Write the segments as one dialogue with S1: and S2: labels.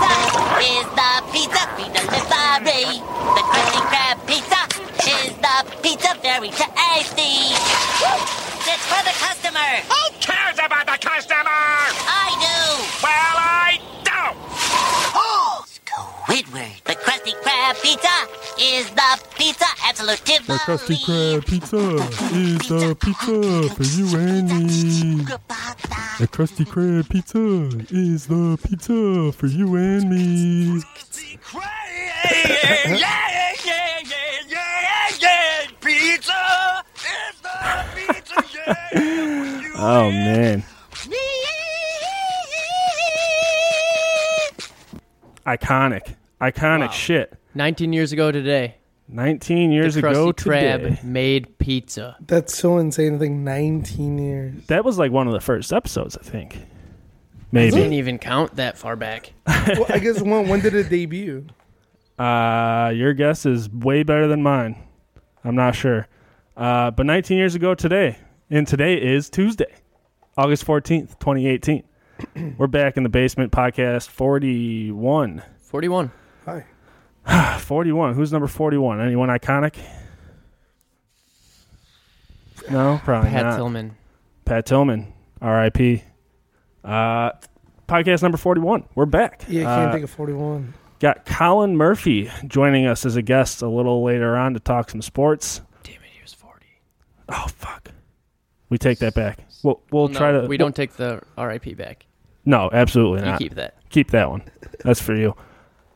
S1: is the pizza we delivery. The Krusty Krab pizza is the pizza very tasty. It's for the customer.
S2: Who cares about the customer?
S1: I do.
S2: Well, I don't.
S1: Squidward. The Krusty Krab pizza is the pizza absolutely.
S3: The Krusty Krab pizza is the pizza for you and me. The Krusty Krab pizza is the pizza for you and me.
S2: yeah, yeah, yeah, yeah, yeah, yeah. Pizza is the pizza. Yeah. You
S4: Oh man. Iconic. Iconic
S5: Wow.
S4: shit.
S5: 19 years ago today,
S4: 19 years
S5: the
S4: ago
S5: Krusty
S4: today.
S5: Krab made pizza.
S6: That's so insane. I think 19 years.
S4: That was like one of the first episodes, I think.
S5: Didn't
S4: Maybe.
S5: even count that far back.
S6: Well, I guess when when did it debut?
S4: Uh, your guess is way better than mine. I'm not sure. Uh, but 19 years ago today, and today is Tuesday, August 14th, 2018. We're back in the basement podcast 41.
S5: 41.
S6: Hi.
S4: 41. Who's number 41? Anyone iconic? No, probably
S5: Pat
S4: not.
S5: Tillman.
S4: Pat Tillman, R.I.P. Uh, podcast number 41. We're back.
S6: Yeah, I can't
S4: Uh,
S6: think of 41.
S4: Got Colin Murphy joining us as a guest a little later on to talk some sports.
S5: Damn it, he was 40.
S4: Oh, fuck. We take that back. We'll, we'll
S5: No,
S4: try to.
S5: We don't take the RIP back.
S4: No, absolutely
S5: You
S4: not.
S5: keep that.
S4: keep that one. That's for you.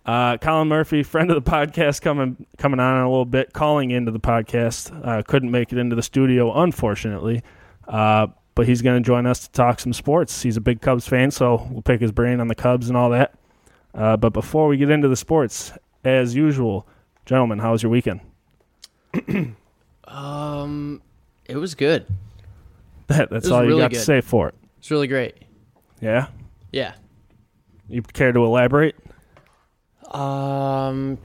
S4: Uh, Colin Murphy, friend of the podcast, coming coming on in a little bit, calling into the podcast. Uh, couldn't make it into the studio, unfortunately, uh, but he's going to join us to talk some sports. He's a big Cubs fan, so we'll pick his brain on the Cubs and all that. Uh, but before we get into the sports, as usual, gentlemen, how was your weekend?
S5: Um, it was good.
S4: That, that's
S5: was
S4: all you
S5: really
S4: got
S5: good.
S4: to say for it.
S5: It's really great.
S4: Yeah,
S5: Yeah.
S4: you care to elaborate?
S5: Um,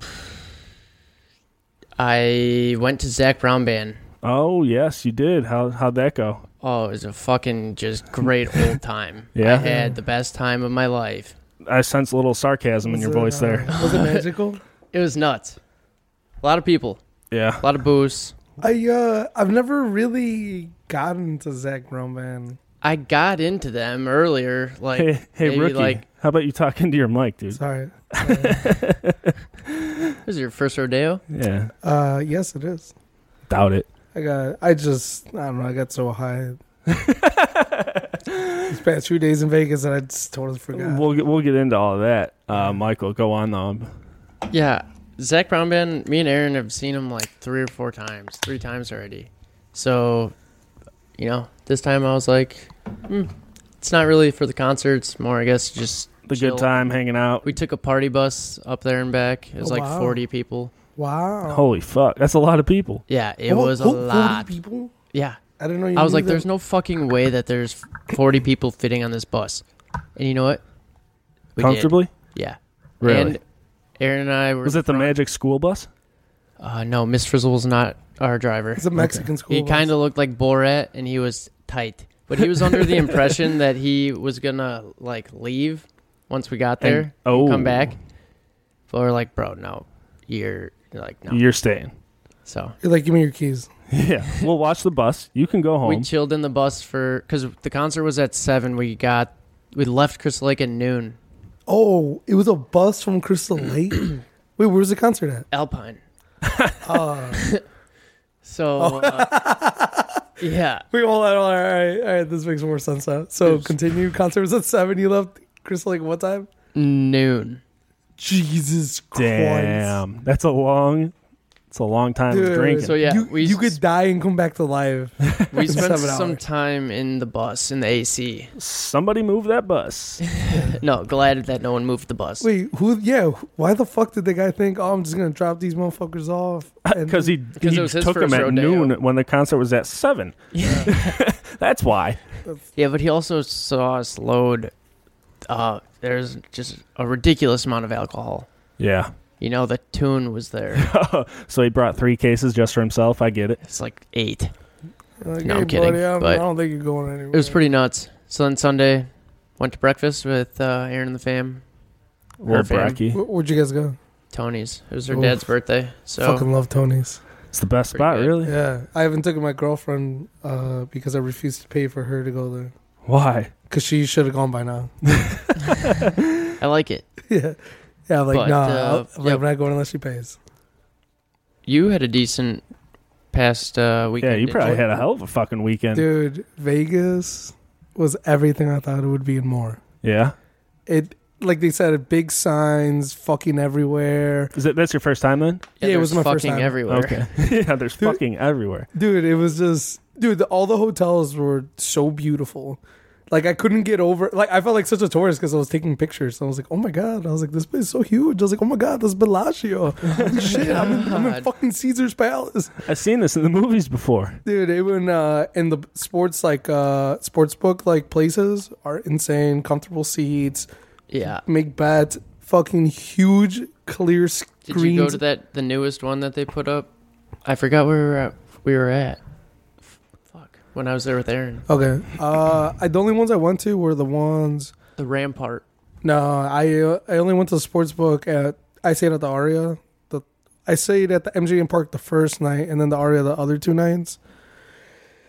S5: I went to Zach Brown Band.
S4: Oh yes, you did. How how'd that go?
S5: Oh, it was a fucking just great old time.
S4: Yeah.
S5: I had the best time of my life.
S4: I sense a little sarcasm in your
S6: Was it,
S4: voice
S6: uh,
S4: there.
S6: Was it magical?
S5: It was nuts. A lot of people,
S4: Yeah.
S5: a lot of booze.
S6: I uh, I've never really gotten to Zach Brown Band.
S5: I got into them earlier. Like,
S4: hey, hey,
S5: maybe
S4: rookie.
S5: like
S4: how about you talk into your mic, dude?
S6: Sorry.
S5: this is your first rodeo.
S4: Yeah,
S6: Uh, yes, it is.
S4: doubt it.
S6: I got. I just. I don't know. I got so high. These past few days in Vegas, and I just totally forgot.
S4: We'll get, we'll get into all of that. Uh, Michael, go on though.
S5: Yeah, Zach Brown Band. Me and Aaron have seen him like three or four times, three times already. So, you know, this time I was like, hmm, it's not really for the concerts. More, I guess, just
S4: The
S5: chill.
S4: good time hanging out.
S5: We took a party bus up there and back. It was
S6: Oh,
S5: like
S6: wow.
S5: forty people.
S6: wow.
S4: Holy fuck, that's a lot of people.
S5: Yeah, it
S6: Oh,
S5: was a
S6: oh, 40
S5: lot.
S6: people.
S5: Yeah,
S6: I didn't know. You
S5: I was like,
S6: there's
S5: there's no fucking way that there's forty people fitting on this bus. And you know what? We did.
S4: Comfortably.
S5: Yeah.
S4: Really?
S5: And Aaron and I were.
S4: Was it the magic school bus?
S5: Uh, no, Miss Frizzle was not our driver.
S6: It's a Mexican school.
S5: He
S6: bus.
S5: kind of looked like Borat, and he was tight. But he was under the impression that he was gonna like leave once we got there.
S4: And-
S5: and
S4: oh.
S5: come back. But we're like, bro, no, you're you're like no.
S4: You're staying.
S5: so
S6: You're like, give me your keys.
S4: Yeah, we'll watch the bus. You can go
S5: we
S4: home.
S5: chilled in the bus for because the concert was at seven. We got we left Crystal Lake at noon.
S6: Oh, it was a bus from Crystal Lake. Wait, where was the concert at?
S5: Alpine. so uh, yeah,
S6: Wait, hold on, hold on. All right, all right. This makes more sense now. So, continue. Concert was at seven. You left Crystal Lake what time?
S5: noon.
S6: Jesus Christ,
S4: Damn, that's a long. It's a long time of
S6: Dude,
S4: drinking.
S5: So yeah,
S6: you,
S5: we
S6: you
S5: s-
S6: could die and come back to life.
S5: We spent
S6: seven
S5: some
S6: hours.
S5: time in the bus in the AC.
S4: Somebody move that bus.
S5: No, glad that no one moved the bus.
S6: Wait, who? Yeah, why the fuck did the guy think? Oh, I'm just gonna drop these motherfuckers off? And
S4: Because he, he
S5: it was his
S4: took him
S5: first
S4: at
S5: rodeo.
S4: noon when the concert was at seven. that's why.
S5: Yeah, but he also saw us load. Uh, there's just a ridiculous amount of alcohol.
S4: Yeah.
S5: You know, the tune was there.
S4: So he brought three cases just for himself. I get it.
S5: It's like eight.
S6: like,
S5: No, I'm kidding,
S6: buddy, I, don't,
S5: but-
S6: I don't think you're going anywhere.
S5: It was pretty nuts. So then Sunday, went to breakfast with uh, Aaron and the fam.
S4: Little
S5: fan.
S4: Bracky.
S6: Wh- Where'd you guys go?
S5: Tony's. It was her
S6: Oof.
S5: dad's birthday. So
S6: Fucking love Tony's.
S4: It's the best
S5: Pretty
S4: spot,
S5: good.
S4: really.
S6: Yeah, I haven't taken my girlfriend uh, because I refused to pay for her to go there.
S4: Why?
S6: Cause she should have gone by now.
S5: I like it.
S6: yeah, yeah. I'm like,
S5: But,
S6: nah,
S5: uh, yeah.
S6: I'm, like, I'm not going unless she pays.
S5: You had a decent past uh, weekend.
S4: Yeah, you
S5: didn't
S4: probably had a hell of a fucking weekend.
S6: Dude, Vegas was everything I thought it would be and more.
S4: Yeah.
S6: It like they said, big signs fucking everywhere.
S4: Is it that's your first time then?
S6: Yeah, it
S5: there's
S6: was my
S5: fucking
S6: first time.
S5: everywhere.
S4: Okay. yeah, there's
S6: Dude.
S4: fucking everywhere.
S6: Dude, it was just dude. the- All the hotels were so beautiful. Like I couldn't get over. Like I felt like such a tourist because I was taking pictures. I was like, oh my god. I was like, this place is so huge. I was like, oh my god, this is Bellagio. Holy shit, I'm in, I'm in
S5: God.
S6: fucking Caesar's Palace.
S4: I've seen this in the movies before.
S6: dude even uh in the sports like uh sports book like places are insane comfortable seats
S5: Yeah.
S6: make bets fucking huge clear
S5: Did
S6: screens
S5: you go to that the newest one that they put up? I forgot where we were at. We were at. Fuck. When I was there with Aaron,
S6: okay uh I, the only ones i went to were the ones
S5: the Rampart.
S6: no i uh, i only went to the sports book at i stayed at the aria the i stayed at the mgm park the first night and then the aria the other two nights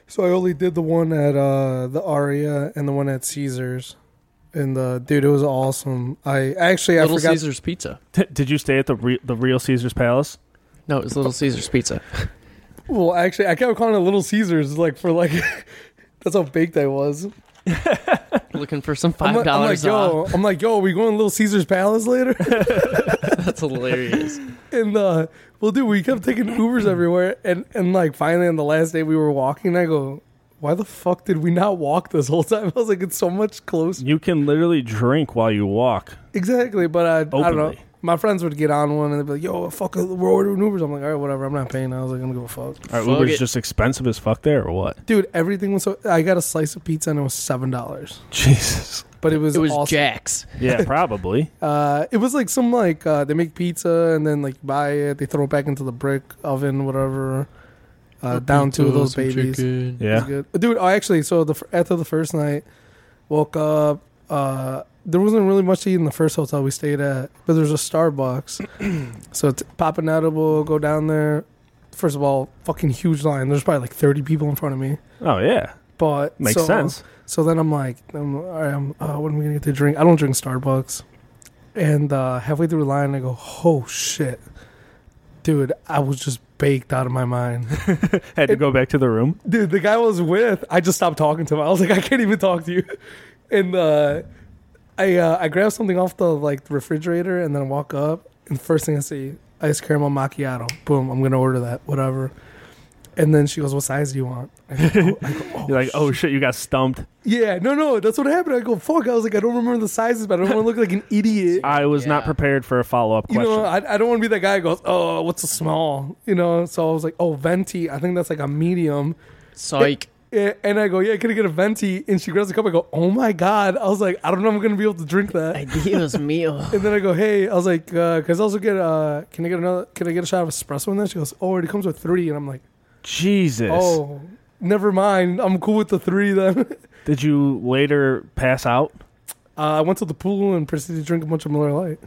S6: so i only did the one at uh the aria and the one at caesars and uh, dude, it was awesome. I actually I
S5: Little
S6: forgot
S5: Caesar's Pizza.
S4: T- did you stay at the re- the real Caesar's Palace?
S5: No, it was Little Caesar's Pizza.
S6: Well, actually, I kept calling it Little Caesars, like for like. That's how baked I was.
S5: Looking for some
S6: I'm
S5: five
S6: like, I'm like,
S5: dollars off.
S6: yo, I'm like, yo, we going to Little Caesars Palace later?
S5: That's hilarious.
S6: and uh, well, dude, we kept taking Ubers everywhere, and and like finally on the last day we were walking, I go, why the fuck did we not walk this whole time? I was like, it's so much closer.
S4: You can literally drink while you walk.
S6: Exactly, but I, I don't know.
S4: Openly.
S6: My friends would get on one and they'd be like, yo, fuck, it, we're ordering Ubers. I'm like, all right, whatever, I'm not paying. I was like, I'm gonna go fuck.
S4: Are
S5: Fuck
S4: Uber's
S5: it.
S4: just expensive as fuck there or what?
S6: Dude, everything was so. I got a slice of pizza and it was seven dollars,
S4: Jesus.
S6: but it was
S5: It was
S6: awesome.
S5: Jack's.
S4: Yeah, probably.
S6: Uh, it was like some like uh, they make pizza and then like you buy it, they throw it back into the brick oven, whatever. Uh, down two of those babies. It was
S4: Yeah.
S6: good. Dude, I actually so the fir- after the first night, woke up. Uh, there wasn't really much to eat in the first hotel we stayed at, but there's a Starbucks. so it's pop an edible, go down there. First of all, fucking huge line. There's probably like 30 people in front of me.
S4: Oh yeah.
S6: But
S4: Makes
S6: so-
S4: sense.
S6: so then I'm like, I'm, all right, I'm, uh, what am I gonna get to drink? I don't drink Starbucks. And uh, halfway through the line, I go, oh shit, dude, I was just baked out of my mind.
S4: Had to go back to the room.
S6: dude, the guy I was with, I just stopped talking to him. I was like, I can't even talk to you. And uh, I uh, I grabbed something off the like refrigerator and then walk up, and first thing I see, ice caramel macchiato. Boom, I'm gonna order that, whatever. And then she goes, what size do you want? I go, oh, I go, oh,
S4: You're like, oh shit, you got stumped.
S6: yeah, no, no, that's what happened. I go, fuck. I was like, I don't remember the sizes, but I don't want to look like an idiot.
S4: I was not
S5: Yeah.
S4: prepared for a follow up
S6: you
S4: Ah, question.
S6: know, I, I don't want to be that guy who goes, oh, what's a small? You know, so I was like, oh, venti. I think that's like a medium.
S5: Psych.
S6: Yeah, And I go, yeah, can I get a venti? And she grabs a cup. I go, oh my God. I was like, I don't know if I'm going to be able to drink that.
S5: Ideas meal.
S6: And then I go, hey, I was like, uh, can I also get, uh, can I get another, can I get a shot of espresso in that? She goes, oh, it comes with three. And I'm like,
S4: Jesus.
S6: oh, never mind. I'm cool with the three then.
S4: Did you later pass out?
S6: uh, I went to the pool and proceeded to drink a bunch of Miller Lite.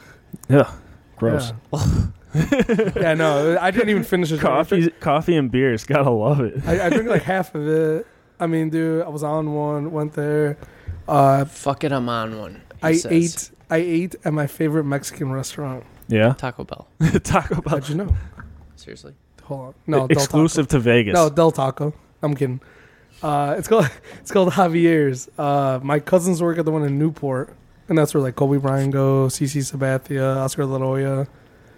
S4: Yeah. Gross.
S6: Yeah. Yeah, no, I didn't even finish it.
S4: Coffee, coffee and beers. Gotta love it.
S6: I, I drank like half of it. I mean, dude, I was on one, went there. Uh,
S5: Fuck it, I'm on one. he
S6: I
S5: says.
S6: ate. I ate at my favorite Mexican restaurant.
S4: Yeah.
S5: Taco Bell.
S4: Taco Bell.
S6: How'd you know?
S5: Seriously.
S6: Hold on. No, Del
S4: exclusive to Vegas.
S6: Taco. No, Del Taco. I'm kidding. Uh, it's called it's called Javier's. Uh, my cousins work at the one in Newport, and that's where like Kobe Bryant goes, CC Sabathia, Oscar La Hoya.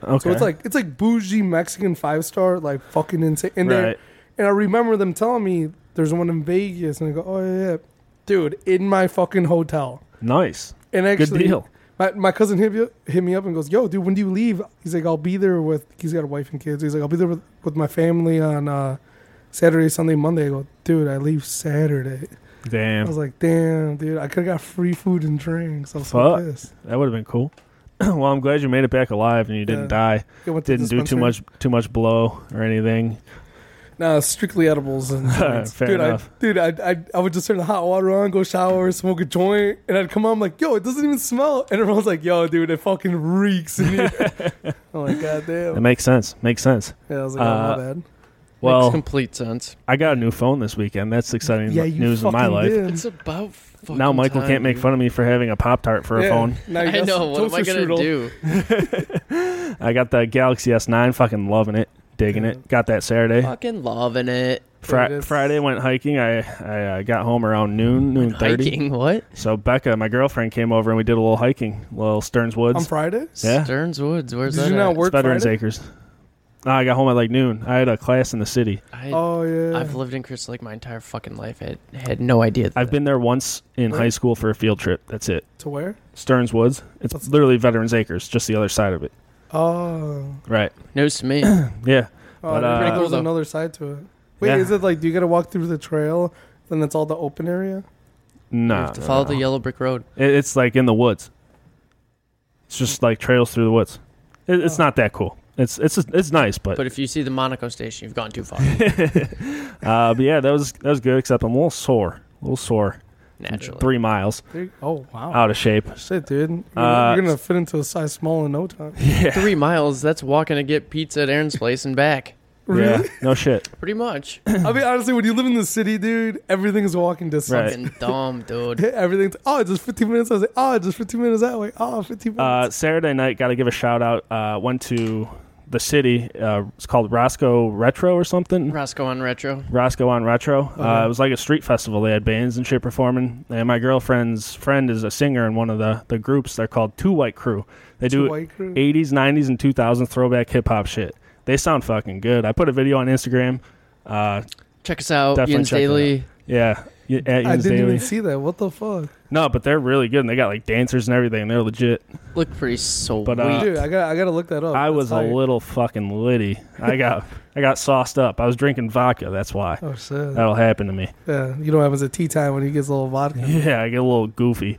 S4: okay.
S6: So it's like it's like bougie Mexican five star, like fucking insane. And they're
S4: right.
S6: And I remember them telling me there's one in Vegas, and I go, oh yeah, yeah. dude, in my fucking hotel.
S4: Nice.
S6: And
S4: Good
S6: actually,
S4: deal.
S6: My, my cousin hit me, hit me up and goes, yo, dude, when do you leave? He's like, I'll be there with. He's got a wife and kids. He's like, I'll be there with, with my family on uh, Saturday, Sunday, Monday. I go, dude, I leave Saturday. I
S4: Damn.
S6: was like, damn, dude, I could have got free food and drinks. I was so
S4: Fuck.
S6: pissed.
S4: That would have been cool. well, I'm glad you made it back alive and you didn't
S6: Yeah.
S4: die.
S6: I went to the
S4: Didn't do too
S6: dispensary.
S4: much too much blow or anything.
S6: No, it's strictly edibles. And joints.
S4: Fair
S6: dude,
S4: enough.
S6: I, dude, I, I, I would just turn the hot water on, go shower, smoke a joint, and I'd come out. I'm like, yo, it doesn't even smell. And everyone's like, yo, dude, it fucking reeks in here. I'm like, god damn.
S4: It makes sense. Makes sense.
S6: Yeah, I was like, oh,
S4: Uh,
S6: my bad.
S5: Makes
S4: Well,
S5: complete sense.
S4: I got a new phone this weekend. That's exciting
S6: Yeah, you
S4: news in my
S6: fucking
S4: life.
S6: did.
S5: It's about fucking
S4: Now Michael
S5: time,
S4: can't make
S5: dude.
S4: fun of me for having a Pop Tart for a
S6: Yeah,
S4: phone.
S6: now you
S5: I
S6: got
S5: know.
S6: some
S5: What am I
S6: toaster
S5: gonna do?
S6: strudel.
S4: I got the Galaxy S9, fucking loving it, digging it. Got that Saturday.
S5: Fucking loving it.
S6: Dude,
S4: Fri-
S6: it's-
S4: Friday went hiking. I I uh, got home around noon, noon thirty.
S5: Hiking. What?
S4: So Becca, my girlfriend, came over and we did a little hiking, a little Stearns Woods.
S6: On Friday?
S4: yeah,
S5: Stearns Woods. Where's
S6: Did
S5: that?
S6: you not
S5: at?
S6: work
S4: it's Veterans
S6: Friday?
S4: Acres. No, I got home at like noon. I had a class in the city.
S5: I,
S6: Oh yeah.
S5: I've lived in Chris Lake my entire fucking life. I had no idea. That
S4: I've been there once in
S6: Right.
S4: high school for a field trip. That's it.
S6: to where?
S4: Stearns Woods. It's
S6: That's-
S4: literally Veterans Acres, just the other side of it.
S6: Oh,
S4: Right.
S5: news to me.
S4: Yeah.
S6: oh
S4: But,
S6: I didn't
S4: uh,
S6: think there was
S5: Pretty cool,
S6: another side to it. Wait,
S4: Yeah.
S6: is it like do you got to walk through the trail? Then that's all the open area.
S4: No.
S5: you have to
S4: no,
S5: follow
S4: no.
S5: the yellow brick road.
S4: It- It's like in the woods. It's just like trails through the woods. It, it's
S6: Oh.
S4: not that cool. It's it's it's nice, but
S5: But if you see the Monaco station, you've gone too far.
S4: uh, but yeah, that was that was good. Except I'm a little sore, a little sore.
S5: naturally.
S4: Three miles
S6: There you- oh wow.
S4: out of shape.
S6: Shit, dude. You're,
S4: Uh,
S6: you're gonna fit into a size small in no time.
S4: Yeah,
S5: Three miles. That's walking to get pizza at Aaron's place and back.
S4: yeah,
S6: Really?
S4: no shit.
S5: Pretty much.
S6: I mean, honestly, when you live in the city, dude, everything is walking distance.
S5: Fucking dumb, dude.
S6: Everything's oh, just 15 minutes. I was like, oh, just 15 minutes that way. Oh, 15
S4: Uh,
S6: minutes.
S4: Saturday night, got to give a shout out. Uh, went to the city. Uh, it's called Roscoe Retro or something.
S5: Roscoe on retro.
S4: Roscoe on Retro. Uh,
S6: Okay.
S4: it was like a street festival. They had bands and shit performing. And my girlfriend's friend is a singer in one of the, the groups. They're called Two White Crew. They
S6: Two
S4: do
S6: White Crew.
S4: 80s, 90s, and 2000s throwback hip hop shit. They sound fucking good. I put a video on Instagram. Uh,
S5: Check us out.
S4: Definitely
S5: Ian's
S4: check it
S5: Daily.
S4: yeah, y- at
S6: I
S4: Ian's
S6: didn't
S4: Daily.
S6: even see that. What the fuck,
S4: No, but they're really good, and they got like dancers and everything. They're legit.
S5: Look pretty sweet.
S4: But, uh,
S6: dude? I got I gotta look that up.
S4: I
S6: That's
S4: was a
S6: tight.
S4: little fucking litty. I got I got sauced up. I was drinking vodka. That's why
S6: Oh shit.
S4: that'll happen to me.
S6: Yeah, you know what happens at tea time when he gets a little vodka.
S4: Yeah, I get a little goofy.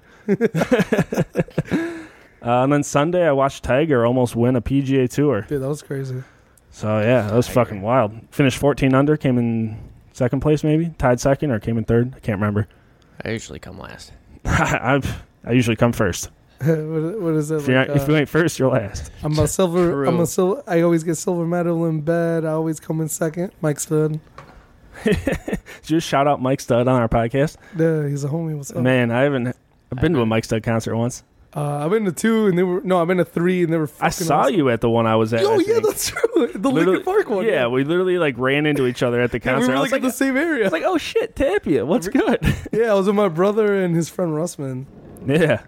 S4: uh, and then Sunday, I watched Tiger almost win a PGA Tour.
S6: Dude, that was crazy.
S4: So yeah, that was fucking wild. Finished 14 under, came in second place, maybe tied second or came in third. I can't remember.
S5: I usually come last.
S4: I I usually come first.
S6: what, what is it?
S4: If, you're,
S6: like,
S4: not- if
S6: uh,
S4: you ain't first, you're last.
S6: I'm a silver.
S5: True.
S6: I'm a silver. I always get silver medal in bed. I always come in second. Mike Stud.
S4: Just shout out Mike Stud on our podcast.
S6: Yeah, he's a homie. What's up?
S4: Man, I haven't. I've been to a Mike Stud concert once.
S6: Uh, I've been to two, and they were no. I've been to three, and they were.
S4: I
S6: fucking
S4: saw
S6: awesome.
S4: you at the one I was at.
S6: Oh
S4: I
S6: yeah,
S4: think.
S6: that's true. The
S4: Literally-
S6: Lincoln Park one.
S4: Yeah, we literally like ran into each other at the
S6: Yeah, we
S4: concert.
S6: were
S4: I
S6: like,
S4: was
S6: in the same area.
S4: I was like, oh shit, Tapia, what's good?
S6: yeah, I was with my brother and his friend Russman.
S4: yeah.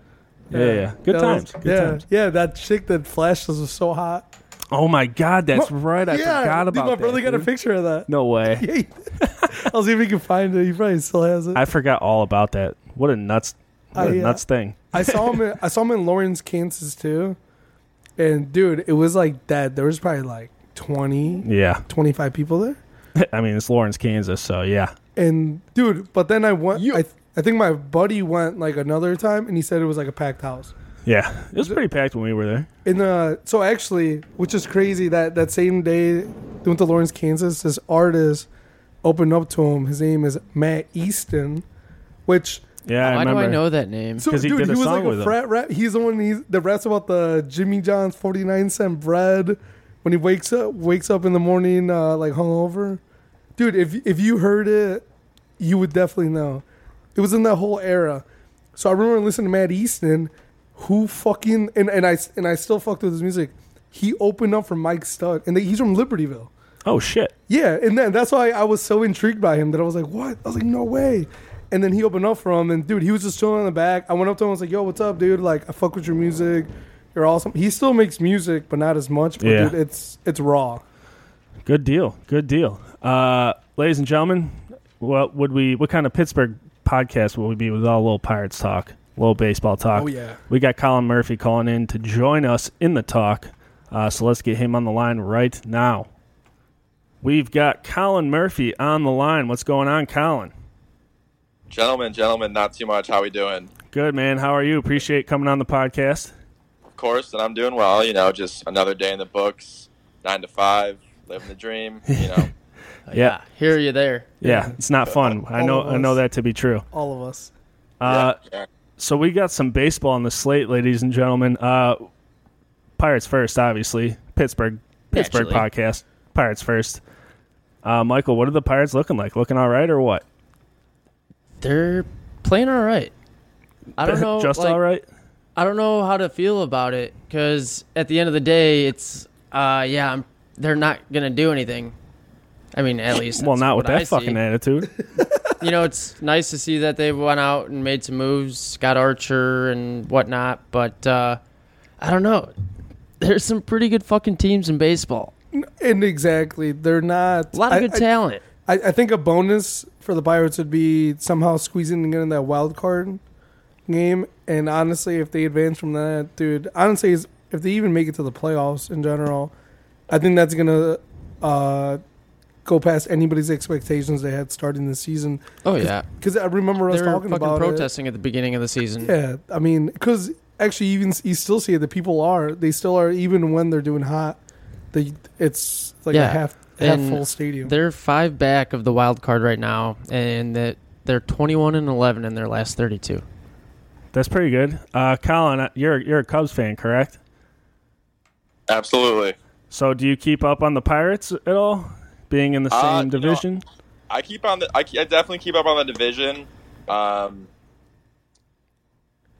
S4: Yeah, yeah, good
S6: That
S4: times.
S6: was-
S4: Good
S6: yeah,
S4: times.
S6: yeah. That chick that flashed us was so hot.
S4: Oh my god, that's
S6: Mo-
S4: right. I
S6: yeah,
S4: forgot
S6: dude,
S4: about
S6: My brother
S4: that,
S6: got a
S4: dude.
S6: picture of that.
S4: No way.
S6: Yeah, he did. I'll see if he can find it. He probably still has it.
S4: I forgot all about that. What a nuts, what
S6: I,
S4: a
S6: uh,
S4: nuts thing.
S6: I saw him. In, I saw him in Lawrence, Kansas too. And dude, it was like that. There was probably like 20,
S4: Yeah,
S6: 25 people there.
S4: I mean it's Lawrence, Kansas, so yeah.
S6: And dude, but then I went. I, th- I think my buddy went like another time, and he said it was like a packed house.
S4: Yeah, it was pretty packed when we were there.
S6: And uh, so actually, which is crazy that that same day they went to Lawrence, Kansas. This artist opened up to him. His name is Matt Easton, which
S4: Yeah, I
S5: Why do
S4: remember.
S5: I know that name?
S6: so
S4: 'Cause he
S6: dude,
S4: did a
S6: he was
S4: song
S6: like
S4: with
S6: a
S4: him.
S6: frat rap. He's the one he's, that raps about the Jimmy John's forty nine cent bread when he wakes up wakes up in the morning uh, like hungover. Dude, if if you heard it, you would definitely know. It was in that whole era. So I remember listening to Matt Easton, who fucking and, and I and I still fucked with his music. He opened up for Mike Stud, and they, he's from Libertyville.
S4: Oh shit.
S6: Yeah, and then that's why I was so intrigued by him that I was like, "What?" I was like, "No way!" And then he opened up for him, and dude, he was just chilling in the back. I went up to him, I was like, "Yo, what's up, dude? Like, I fuck with your music. You're awesome." He still makes music, but not as much. But
S4: Yeah.
S6: dude, it's it's raw.
S4: Good deal. Good deal. Uh, ladies and gentlemen, what would we? What kind of Pittsburgh podcast would we be with all little Pirates talk, little baseball talk?
S6: Oh, yeah.
S4: We got Colin Murphy calling in to join us in the talk. Uh, so let's get him on the line right now. We've got Colin Murphy on the line. What's going on, Colin?
S7: Gentlemen, gentlemen, not too much. How we doing?
S4: Good man. How are you? Appreciate coming on the podcast.
S7: Of course, and I'm doing well. You know, just another day in the books, nine to five, living the dream. You know,
S4: Yeah.
S5: Hear you there.
S4: Yeah, it's not fun. I
S6: All
S4: know
S6: of
S4: I know
S6: us.
S4: that to be true.
S6: All of us.
S4: Uh,
S7: yeah.
S4: So we got some baseball on the slate, ladies and gentlemen. Uh, Pirates first, obviously. Pittsburgh, Pittsburgh
S5: Naturally.
S4: podcast. Pirates first. Uh, Michael, what are the Pirates looking like? Looking all right or what?
S5: They're playing all right. I don't know.
S4: Just
S5: like,
S4: all right.
S5: I don't know how to feel about it because at the end of the day, it's uh, yeah, I'm, they're not gonna do anything. I mean, at least
S4: Well,
S5: that's
S4: not with
S5: what
S4: that
S5: I see.
S4: fucking attitude.
S5: You know, it's nice to see that they went out and made some moves, got Archer and whatnot. But uh, I don't know. There's some pretty good fucking teams in baseball.
S6: And exactly, they're not
S5: A lot of
S6: I-
S5: good
S6: I-
S5: talent.
S6: I, I think a bonus for the Pirates would be somehow squeezing in that wild card game. And honestly, if they advance from that, dude, honestly, is- if they even make it to the playoffs in general, I think that's gonna uh, go past anybody's expectations they had starting the season.
S5: oh yeah,
S6: Because I remember us
S5: they were
S6: talking
S5: fucking
S6: about it.
S5: protesting at the beginning of the season.
S6: Yeah, I mean, because actually, even s- you still see it. The people are they still are even when they're doing hot. They it's like
S5: Yeah,
S6: a half half
S5: and
S6: full stadium.
S5: They're five back of the wild card right now, and that they're 21 and 11 in their last 32.
S4: That's pretty good. Uh, Colin, you're you're a Cubs fan, correct?
S7: Absolutely.
S4: So do you keep up on the Pirates at all, being in the
S7: Uh,
S4: same
S7: you know,
S4: division?
S7: I keep on the. I, ke- I definitely keep up on the division. Um,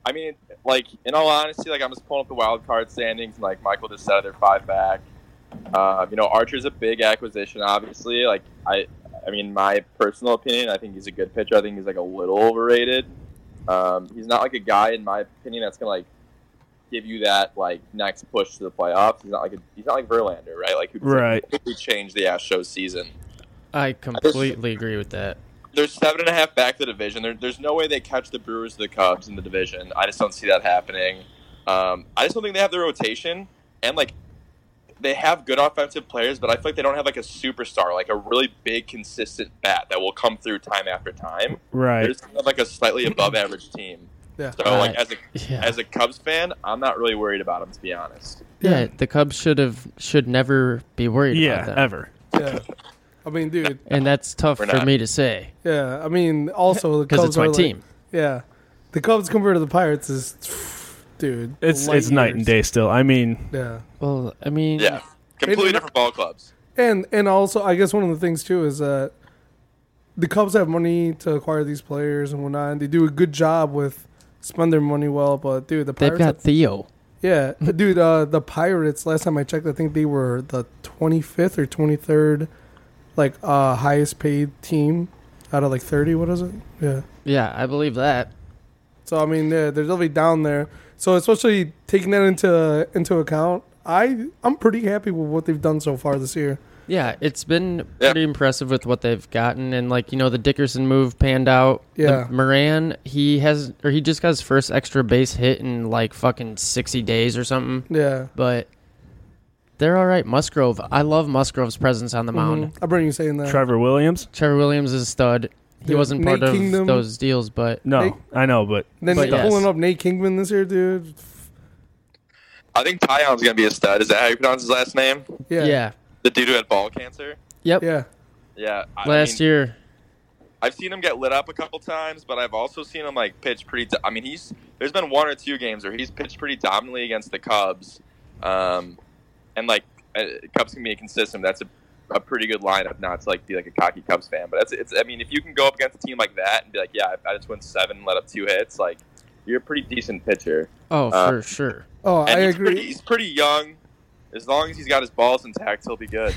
S7: I mean, like in all honesty, like I'm just pulling up the wild card standings, and like Michael just said, they're five back. Um, you know, Archer's a big acquisition, obviously. Like I, I mean, my personal opinion, I think he's a good pitcher. I think he's like a little overrated. Um, he's not like a guy, in my opinion, that's gonna like give you that like next push to the playoffs. He's not like a, he's not like Verlander, right? Like who just, like,
S4: Right.
S7: completely changed the Astros season
S5: I completely agree with that.
S8: They're
S7: they're seven and a half back to the division. There, there's no way they catch the Brewers, or the Cubs in the division. I just don't see that happening. Um, I just don't think they have the rotation, and like they have good offensive players, but I feel like they don't have like a superstar, like a really big, consistent bat that will come through time after time. They're
S4: right.
S7: just kind of like a slightly above average team.
S6: Yeah.
S7: So
S5: Right.
S7: like as a
S5: Yeah.
S7: as a Cubs fan, I'm not really worried about them to be honest.
S5: yeah. the Cubs should have should never be worried
S4: Yeah,
S5: about that.
S4: ever.
S6: yeah, I mean, dude.
S5: And that's tough
S7: We're
S5: for
S7: not.
S5: me to say
S6: Yeah, I mean, also the
S5: because
S6: Cubs
S5: it's my
S6: are like-
S5: team.
S6: yeah, the Cubs compared to the Pirates is, dude,
S4: It's
S6: light
S4: it's night and
S6: years.
S4: day still. I mean,
S6: Yeah,
S5: Well, I mean,
S7: Yeah, completely
S6: Maybe-
S7: different ball clubs.
S6: and and also I guess one of the things too is that the Cubs have money to acquire these players and whatnot, and they do a good job with spend their money well. But dude, the
S5: they've
S6: Pirates,
S5: got Theo.
S6: yeah, dude, uh, the Pirates. Last time I checked, I think they were the twenty fifth or twenty third, like uh, highest paid team out of like thirty. What is it? Yeah.
S5: Yeah, I believe that.
S6: So I mean, yeah, they're definitely down there. So especially taking that into into account, I I'm pretty happy with what they've done so far this year.
S5: Yeah, it's been
S7: Yeah.
S5: pretty impressive with what they've gotten, and like you know, the Dickerson move panned out. The
S6: Yeah.
S5: Moran, he has or he just got his first extra base hit in like fucking sixty days or something.
S6: Yeah.
S5: But they're all right. Musgrove, I love Musgrove's presence on the mound.
S6: I bring you saying that.
S4: Trevor Williams.
S5: Trevor Williams is a stud. He
S6: Dude,
S5: wasn't part
S6: Nate
S5: of
S6: Kingdom.
S5: those deals, but
S4: No,
S6: They-
S4: I know, but
S6: then
S5: But yes.
S6: pulling up Nate Kingman this year, dude.
S7: I think Tyon's gonna be a stud. Is that how you pronounce his last name?
S6: Yeah.
S5: yeah,
S7: The dude who had ball cancer.
S5: yep.
S6: Yeah.
S7: Yeah, I
S5: Last
S7: mean-
S5: year,
S7: I've seen him get lit up a couple times, but I've also seen him like pitch pretty. Do- I mean, he's there's been one or two games where he's pitched pretty dominantly against the Cubs, um, and like uh, Cubs can be inconsistent. That's a, a pretty good lineup. Not to like be like a cocky Cubs fan, but that's it's. I mean, if you can go up against a team like that and be like, yeah, I, I just went seven, let up two hits, like you're a pretty decent pitcher.
S5: oh
S7: Uh,
S5: for sure.
S6: Oh,
S7: And
S6: I
S7: he's
S6: agree.
S7: Pretty, he's pretty young. As long as he's got his balls intact, he'll be good.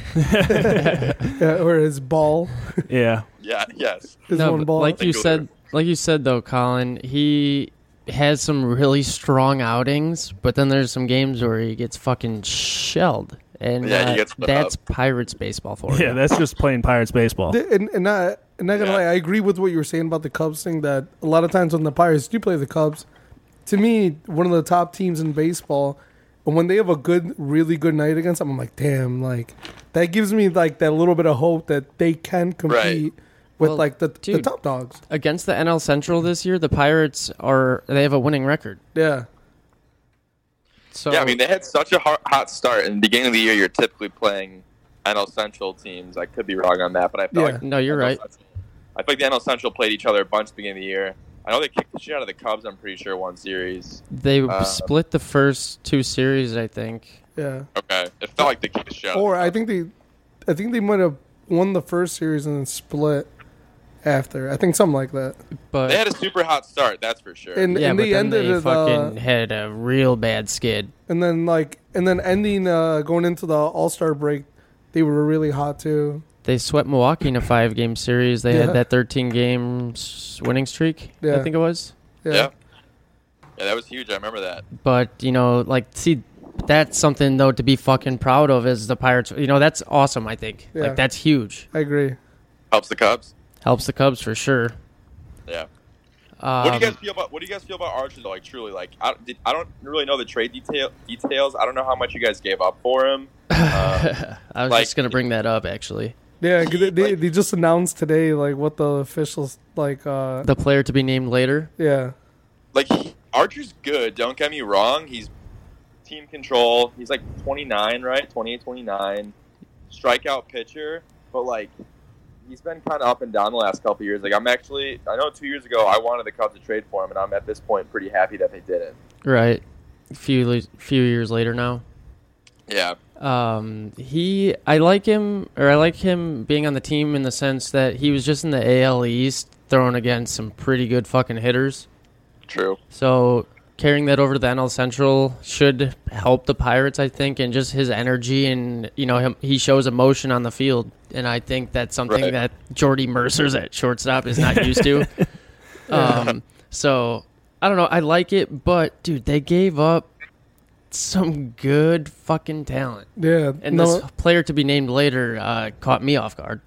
S6: Yeah, or his ball,
S4: yeah,
S7: Yeah. Yes.
S6: his
S5: No,
S6: one
S5: but
S6: ball.
S5: like you
S7: Singular.
S5: said, like you said though, Colin, he has some really strong outings, but then there's some games where he gets fucking shelled, and
S7: Yeah, he
S5: uh,
S7: gets lit
S5: that's Pirates baseball for
S4: yeah.
S5: you.
S4: That's just playing Pirates baseball.
S6: Th- and and not and not gonna
S7: Yeah.
S6: lie, I agree with what you were saying about the Cubs thing. That a lot of times when the Pirates do play the Cubs, to me, one of the top teams in baseball. And when they have a good, really good night against them, I'm like, damn, like that gives me like that little bit of hope that they can compete with
S5: Well,
S6: like the, the
S5: dude.
S6: top dogs.
S5: Against the NL Central this year, the Pirates are they have a winning record.
S6: Yeah,
S5: So Um,
S7: Yeah, I mean they had such a hot, hot start in the beginning of the year. You're typically playing NL Central teams. I could be wrong on that, but I feel
S6: Yeah.
S7: like
S5: No, you're right.
S7: I feel like the NL Central played each other a bunch at the beginning of the year. I know they kicked the shit out of the Cubs. I'm pretty sure one series.
S5: They
S7: Uh,
S5: split the first two series, I think.
S6: Yeah.
S7: Okay, it felt like they kicked the shit. out of
S6: Or
S7: the
S6: I
S7: Cubs.
S6: think they, I think they might have won the first series and then split after. I think something like that.
S5: But
S7: they had a super hot start. That's for sure.
S6: And,
S5: yeah,
S6: and
S5: but
S6: they
S5: then
S6: ended
S5: they
S6: it.
S5: fucking
S6: Uh,
S5: had a real bad skid.
S6: and then like and then ending uh, going into the All Star break, they were really hot too.
S5: They swept Milwaukee in a five game series. They
S6: Yeah.
S5: had that 13 game s- winning streak,
S6: Yeah.
S5: I think it was.
S6: Yeah.
S7: yeah. Yeah, that was huge. I remember that.
S5: But, you know, like, see, that's something, though, to be fucking proud of is the Pirates. You know, that's awesome, I think.
S6: Yeah.
S5: Like, that's huge.
S6: I agree.
S7: Helps the Cubs.
S5: Helps the Cubs for sure.
S7: Yeah.
S5: Um,
S7: What do you guys feel about What do you guys feel about Archer? Though? Like truly, like I, did, I don't really know the trade detail details. I don't know how much you guys gave up for him. Uh,
S5: I was
S7: like-
S5: just going to bring that up, actually.
S6: Yeah, 'cause they, they, they just announced today like what the officials like. uh
S5: The player to be named later.
S6: Yeah,
S7: like he- Archer's good. Don't get me wrong. He's team control. He's like 29, right? 28, 29. Strikeout pitcher, but like he's been kind of up and down the last couple years. Like I'm actually, I know two years ago I wanted the Cubs to trade for him, and I'm at this point pretty happy that they didn't.
S5: Right. A few, le- few years later now.
S7: Yeah,
S5: Um, he, I like him, or I like him being on the team in the sense that he was just in the AL East throwing against some pretty good fucking hitters.
S7: true.
S5: So carrying that over to the NL Central should help the Pirates, I think, and just his energy and you know him, he shows emotion on the field, and I think that's something
S7: Right.
S5: that Jordy Mercer's at shortstop is not used to. um, so I don't know, I like it, but dude, they gave up some good fucking talent.
S6: yeah.
S5: And
S6: no,
S5: this player to be named later uh, caught me off guard.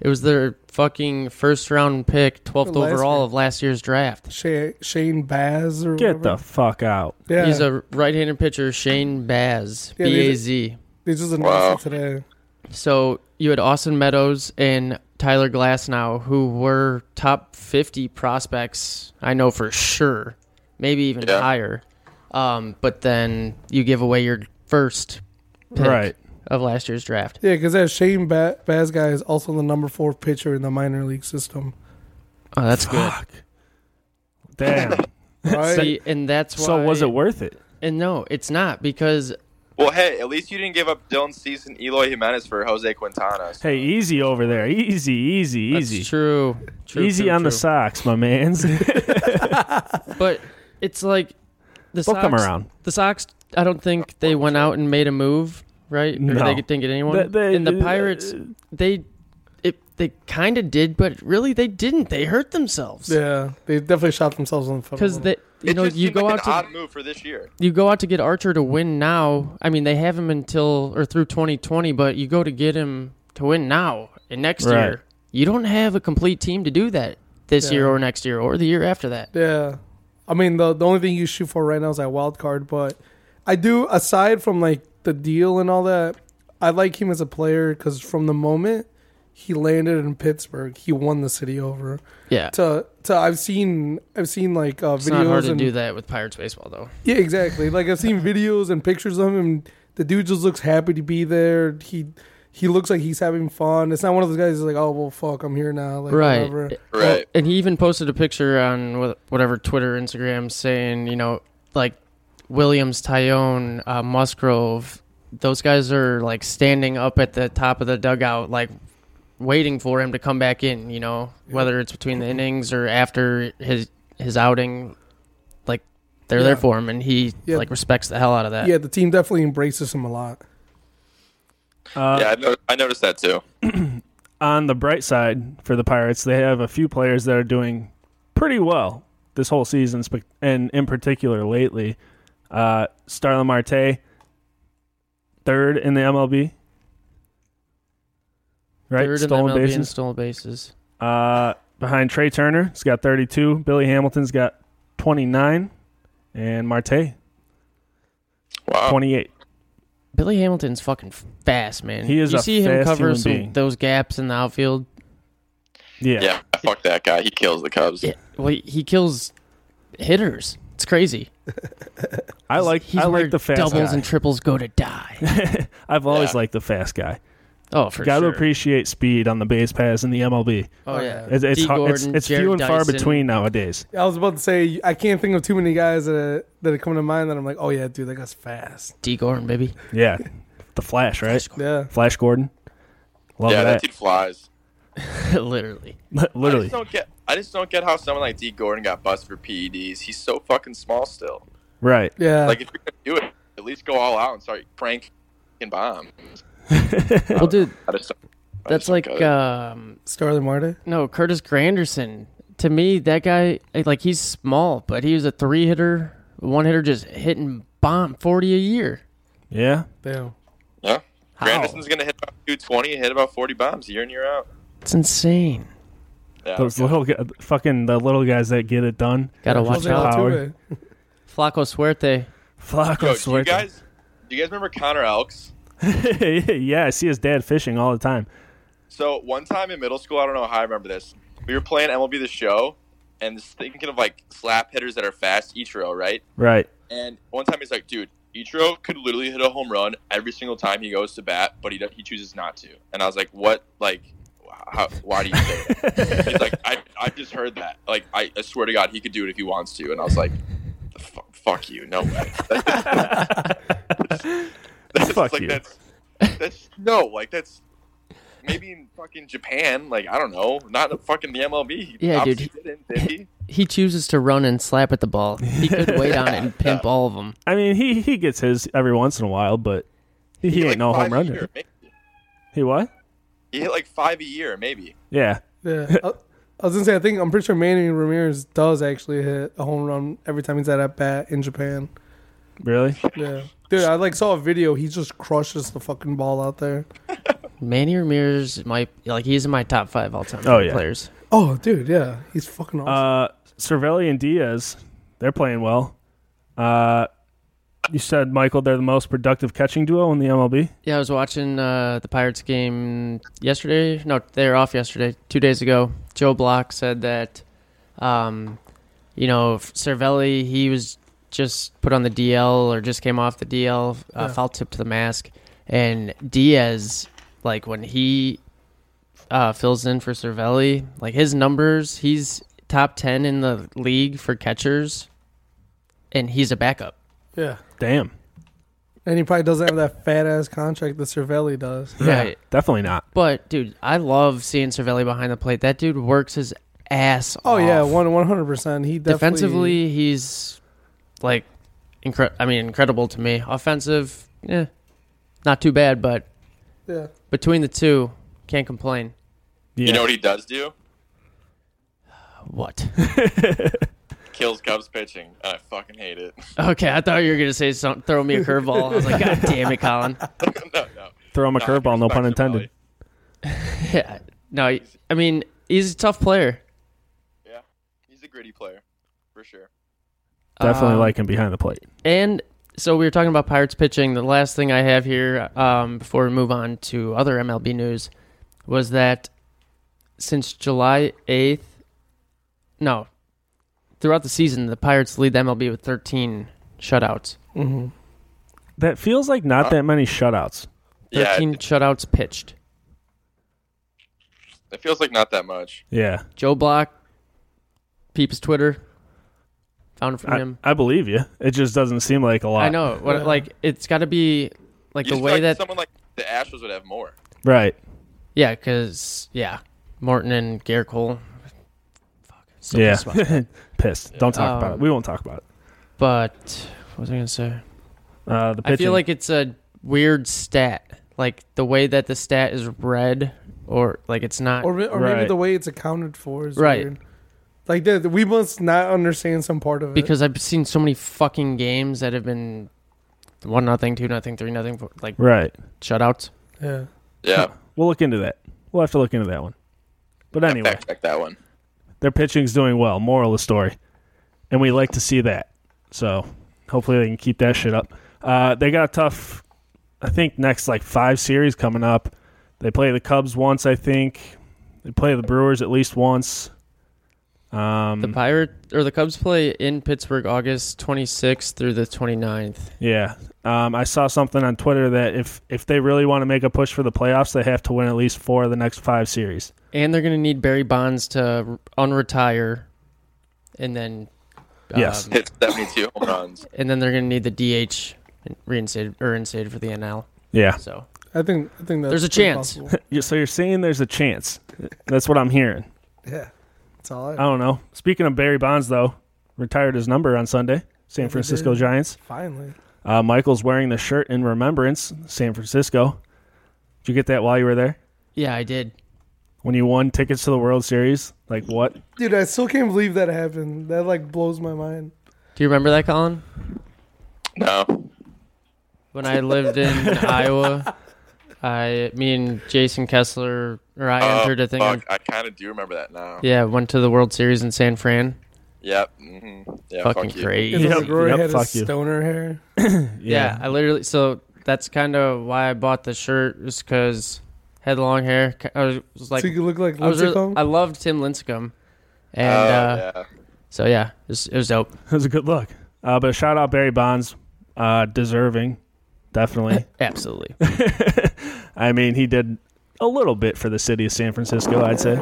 S5: It was their fucking first round pick, 12th
S6: Last
S5: overall
S6: year.
S5: of last year's draft.
S6: Shay, Shane Baz or
S4: Get the
S6: whatever.
S4: fuck out.
S6: yeah.
S5: He's a right handed pitcher, Shane Baz,
S6: Yeah,
S5: B
S6: they
S5: A
S6: did-
S5: Z.
S6: they just announced
S7: Wow.
S6: it today.
S5: So you had Austin Meadows and Tyler Glass now, who were top 50 prospects, I know for sure, maybe even
S7: Yeah.
S5: higher. Um, but then you give away your first pick
S4: Right.
S5: of last year's draft.
S6: Yeah, because that Shane ba- Baz guy is also the number four pitcher in the minor league system.
S5: Oh, that's good.
S4: Fuck. Damn.
S6: Right?
S5: See, and that's why.
S4: so was it worth it?
S5: And no, it's not because
S7: Well, hey, at least you didn't give up Dylan Cease and Eloy Jimenez for Jose Quintana. so-
S4: Hey, easy over there. Easy, easy, easy.
S5: That's true. True,
S4: easy
S5: true,
S4: on the
S5: true.
S4: socks, my man's.
S5: But it's like the
S4: They'll
S5: Sox,
S4: come around.
S5: The Sox. I don't think they went out and made a move, right? Or
S4: No.
S5: they didn't get anyone.
S4: They- they-
S5: and the Pirates,
S4: uh,
S5: they, it, they kind of did, but really they didn't. They hurt themselves
S6: Yeah, they definitely shot themselves in the foot. a
S5: because
S6: little
S5: they, you
S7: It
S5: know,
S7: just
S5: you
S7: seemed
S5: go
S7: like
S5: out
S7: an
S5: to
S7: odd move for this year.
S5: you go out to get Archer to win now. I mean, they have him until or through 2020, but you go to get him to win now and next
S4: Right.
S5: year. You don't have a complete team to do that this
S6: Yeah.
S5: year or next year or the year after that.
S6: Yeah. I mean, the the only thing you shoot for right now is that wild card, but I do aside from like the deal and all that, I like him as a player cuz from the moment he landed in Pittsburgh, he won the city over.
S5: Yeah.
S6: To to I've seen I've seen like uh, videos
S5: It's not hard to
S6: and
S5: do that with Pirates baseball, though.
S6: Yeah, exactly. Like I've seen videos and pictures of him. And the dude just looks happy to be there. He he looks like he's having fun. It's not one of those guys who's like, "Oh, well fuck, I'm here now." Like whatever.
S7: Right.
S5: And he even posted a picture on wh- whatever Twitter, Instagram, saying, you know, like Williams, Tyone, uh, Musgrove, those guys are like standing up at the top of the dugout, like waiting for him to come back in. You know, whether it's between the innings or after his his outing, like they're
S6: Yeah.
S5: there for him, and he
S6: Yeah.
S5: like respects the hell out of that.
S6: Yeah, the team definitely embraces him a lot.
S4: Uh,
S7: yeah, I, no- I noticed that too.
S4: On the bright side for the Pirates, they have a few players that are doing pretty well this whole season, spe- and in particular lately. Uh, Starlin Marte, third in the MLB. Right?
S5: Third in the
S4: Stolen
S5: MLB in
S4: bases.
S5: stolen bases.
S4: Uh, behind Trey Turner, he's got 32. Billy Hamilton's got 29. And Marte,
S7: Wow.
S4: 28.
S5: Billy Hamilton's fucking fast, man.
S4: He is
S5: You
S4: a
S5: see him
S4: fast
S5: cover
S4: human
S5: some
S4: being.
S5: those gaps in the outfield.
S4: Yeah.
S7: Yeah, fuck that guy. He kills the Cubs.
S5: Yeah, well, he kills hitters. It's crazy.
S4: I like
S5: He's
S4: I
S5: where
S4: like the fast
S5: doubles
S4: guy.
S5: and triples go to die.
S4: I've always
S7: Yeah.
S4: liked the fast guy.
S5: Oh, for
S4: Got
S5: sure.
S4: to appreciate speed on the base paths in the MLB.
S5: oh yeah,
S4: It's it's,
S5: D.
S4: hard- it's,
S5: Gordon,
S4: it's
S5: Jared
S4: few and far
S5: Dyson.
S4: between nowadays.
S6: I was about to say I can't think of too many guys that that are coming to mind that I'm like, oh yeah, dude, that guy's fast.
S5: D. Gordon, baby.
S4: Yeah, the Flash, right?
S6: Yeah,
S4: Flash Gordon. Love
S7: yeah,
S4: that.
S7: that dude flies.
S5: Literally.
S7: I just
S4: Literally,
S7: don't get. I just don't get how someone like D Gordon got busted for PEDs. He's so fucking small still.
S4: right?
S6: yeah.
S5: Uh,
S7: Like if you're gonna do it, at least go all out and start prank and bomb.
S5: Well, dude,
S7: I just don't- I
S5: that's
S7: just don't
S5: like
S7: get it.
S5: um,
S6: Scarlet Marte.
S5: no Curtis Granderson. To me, that guy, like he's small, but he was a three hitter, one hitter, just hitting bomb forty a year.
S4: Yeah,
S6: Damn.
S7: yeah.
S5: How?
S7: Granderson's gonna hit about 220 and hit about 40 bombs year in year out.
S5: It's insane.
S7: Yeah,
S4: those
S7: okay.
S4: little gu- fucking the little guys that get it done.
S5: Gotta watch
S6: Jose
S4: out.
S5: out.
S6: Altuve.
S5: Flaco Suerte.
S4: Flacco
S7: Yo, do you
S4: Suerte.
S7: guys, do you guys remember Connor Elks?
S4: yeah, I see his dad fishing all the time.
S7: So one time in middle school, I don't know how I remember this. We were playing MLB the Show, and just thinking of like slap hitters that are fast, E each row, right?
S4: Right.
S7: And one time he's like, dude, Ichiro could literally hit a home run every single time he goes to bat, but he, he chooses not to. And I was like, what? Like, how, why do you say that? he's like, I, I just heard that. Like, I, I swear to God, he could do it if he wants to. And I was like, "Fu- fuck you. No way. that's
S4: Fuck
S7: like,
S4: you.
S7: That's, that's, no, like, that's maybe in fucking Japan. Like, I don't know. Not in fucking the MLB.
S5: Yeah, dude,
S7: Obviously Didn't, did he?
S5: He chooses to run and slap at the ball. He could wait on it and pimp all of them.
S4: I mean, he he gets his every once in a while, but he,
S7: He hit,
S4: ain't
S7: like,
S4: no
S7: five
S4: home
S7: a
S4: run.
S7: year,
S4: hitter.
S7: maybe.
S4: He what?
S7: He hit like five a year, maybe.
S4: Yeah.
S6: Yeah. I, I was gonna say I think I'm pretty sure Manny Ramirez does actually hit a home run every time he's at at bat in Japan.
S4: Really?
S6: Yeah. Dude, I like saw a video. He just crushes the fucking ball out there.
S5: Manny Ramirez might like he's in my top five all time
S4: Oh, yeah.
S5: players.
S6: Oh, dude, yeah, he's fucking awesome.
S4: Uh, Cervelli and Diaz, they're playing well. Uh, you said Michael, they're the most productive catching duo in the MLB.
S5: Yeah, I was watching uh, the Pirates game yesterday. No, they were off yesterday, two days ago. Joe Block said that, um, you know, if Cervelli, he was just put on the DL or just came off the DL, uh, foul tip to the mask. And Diaz, like when he uh, fills in for Cervelli, like his numbers, he's top 10 in the league for catchers, and he's a backup.
S6: yeah.
S4: Damn.
S6: And he probably doesn't have that fat ass contract that Cervelli does.
S5: Right.
S4: Definitely not.
S5: But dude, I love seeing Cervelli behind the plate. That dude works his ass
S6: Oh
S5: off.
S6: yeah, one one hundred percent. He definitely,
S5: defensively he's like incre- I mean incredible to me. Offensive, yeah. Not too bad, but
S6: Yeah.
S5: between the two, can't complain.
S4: Yeah.
S7: You know what he does do?
S5: What?
S7: Kills Cubs pitching. and I fucking hate it.
S5: okay, I thought you were gonna say something throw me a curveball. I was like, God damn it, Colin.
S7: no, no.
S4: Throw him a
S7: Nah,
S4: curveball, no
S7: respect
S4: pun
S7: to
S4: intended.
S5: Yeah. No, I mean, he's a tough player.
S7: Belly. Yeah, he's a gritty player for sure.
S4: Definitely
S5: Um,
S4: like him behind the plate.
S5: And so we were talking about Pirates pitching. The last thing I have here um, before we move on to other MLB news was that since July 8th, no, throughout the season, the Pirates lead the MLB with 13 shutouts.
S4: That feels like
S7: Uh,
S4: not that many shutouts.
S5: 13
S7: Yeah, it,
S5: shutouts pitched.
S7: it feels like not that much.
S4: Yeah.
S5: Joe Block, Peeps Twitter, found it from
S4: I,
S5: him.
S4: I believe you. It just doesn't seem like a lot.
S5: I know. What, Like, it's got to be like
S7: You
S5: the
S7: just
S5: way
S7: feel
S5: that.
S7: like someone like the Astros would have more.
S4: Right.
S5: Yeah, because, yeah, Morton and Garrett Cole. Fuck. so pissed about
S4: yeah. Pissed. Don't talk about it.
S5: Um,
S4: We won't talk about it.
S5: But what was I gonna say?
S4: Uh, the
S5: I
S4: pitching.
S5: feel like it's a weird stat, like the way that the stat is read, or like it's not.
S6: Or, or
S4: Right.
S6: maybe the way it's accounted for is
S5: Right.
S6: weird. Like that, we must not understand some part of it.
S5: because I've seen so many fucking games that have been one nothing, two nothing, three nothing, four, like
S4: right.
S5: shutouts.
S6: yeah,
S7: Yeah,
S4: We'll look into that. We'll have to look into that one. But anyway,
S7: fact check that one.
S4: their pitching's doing well. Moral of the story, and we like to see that. So hopefully they can keep that shit up. Uh, they got a tough, I think next like five series coming up. They play the Cubs once, I think. They play the Brewers at least once. Um,
S5: The Pirate or the Cubs play in Pittsburgh August 26th through the 29th.
S4: Yeah, um, I saw something on Twitter that if if they really want to make a push for the playoffs, they have to win at least four of the next five series.
S5: And they're going to need Barry Bonds to r- unretire and then um,
S4: Yes.
S7: Hit 72 home runs.
S5: and then they're going to need the DH reinstated or instated for the NL.
S4: Yeah.
S5: So,
S6: I think I think that's
S5: There's a
S6: pretty
S5: chance.
S6: possible.
S4: Yeah, So you're saying there's a chance? That's what I'm hearing.
S6: yeah, that's all.
S4: I
S6: I,
S4: don't know. Speaking of Barry Bonds, though, retired his number on Sunday. San Francisco
S6: did.
S4: Giants.
S6: finally,
S4: Uh, Michael's wearing the shirt in remembrance. San Francisco. Did you get that while you were there?
S5: yeah, I did.
S4: When you won tickets to the World Series? Like what?
S6: dude, I still can't believe that happened. That like blows my mind.
S5: Do you remember that, Colin?
S7: No.
S5: When I lived in Iowa, I me and Jason Kessler or I
S7: Oh,
S5: entered a thing.
S7: fuck, I kind of do remember that now.
S5: Yeah, went to the World Series in San Fran.
S7: Yep. hmm Yeah,
S5: Fucking
S7: fuck you.
S5: crazy.
S6: It's
S4: Yep,
S6: like Roy
S4: yep,
S6: had
S4: fuck
S6: his
S4: you.
S6: stoner hair.
S5: Yeah, I literally. So that's kind of why I bought the shirt, was because had long hair. ki- I was, was like,
S6: so you could look like
S5: I was.
S6: Lindsay
S5: really- I
S6: Lohan.
S5: loved Tim Lincecum, and
S7: Oh,
S5: uh,
S7: yeah.
S5: so yeah, it was, it was dope.
S4: It was a good look. Uh, but shout out Barry Bonds. Uh, deserving. Definitely.
S5: Absolutely.
S4: I mean, he did a little bit for the city of San Francisco, I'd say.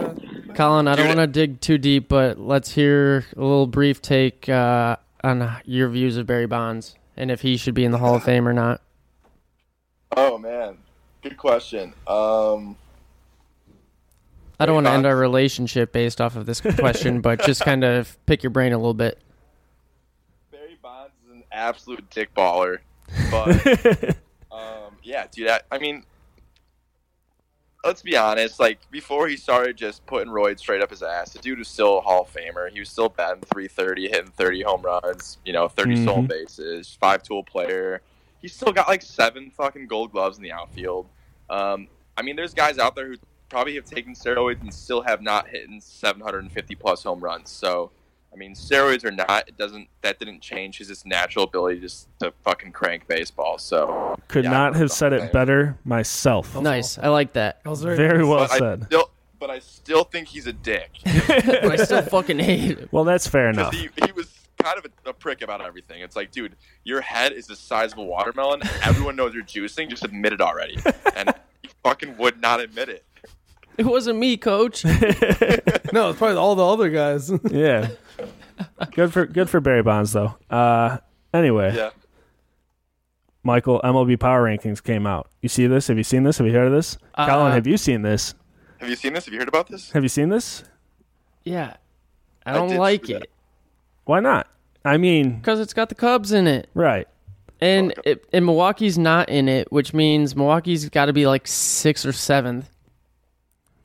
S5: Colin, I don't
S7: Dude.
S5: want to dig too deep, but let's hear a little brief take uh, on your views of Barry Bonds and if he should be in the
S7: Uh,
S5: Hall of Fame or not.
S7: Oh, man. Good question. Um,
S5: I don't
S7: Barry
S5: want to end
S7: Bonds.
S5: our relationship based off of this question, but just kind of pick your brain a little bit.
S7: Barry Bonds is an absolute dick baller. But, um, yeah, dude, I, I mean, let's be honest. Like, before he started just putting Royd straight up his ass, the dude was still a Hall of Famer. He was still batting 330, hitting 30 home runs, you know,
S4: Mm-hmm.
S7: 30 stolen bases, five tool player. He's still got like seven fucking gold gloves in the outfield. Um, I mean, there's guys out there who probably have taken steroids and still have not hit 750 plus home runs. So, I mean, steroids or not, it doesn't that didn't change his just natural ability just to fucking crank baseball. So,
S4: Could
S7: Yeah,
S4: not
S7: I
S4: have
S7: thought
S4: said
S7: that.
S4: it better myself.
S5: Nice. I like that. Oh,
S6: I was very,
S4: Very well
S7: but I
S4: said.
S7: still, but I still think he's a dick.
S5: But I still fucking hate it.
S4: Well, that's fair
S7: Because
S4: enough.
S7: he, he was kind of a, a prick about everything. It's like, dude, your head is the size of a watermelon. Everyone knows you're juicing. Just admit it already. And he fucking would not admit it.
S5: It wasn't me, coach.
S6: No, it's probably all the other guys.
S4: Yeah. Good for good for Barry Bonds though. Uh, anyway,
S7: Yeah.
S4: Michael, MLB Power Rankings came out. You see this? Have you seen this? Have you heard of this? Colin,
S5: Uh,
S4: have you seen this?
S7: Have you seen this? Have you heard about this?
S4: Have you seen this?
S5: Yeah. I
S7: I
S5: don't
S7: did
S5: like
S7: see that.
S5: it
S4: Why not? I mean,
S5: because it's got the Cubs in it.
S4: right.
S5: And, it, and Milwaukee's not in it, which means Milwaukee's got to be like sixth or seventh.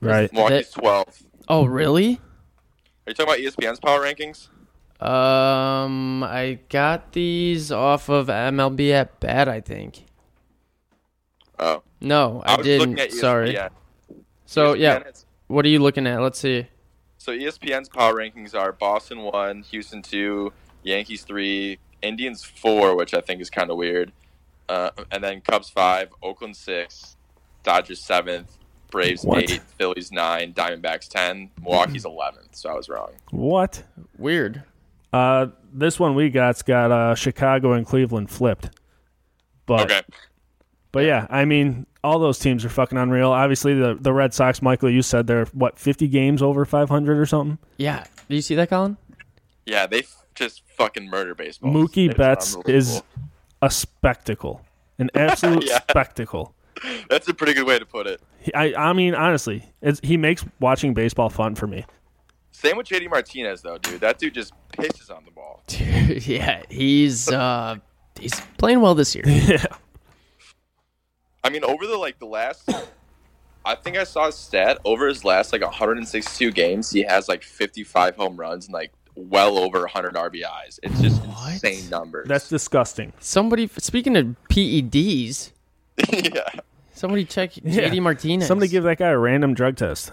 S4: Right.
S7: Milwaukee's 12. Are
S5: Oh, really?
S7: you talking about E ESPN's power rankings?
S5: Um, I got these off of MLB at Bat, I think.
S7: Oh,
S5: No, I,
S7: was looking at E
S5: didn't.
S7: ESPN.
S5: Sorry. So yeah,
S7: ESPN has-
S5: what are you looking at? Let's see.
S7: So E ESPN's power rankings are Boston one, Houston two, Yankees three, Indians four, which I think is kind of weird, uh, and then Cubs five, Oakland six, Dodgers seventh, Braves
S4: What? Mm-hmm.
S7: eight, Phillies nine, Diamondbacks ten, Milwaukee's eleventh. So I was wrong.
S4: What?
S5: Weird.
S4: Uh, this one we got's got uh, Chicago and Cleveland flipped. But
S7: Okay,
S4: But yeah, I mean, all those teams are fucking unreal. Obviously, the the Red Sox, Michael, you said they're what fifty games over five hundred or something.
S5: Yeah. Do you see that, Colin?
S7: yeah, they f- just fucking murder baseball.
S4: Mookie
S7: It's
S4: Betts is
S7: unbelievable.
S4: a spectacle, an absolute
S7: Yeah.
S4: spectacle.
S7: that's a pretty good way to put it.
S4: He, I I mean, honestly, it's, he makes watching baseball fun for me.
S7: Same with JD Martinez though, dude. That dude just pisses on the ball.
S5: Dude, yeah, he's uh he's playing well this year.
S7: I mean, over the like the last, I think I saw a stat over his last like 162 games, he has like 55 home runs and like well over 100 RBIs. It's just insane numbers.
S4: That's disgusting.
S5: Somebody speaking of PEDs,
S7: yeah.
S5: somebody check
S4: Yeah.
S5: JD Martinez.
S4: Somebody give that guy a random drug test.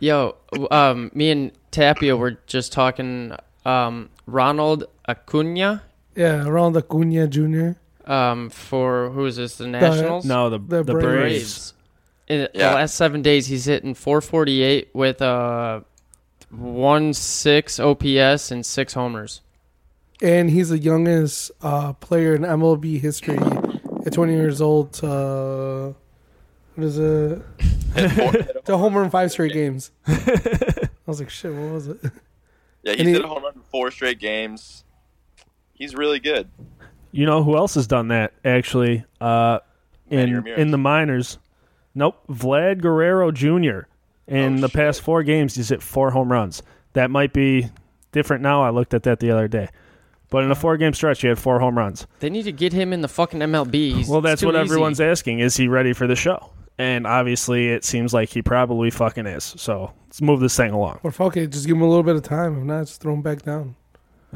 S5: Yo, um, me and Tapia were just talking. Um, Ronald Acuna,
S6: yeah, Ronald Acuna Jr.
S5: um, for who is this? The Nationals.
S4: no, the the,
S6: The
S4: Braves.
S5: Braves. in
S7: Yeah.
S5: the last seven days he's hitting 448 with a one six OPS and six homers.
S6: and he's the youngest uh, player in MLB history at 20 years old to uh, what is it? to homer in five straight games. I was like, shit, what was it?
S7: Yeah, he's
S6: And he-
S7: hit a home run in four straight games. He's really good.
S4: You know who else has done that actually? Uh,
S7: Manny
S4: in
S7: Ramirez.
S4: in the minors. Nope, Vlad Guerrero Jr. In
S7: Oh,
S4: the past four games, he's hit four home runs. That might be different now. I looked at that the other day, but in a four-game stretch, he had four home runs.
S5: They need to get him in the fucking MLB. He's-
S4: Well,
S5: it's
S4: that's
S5: too
S4: what
S5: easy.
S4: everyone's asking: is he ready for the show? And obviously, it seems like he probably fucking is. So let's move this thing along.
S6: Or fuck it, just give him a little bit of time. If not, just throw him back down.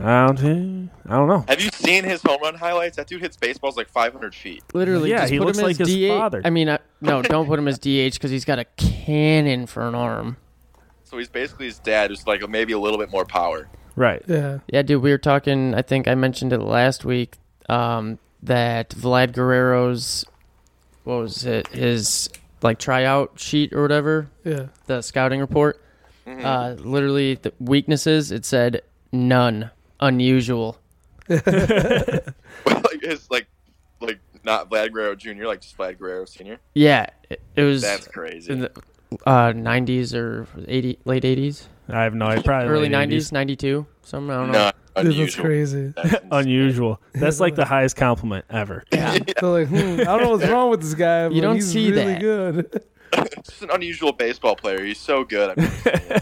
S4: I don't, I don't know.
S7: Have you seen his home run highlights? That dude hits baseballs like 500 feet.
S5: Literally,
S4: Yeah,
S5: just
S4: he
S5: put
S4: looks
S5: him
S4: like
S5: as
S4: his
S5: DH.
S4: father.
S5: I mean, I, no, don't put him as DH because he's got a cannon for an arm.
S7: So he's basically his dad, just like maybe a little bit more power.
S4: Right?
S6: Yeah.
S5: Yeah, dude, we were talking. I think I mentioned it last week um, that Vlad Guerrero's what was it? His like tryout sheet or whatever,
S6: Yeah.
S5: the scouting report.
S7: Mm-hmm.
S5: Uh, literally, the weaknesses. It said none, unusual.
S7: like his like like not Vlad Guerrero Jr. Like just Vlad Guerrero Senior.
S5: Yeah, it, it was
S7: That's crazy.
S5: in the uh, 90s or 80 late 80s,
S4: I have no. idea. Probably
S5: early
S4: late
S5: 90s, 92, something. I don't know.
S7: Not
S6: Dude, that's
S7: unusual.
S6: crazy.
S7: That's insane.
S4: Unusual. That's like the highest compliment ever.
S6: So like, hmm, I don't know what's wrong with this guy, but
S5: don't
S6: he's
S5: see
S6: really
S5: that.
S6: good.
S7: Just an unusual baseball player. He's so good. I mean,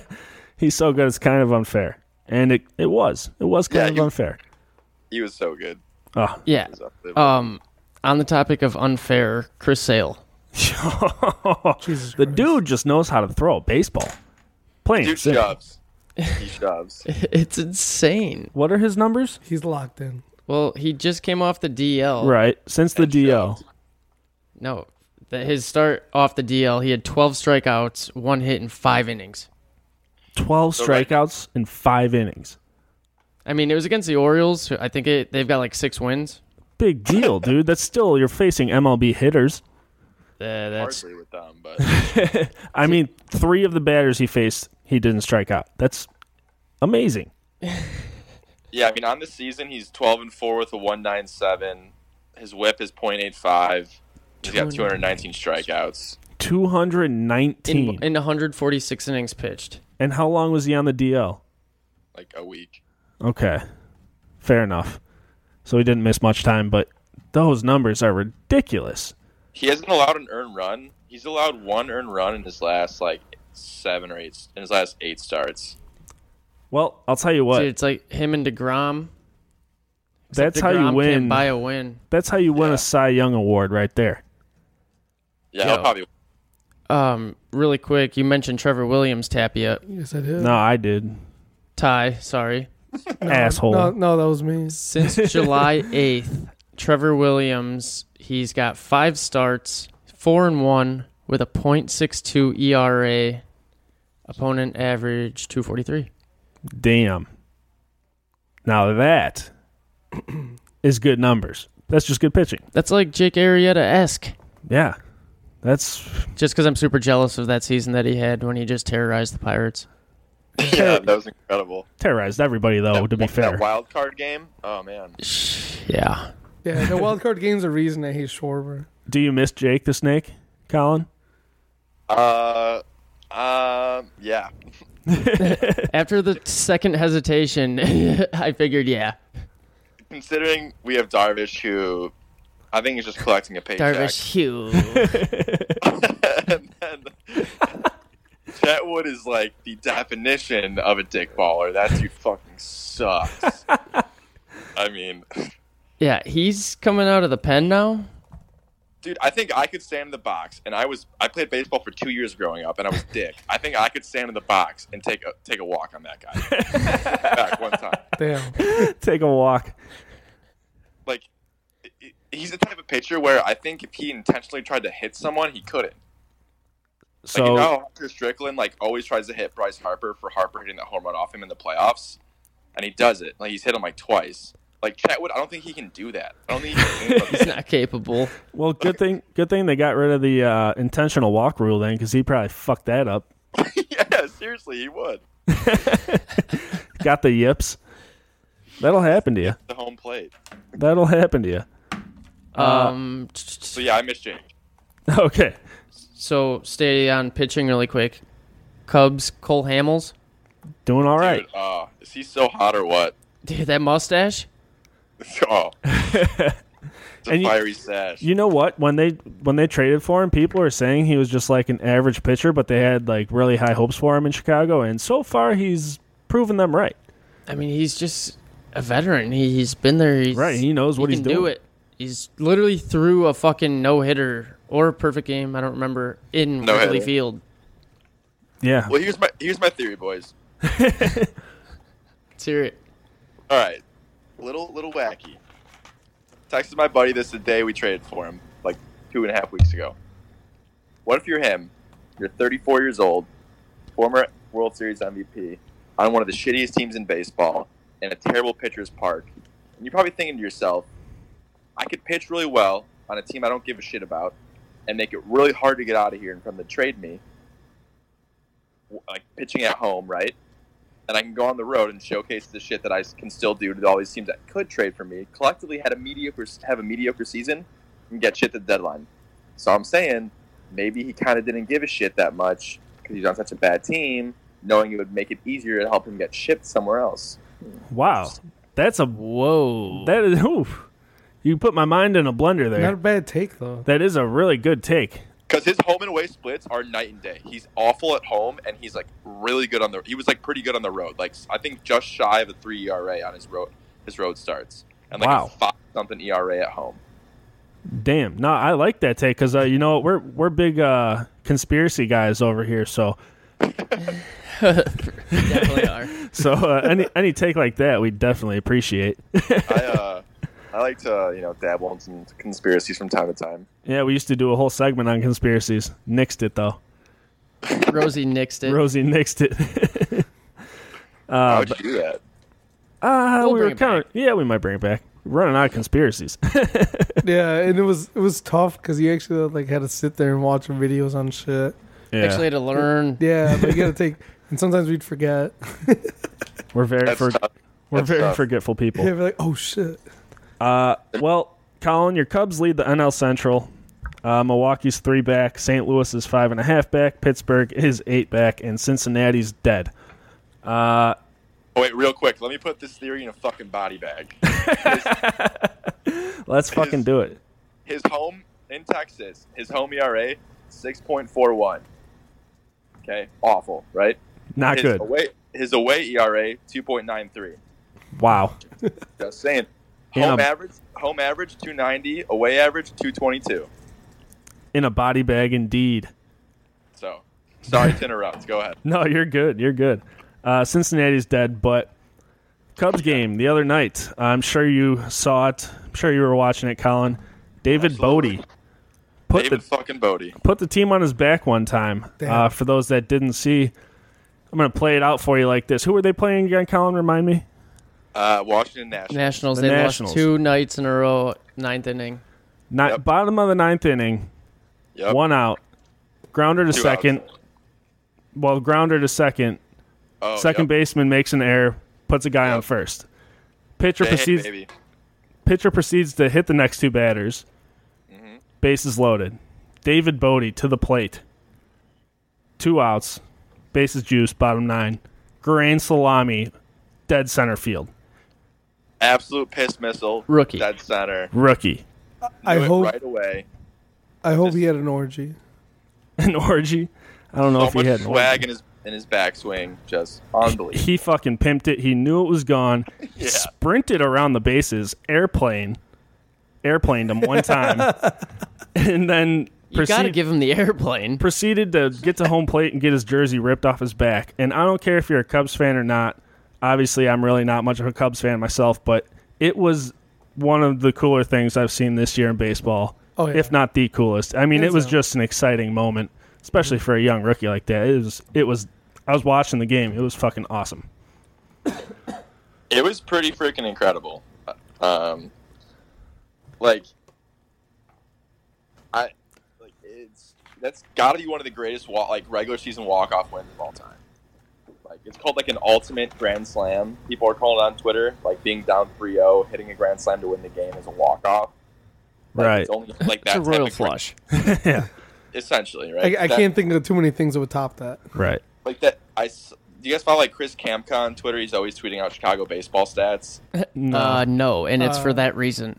S4: he's so good it's kind of unfair and it, it was it was kind
S7: Yeah,
S4: of
S7: you-
S4: unfair
S7: he was so good.
S4: oh
S5: Yeah.
S7: He was unbelievable.
S5: Um, on the topic of unfair, Chris Sale.
S6: Jesus
S4: the
S6: Christ.
S4: dude just knows how to throw a baseball plain
S7: dude
S4: and simple.
S7: shoves. He shoves.
S5: It's insane.
S4: what are his numbers
S6: He's locked in.
S5: Well, he just came off the DL.
S4: right since the dl
S5: No, the, his start off the DL, he had 12 strikeouts, one hit in five innings.
S4: 12
S7: right.
S4: strikeouts in five innings
S5: I mean, it was against the Orioles. Who I think it, they've got like six wins.
S4: big deal dude that's still you're facing mlb hitters
S5: Uh, that's
S7: Hardly with them, but
S4: i mean three of the batters he faced he didn't strike out that's amazing
S7: yeah, I mean, on the season, he's 12 and four with a 197. His WHIP is .85. He's got 219 strikeouts.
S4: 219
S5: in, in 146 innings pitched.
S4: and how long was he on the dl
S7: Like a week.
S4: Okay. Fair enough. So he didn't miss much time, but those numbers are ridiculous.
S7: He hasn't allowed an earned run. He's allowed one earned run in his last like seven or eight in his last eight starts.
S4: Well, I'll tell you what.
S5: Dude, it's like him and Degrom.
S4: that's how
S5: DeGrom
S4: you win.
S5: Can't buy a win.
S4: that's how you win
S7: Yeah.
S4: a Cy Young award right there.
S7: Yeah, he'll
S5: Yo.
S7: probably.
S5: Um, really quick, you mentioned Trevor Williams Tapia
S6: Yes, I did.
S4: No, I did.
S5: tie. Sorry.
S4: Asshole.
S6: no, no, that was me.
S5: Since July 8th, Trevor Williams, he's got five starts, four and one, with a .62 ERA. E Opponent average 243.
S4: Damn. Now that is good numbers. That's just good pitching.
S5: That's like Jake Arrieta esque.
S4: Yeah. That's
S5: Just because I'm super jealous of that season that he had when he just terrorized the Pirates.
S7: Yeah, that was incredible.
S4: terrorized everybody though, to be fair.
S7: That wild card game. Oh man,
S5: Yeah.
S6: Yeah, the wild card game's the reason I hate Schwarber.
S4: Do you miss Jake the Snake, Colin?
S7: Uh, um, yeah.
S5: After the second hesitation, I figured, yeah,
S7: Considering we have Darvish, who I think is just collecting a paycheck.
S5: Darvish Hugh.
S7: and then Chet Wood is like the definition of a dick baller. That dude fucking sucks. I mean,
S5: yeah, he's coming out of the pen now.
S7: dude, I think I could stand in the box, and I was I played baseball for two years growing up, and I was dick. I think I could stand in the box and take a take a walk on that guy. Back one time.
S6: Damn.
S4: Take a walk.
S7: like i- he's the type of pitcher where I think if he intentionally tried to hit someone, he couldn't.
S4: So
S7: like you know, how Hunter Strickland like always tries to hit Bryce Harper for Harper hitting that home run off him in the playoffs, and he does it. Like he's hit him like twice. Like Chatwood, I don't think he can do that. I don't think he can do that.
S5: He's not capable.
S4: Well, good thing good thing they got rid of the uh, intentional walk rule then, because he probably fucked that up.
S7: yeah, seriously, he would.
S4: Got the yips. That'll happen to you.
S7: The home plate.
S4: That'll happen to you. Uh,
S5: Um,
S7: So yeah, I miss Jake.
S4: Okay.
S5: so stay on pitching really quick. Cubs, Cole Hamels,
S4: Doing all right.
S7: Dude, uh, is he so hot or what?
S5: dude, that mustache.
S7: Oh, it's a
S4: And you-
S7: fiery sash.
S4: You know what? When they when they traded for him, people are saying he was just like an average pitcher, but they had like really high hopes for him in Chicago, and so far he's proven them right.
S5: I mean, he's just a veteran. He he's been there. He's,
S4: Right, he knows what
S5: he
S4: he's
S5: can Do
S4: doing.
S5: it. He's literally threw a fucking no hitter or a perfect game. I don't remember in
S7: No-hitter.
S5: Wrigley Field.
S4: Yeah.
S7: well, here's my here's my theory, boys.
S5: Let's hear it.
S7: All right, little little wacky. Texted my buddy this the day we traded for him, like two and a half weeks ago. What if you're him? You're 34 years old, former World Series MVP, on one of the shittiest teams in baseball, in a terrible pitcher's park, and you're probably thinking to yourself, "I could pitch really well on a team I don't give a shit about, and make it really hard to get out of here and from the trade me, w- like pitching at home, right?" and I can go on the road and showcase the shit that I can still do to all these teams that could trade for me. Collectively, had a mediocre have a mediocre season and get shit at the deadline. So I'm saying maybe he kind of didn't give a shit that much because he's on such a bad team, knowing it would make it easier to help him get shipped somewhere else.
S4: Wow. That's a
S5: Whoa.
S4: that is oof. You put my mind in a blender
S6: Not a
S4: there.
S6: bad take though.
S4: That is a really good take.
S7: Because his home and away splits are night and day. He's awful at home, and he's like really good on the. He was like pretty good on the road. Like I think just shy of a three ERA on his road his road starts, and like
S4: Wow.
S7: a five something ERA at home.
S4: Damn. No, I like that take because uh, you know we're we're big uh, conspiracy guys over here. So
S5: Definitely are.
S4: so uh, any any take like that we definitely appreciate.
S7: I uh, I like to you know dabble in some conspiracies from time to time.
S4: yeah, we used to do a whole segment on conspiracies. Nixed it though.
S5: Rosie nixed it.
S4: Rosie nixed it.
S7: How would you do that?
S4: uh,
S5: We'll
S4: we
S5: bring
S4: were
S5: it
S4: kind of
S5: back.
S4: yeah, we might bring it back. We're running out of conspiracies.
S6: Yeah, and it was it was tough because you actually like had to sit there and watch videos on shit.
S4: yeah,
S5: Actually, had to learn.
S6: Yeah, but you got to take. And sometimes we'd forget.
S4: we're very
S7: That's
S4: for,
S7: tough.
S4: we're
S7: That's
S4: very
S7: tough.
S4: forgetful
S6: Yeah,
S4: people.
S6: we're like, oh shit.
S4: Uh, well, Colin, your Cubs lead the NL Central. Uh, Milwaukee's three back, St. Louis is five and a half back, Pittsburgh is eight back, and Cincinnati's dead. Uh,
S7: Oh, wait, real quick. Let me put this theory in a fucking body bag.
S4: let's fucking do it.
S7: His home in Texas, his home ERA, six point four one. Okay, awful, right?
S4: Not
S7: his
S4: good.
S7: Away, his away ERA, two point nine three.
S4: Wow.
S7: Just saying.
S4: In
S7: Home
S4: a-
S7: average, home average, two ninety. Away average, two twenty two.
S4: In a body bag, indeed.
S7: So, sorry to interrupt. Go ahead.
S4: No, you're good. You're good. Uh, Cincinnati's dead, but Cubs game the other night. I'm sure you saw it. I'm sure you were watching it, Colin. David
S7: Absolutely.
S4: Bodie put
S7: David
S4: the
S7: fucking Bodie.
S4: put the team on his back one time. Uh, for those that didn't see, I'm gonna play it out for you like this. Who were they playing again, Colin? Remind me.
S7: Uh, Washington Nationals.
S5: Nationals.
S4: The
S5: they
S4: Nationals.
S5: lost two nights in a row. Ninth inning.
S4: Not
S7: Yep.
S4: bottom of the ninth inning,
S7: Yep.
S4: one out, grounder to
S7: Two
S4: second.
S7: outs.
S4: Well, grounder to second.
S7: Oh,
S4: second
S7: yep.
S4: baseman makes an error, puts a guy on
S7: Yep.
S4: first. Pitcher
S7: Hey,
S4: proceeds.
S7: baby.
S4: pitcher proceeds to hit the next two batters.
S7: Mm-hmm.
S4: Bases loaded. David Bodie to the plate. Two outs. Bases juice, bottom nine. Grand salami, dead center field.
S7: absolute piss missile.
S5: Rookie.
S7: Dead center.
S4: Rookie.
S6: I
S7: Knew it
S6: hope
S7: right away.
S6: I hope he had an orgy.
S4: An orgy. I don't know
S7: So
S4: if he had
S7: much
S4: an
S7: swag
S4: orgy.
S7: in his in his backswing, just unbelievable.
S4: He fucking pimped it. He knew it was gone. Sprinted around the bases, airplane, airplaned him one time, and then
S5: You gotta
S4: proceed-
S5: give him the airplane.
S4: proceeded to get to home plate and get his jersey ripped off his back. And I don't care if you're a Cubs fan or not. Obviously, I'm really not much of a Cubs fan myself, but it was one of the cooler things I've seen this year in baseball,
S6: Oh, yeah.
S4: if not the coolest. I mean, it
S6: Hands
S4: was
S6: down.
S4: just an exciting moment, especially for a young rookie like that. It was, it was. I was watching the game. It was fucking awesome.
S7: It was pretty freaking incredible. Uh, Um, like, I like it's that's got to be one of the greatest walk, like regular season walk off wins of all time. Like it's called like an ultimate grand slam. People are calling it on Twitter like being down 3-0, hitting a grand slam to win the game is a walk off. Like,
S4: Right.
S7: It's only like
S5: It's
S7: that
S5: a
S7: type
S5: royal
S7: of grand-
S5: flush.
S4: yeah.
S7: essentially, right?
S6: I, I
S7: That-
S6: can't think of too many things that would top that.
S4: Right.
S7: like that. I s- do you guys follow like Chris Kamka on Twitter? He's always tweeting out Chicago baseball stats.
S4: No.
S5: Uh, no, and it's
S6: Uh,
S5: for that reason.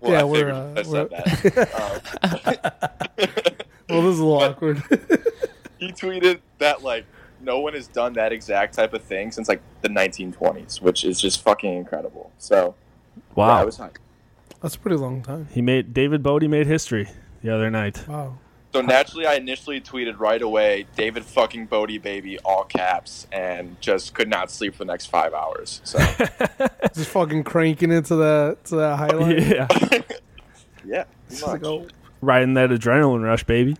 S7: Well,
S6: yeah,
S7: I
S6: we're,
S7: figured
S6: uh,
S7: I said
S6: we're-
S7: that. Um,
S6: Well, this is a little awkward.
S7: he tweeted that like no one has done that exact type of thing since like the 1920s, which is just fucking incredible. So yeah,
S4: wow.
S7: I was hyped.
S6: That's a pretty long time.
S4: he made David Bodie made history the other night.
S6: Wow.
S7: So naturally, I initially tweeted right away, David fucking Bodie baby, all caps, and just could not sleep for the next five hours. So
S6: Just fucking cranking it to that to that highlight.
S4: Yeah.
S7: yeah,
S6: It's like, oh,
S4: Riding that adrenaline rush, baby.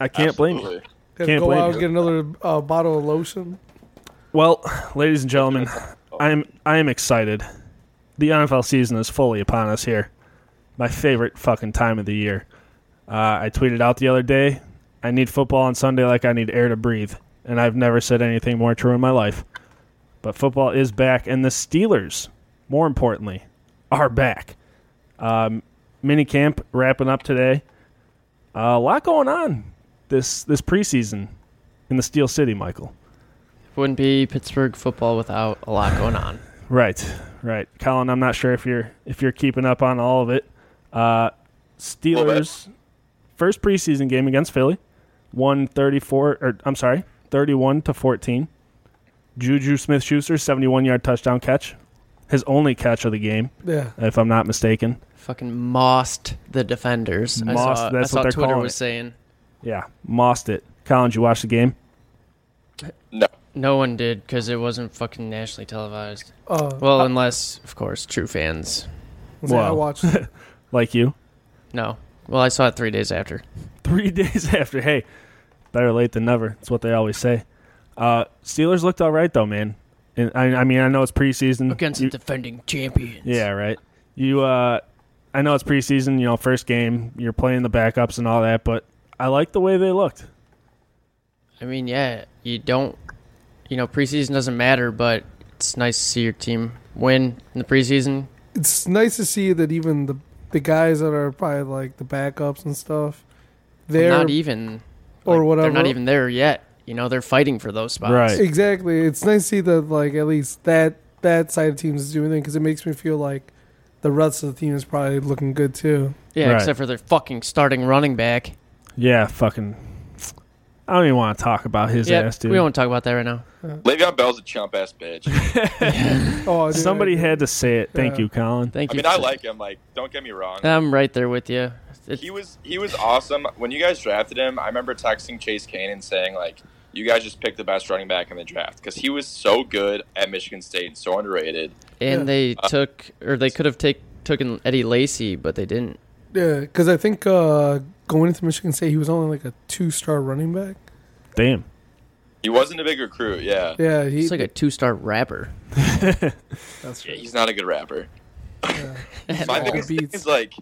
S4: I can't blame you.
S7: absolutely.
S6: gotta
S4: Can't
S6: go
S4: blame
S6: out
S4: you.
S6: get another uh, bottle of lotion.
S4: Well, ladies and gentlemen, I am I am excited. The NFL season is fully upon us here. My favorite fucking time of the year. Uh, I tweeted out the other day, I need football on Sunday like I need air to breathe, and I've never said anything more true in my life. But football is back, and the Steelers, more importantly, are back. Um, mini camp wrapping up today. Uh, a lot going on this this preseason in the Steel City, Michael.
S5: Wouldn't be Pittsburgh football without a lot going on.
S4: Right, right, Colin. I'm not sure if you're if you're keeping up on all of it. Uh, Steelers first preseason game against Philly, one thirty four or I'm sorry, thirty one to fourteen. Juju Smith Schuster, seventy one yard touchdown catch, his only catch of the game,
S6: Yeah.
S4: if I'm not mistaken.
S5: Fucking mossed the defenders. I
S4: Mossed,
S5: saw,
S4: that's
S5: I saw
S4: what they're
S5: Twitter
S4: calling
S5: was
S4: it.
S5: saying.
S4: Yeah, mossed it. Colin, did you watch the game?
S7: No,
S5: No one did because it wasn't fucking nationally televised.
S6: Uh,
S5: Well, unless of course true fans.
S6: yeah, I
S4: wow.
S6: watched. it.
S4: Like you,
S5: No. Well, I saw it three days after.
S4: three days after. Hey, better late than never. That's what they always say. Uh, Steelers looked all right though, man. And I, I mean, I know it's preseason.
S5: Against
S4: You-
S5: the defending champions.
S4: Yeah, right. You, uh, I know it's preseason. You know, first game, you're playing the backups and all that, but I like the way they looked.
S5: I mean, yeah, you don't, you know, preseason doesn't matter, but it's nice to see your team win in the preseason.
S6: It's nice to see that even the the guys that are probably like the backups and stuff,
S5: They're
S6: they're
S5: not even,
S6: or
S5: like,
S6: whatever.
S5: They're not even there yet. You know, they're fighting for those spots.
S4: Right.
S6: Exactly. It's nice to see that like at least that that side of teams is doing it because it makes me feel like the rest of the team is probably looking good too.
S5: Yeah,
S4: Right.
S5: except for their fucking starting running back.
S4: Yeah, fucking. I don't even want to talk about his
S5: Yeah,
S4: ass, dude.
S5: we won't talk about that right now.
S7: Le'Veon Bell's a chump ass bitch.
S6: Oh, dude,
S4: Somebody
S6: I-
S4: had to say it. Thank
S6: Yeah.
S4: you, Colin.
S5: Thank
S7: I
S5: you.
S7: mean, I
S5: for-
S7: like him. Like, don't get me wrong.
S5: I'm right there with you. It's-
S7: he was he was awesome when you guys drafted him. I remember texting Chase Kane and saying like, "You guys just picked the best running back in the draft" because he was so good at Michigan State, and so underrated.
S5: and they took, or they could have take, taken Eddie Lacy, but they didn't.
S6: Yeah, because I think uh, going into Michigan State, he was only like a two-star running back.
S4: Damn.
S7: He wasn't a big recruit, yeah.
S6: Yeah, he,
S5: He's like a two-star rapper.
S6: that's
S7: Yeah,
S6: right.
S7: he's not a good rapper. My
S6: all
S7: biggest thing
S6: beats.
S7: is like,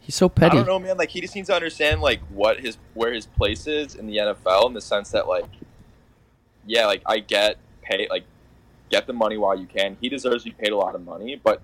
S5: He's so
S7: I
S5: petty.
S7: don't know, man. Like, he just needs to understand like what his where his place is in the NFL in the sense that like, yeah, like I get pay like get the money while you can. He deserves to be paid a lot of money, but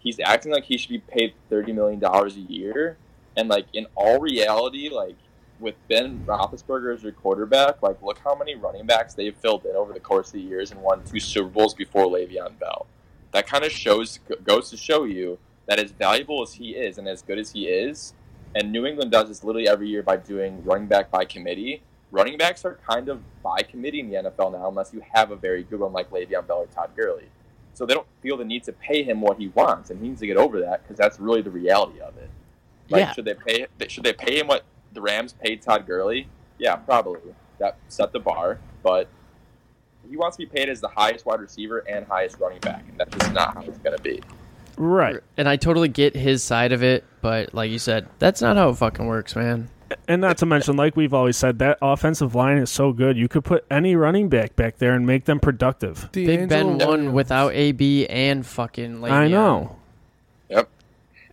S7: he's acting like he should be paid thirty million dollars a year. And like in all reality, like with Ben Roethlisberger as your quarterback, like look how many running backs they've filled in over the course of the years and won two Super Bowls before Le'Veon Bell. That kind of shows goes to show you that as valuable as he is and as good as he is, and New England does this literally every year by doing running back by committee. Running backs are kind of by committee in the NFL now, unless you have a very good one like Le'Veon Bell or Todd Gurley. So they don't feel the need to pay him what he wants, and he needs to get over that because that's really the reality of it. Like,
S5: Yeah.
S7: should they pay? Should they pay him what the Rams paid Todd Gurley? Yeah, probably. That set the bar, but he wants to be paid as the highest wide receiver and highest running back, and that's just not how it's going to be.
S4: Right.
S5: and I totally get his side of it, but like you said, that's not how it fucking works, man.
S4: and not to mention, like we've always said, that offensive line is so good. You could put any running back back there and make them productive.
S5: Big Ben
S6: D'Angelo
S5: won
S6: Williams.
S5: without AB and fucking. Le'Veon.
S4: I know
S7: Yep,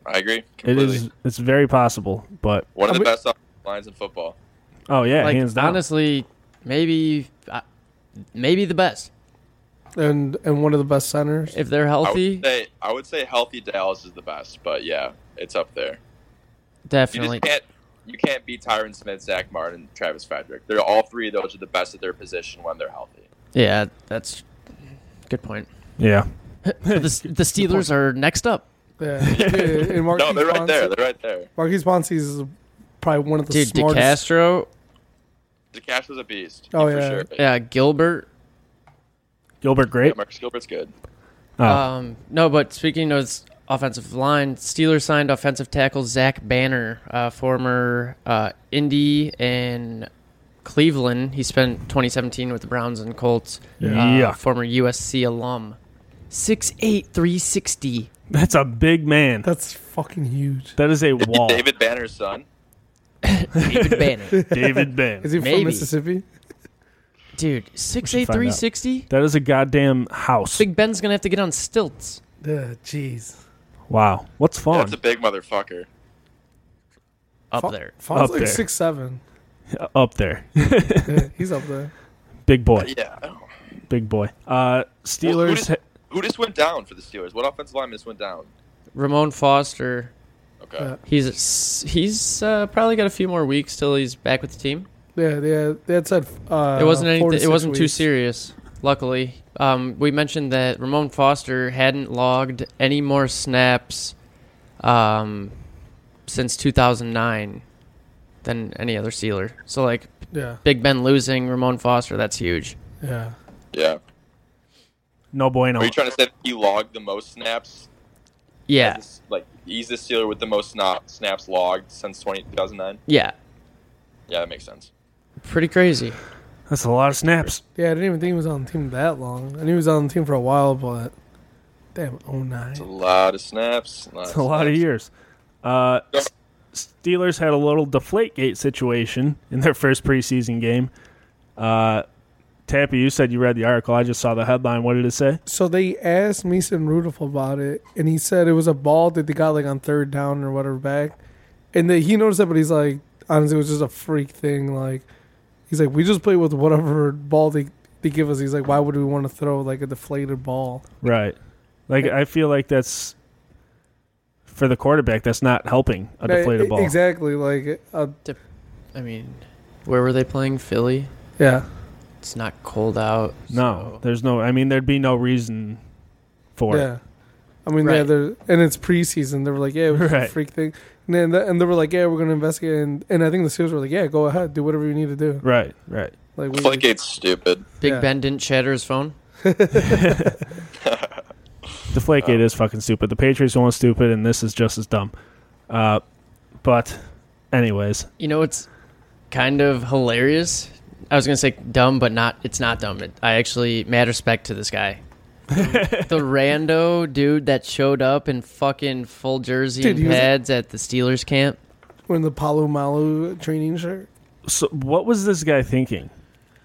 S7: I agree.
S4: it
S7: Completely.
S4: is. It's very possible, but
S7: one of
S6: I
S7: the
S6: mean-
S7: best offensive lines in football.
S4: oh yeah,
S5: Like
S4: hands down.
S5: honestly, maybe, uh, maybe the best
S6: and and one of the best centers.
S5: if they're
S7: I
S5: healthy.
S7: would say I would say healthy Dallas is the best, but yeah, it's up there. You
S5: Definitely.
S7: just can't you can't beat Tyron Smith, Zach Martin, Travis Frederick. They're all three of those are the best at their position when they're healthy.
S5: Yeah, that's good point.
S4: yeah,
S5: But the, the Steelers are next up.
S6: Yeah, dude, and Marquise
S7: No, they're right
S6: Pouncey-
S7: there. They're right there.
S6: Marquise Pouncey is probably one of the
S5: Dude,
S6: smartest.
S5: DeCastro,
S7: The cash was a beast.
S6: Oh,
S7: for
S6: yeah.
S7: sure.
S5: yeah, Gilbert.
S4: Gilbert,
S7: Yeah,
S4: great.
S7: Marcus Gilbert's good.
S4: Oh,
S5: Um, no, but speaking of s- offensive line, Steelers signed offensive tackle Zach Banner, uh, former uh, Indy and Cleveland. He spent 2017 with the Browns and Colts.
S4: Yeah.
S5: Uh, former USC alum. 6'8", 360.
S4: that's a big man.
S6: That's fucking huge.
S4: That is a wall. David,
S7: David Banner's son.
S5: David Banner.
S4: Ben.
S6: Is he
S5: Maybe.
S6: from Mississippi?
S5: Dude, 6'8",
S4: find out.
S5: 360?
S4: That is a goddamn house.
S5: Big Ben's going to have to get on stilts.
S6: Yeah, jeez.
S4: Wow, what's
S7: That's
S4: fun?
S7: a big motherfucker.
S5: Up there.
S6: Fawn's
S4: Up
S6: like
S4: there.
S6: six seven.
S4: Up there,
S6: Yeah, he's up there.
S4: big boy,
S7: Yeah.
S4: big boy. Uh,
S7: Oh. Who
S4: Steelers.
S7: just, who just went down for the Steelers? What offensive lineman just went down?
S5: Ramon Foster.
S7: Okay.
S6: Yeah.
S5: He's he's uh, probably got a few more weeks till he's back with the team.
S6: Yeah, yeah. That said, uh,
S5: It wasn't
S6: four to
S5: anything. It
S6: six
S5: wasn't too
S6: weeks.
S5: serious. Luckily, um, we mentioned that Ramon Foster hadn't logged any more snaps um, since 2009 than any other Sealer. So like
S6: Yeah,
S5: Big Ben losing Ramon Foster, that's huge.
S6: yeah.
S7: Yeah.
S4: no bueno.
S7: Are you trying to say he logged the most snaps?
S5: Yeah,
S7: This- Like he's the Steeler with the most snap, snaps logged since 20, 2009?
S5: yeah,
S7: Yeah, that makes sense.
S5: pretty crazy.
S4: That's a lot of snaps.
S6: Yeah, I didn't even think he was on the team that long. I knew he was on the team for a while, but damn, oh nine.
S7: It's a lot of snaps. Lot
S4: It's a lot of
S7: snaps.
S4: years. Uh, S- Steelers had a little Deflategate situation in their first preseason game. Uh, Tappy, you said you read the article. I just saw the headline. What did it say?
S6: So they asked Mason Rudolph about it, and he said it was a ball that they got like on third down or whatever back, and then he noticed it, but he's like, honestly, it was just a freak thing. Like, he's like, we just play with whatever ball they they give us. He's like, why would we want to throw like a deflated ball?
S4: Right. Like I feel like that's for the quarterback. That's not helping a
S6: No,
S4: deflated
S6: e-
S4: ball.
S6: Exactly. Like, uh,
S5: I mean, where were they playing? Philly.
S6: yeah,
S5: It's not cold out.
S4: No,
S5: so-
S4: there's no. I mean, there'd be no reason for
S6: yeah.
S4: it.
S6: I mean, yeah,
S5: Right.
S6: they're and it's preseason. They were like, yeah, it was just
S4: Right.
S6: a freak thing, and then the, and they were like, yeah, we're gonna investigate, and, and I think the Steelers were like, yeah, go ahead, do whatever you need to do.
S4: Right. Right.
S6: Like, we,
S7: Floodgate's stupid.
S5: Big
S6: Yeah.
S5: Ben didn't shatter his phone. Um,
S4: Deflategate is fucking stupid. The Patriots one was stupid, and this is just as dumb. Uh, but, anyways,
S5: You know, it's kind of hilarious. I was gonna say dumb, but not. It's not dumb. It, I actually mad respect to this guy. the rando dude that showed up in fucking full jersey
S6: Dude, he
S5: and
S6: was-
S5: pads at the Steelers camp.
S6: we're in the Palo Malo training shirt.
S4: so what was this guy thinking?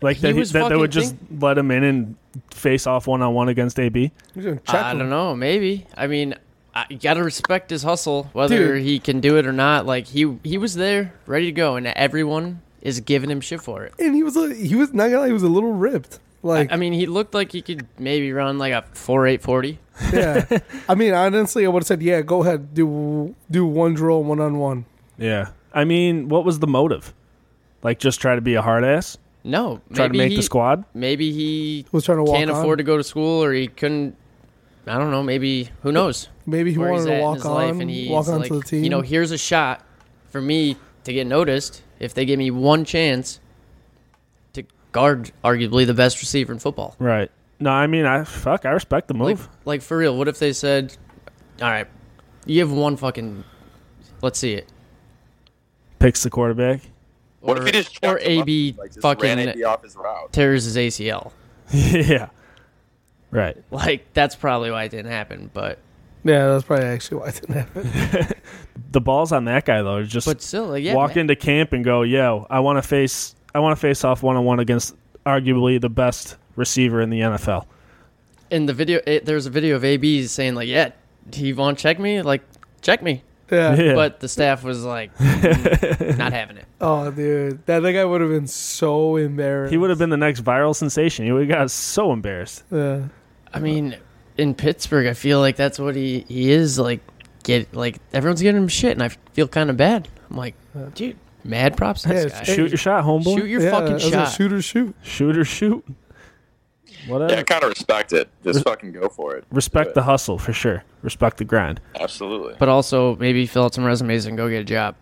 S4: Like
S5: He
S4: that, he,
S5: was
S4: that they would
S5: fucking
S4: just let him in and face off one on one against AB.
S6: He's gonna check
S5: I
S6: him.
S5: don't know. Maybe. I mean, I, you gotta respect his hustle, whether
S6: Dude.
S5: he can do it or not. Like he he was there, ready to go, and everyone is giving him shit for it.
S6: And he was a, he was not gonna lie, he was a little ripped. Like
S5: I mean, he looked like he could maybe run like a four eight forty.
S6: yeah, I mean honestly, I would have said yeah, go ahead, do do one drill one on one.
S4: Yeah. I mean, what was the motive? Like just try to be a hard ass,
S5: No,
S4: try
S5: maybe
S4: to make
S5: he,
S4: the squad.
S5: Maybe he
S6: Was trying to walk
S5: can't
S6: on.
S5: afford to go to school or he couldn't I don't know, maybe who knows
S6: Maybe he
S5: where he's
S6: wanted
S5: at
S6: to
S5: in
S6: walk
S5: his life
S6: on,
S5: and he's
S6: walk onto
S5: like,
S6: the team.
S5: you know, here's a shot for me to get noticed if they give me one chance to guard arguably the best receiver in football.
S4: Right. No, I mean, I fuck, I respect the
S5: Like
S4: move.
S5: like for real, what if they said, All right, you have one fucking let's see it.
S4: Picks the quarterback.
S7: What
S5: or,
S7: if he just
S5: or
S7: chucked him up,
S5: AB
S7: like, just ran
S5: fucking
S7: AB off his route?
S5: tears his ACL?
S4: yeah. Right.
S5: Like that's probably why it didn't happen, but
S6: yeah, that's probably actually why it didn't happen.
S4: the balls on that guy though. to Just
S5: But still, like, yeah,
S4: walk
S5: man.
S4: into camp and go, yo, I want to face, I want to face off one on one against arguably the best receiver in the NFL.
S5: in the video, it, there's a video of AB saying like, "Yeah, do you want to check me? Like, check me."
S6: Yeah.
S4: Yeah.
S5: But the staff was like, mm, not having it.
S6: Oh, dude, that, that guy would have been so embarrassed.
S4: He would have been the next viral sensation. He would have got so embarrassed.
S6: Yeah.
S5: I mean, in Pittsburgh, I feel like that's what he he is like. Get like everyone's giving him shit, and I feel kind of bad. I'm like, dude, mad props to
S6: Yeah,
S5: this
S6: it's-
S5: guy.
S6: Hey,
S4: Shoot your shot, homeboy.
S5: Shoot your
S6: yeah,
S5: fucking
S6: as a
S5: shot.
S6: Shooter, shoot.
S4: shoot or shoot. Whatever.
S7: Yeah, I kind of respect it. Just fucking go for it.
S4: Respect
S7: Do
S4: the hustle for sure. Respect the grind.
S7: it. absolutely.
S5: But also maybe fill out some resumes and go get a job.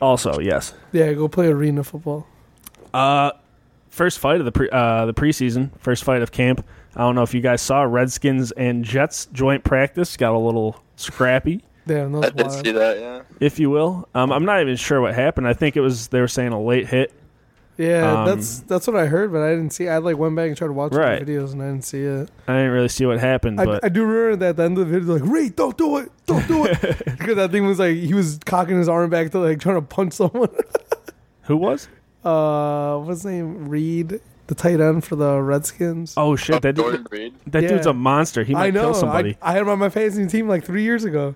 S4: Also, yes.
S6: Yeah, go play arena football.
S4: First fight of the pre, uh, the preseason. First fight of camp. I don't know if you guys saw Redskins and Jets joint practice got a little scrappy,
S6: Damn,
S7: I
S6: that's
S7: did
S6: wild.
S7: see that. Yeah.
S4: if you will. Um, I'm not even sure what happened. I think it was they were saying a late hit.
S6: Yeah,
S4: Um,
S6: that's that's what I heard, but I didn't see. I like went back and tried to watch
S4: Right.
S6: the videos, and I didn't see it.
S4: I didn't really see what happened,
S6: I,
S4: but
S6: I do remember that at the end of the video, like Ray, don't do it, don't do it, because that thing was like he was cocking his arm back to like trying to punch someone.
S4: who was?
S6: Uh, what's his name? Reed, the tight end for the Redskins.
S4: Oh shit! That,
S7: Jordan
S4: dude,
S7: Reed.
S4: that
S6: Yeah.
S4: dute's a monster. He might
S6: I know.
S4: kill somebody.
S6: I, I had him on my fantasy team like three years ago.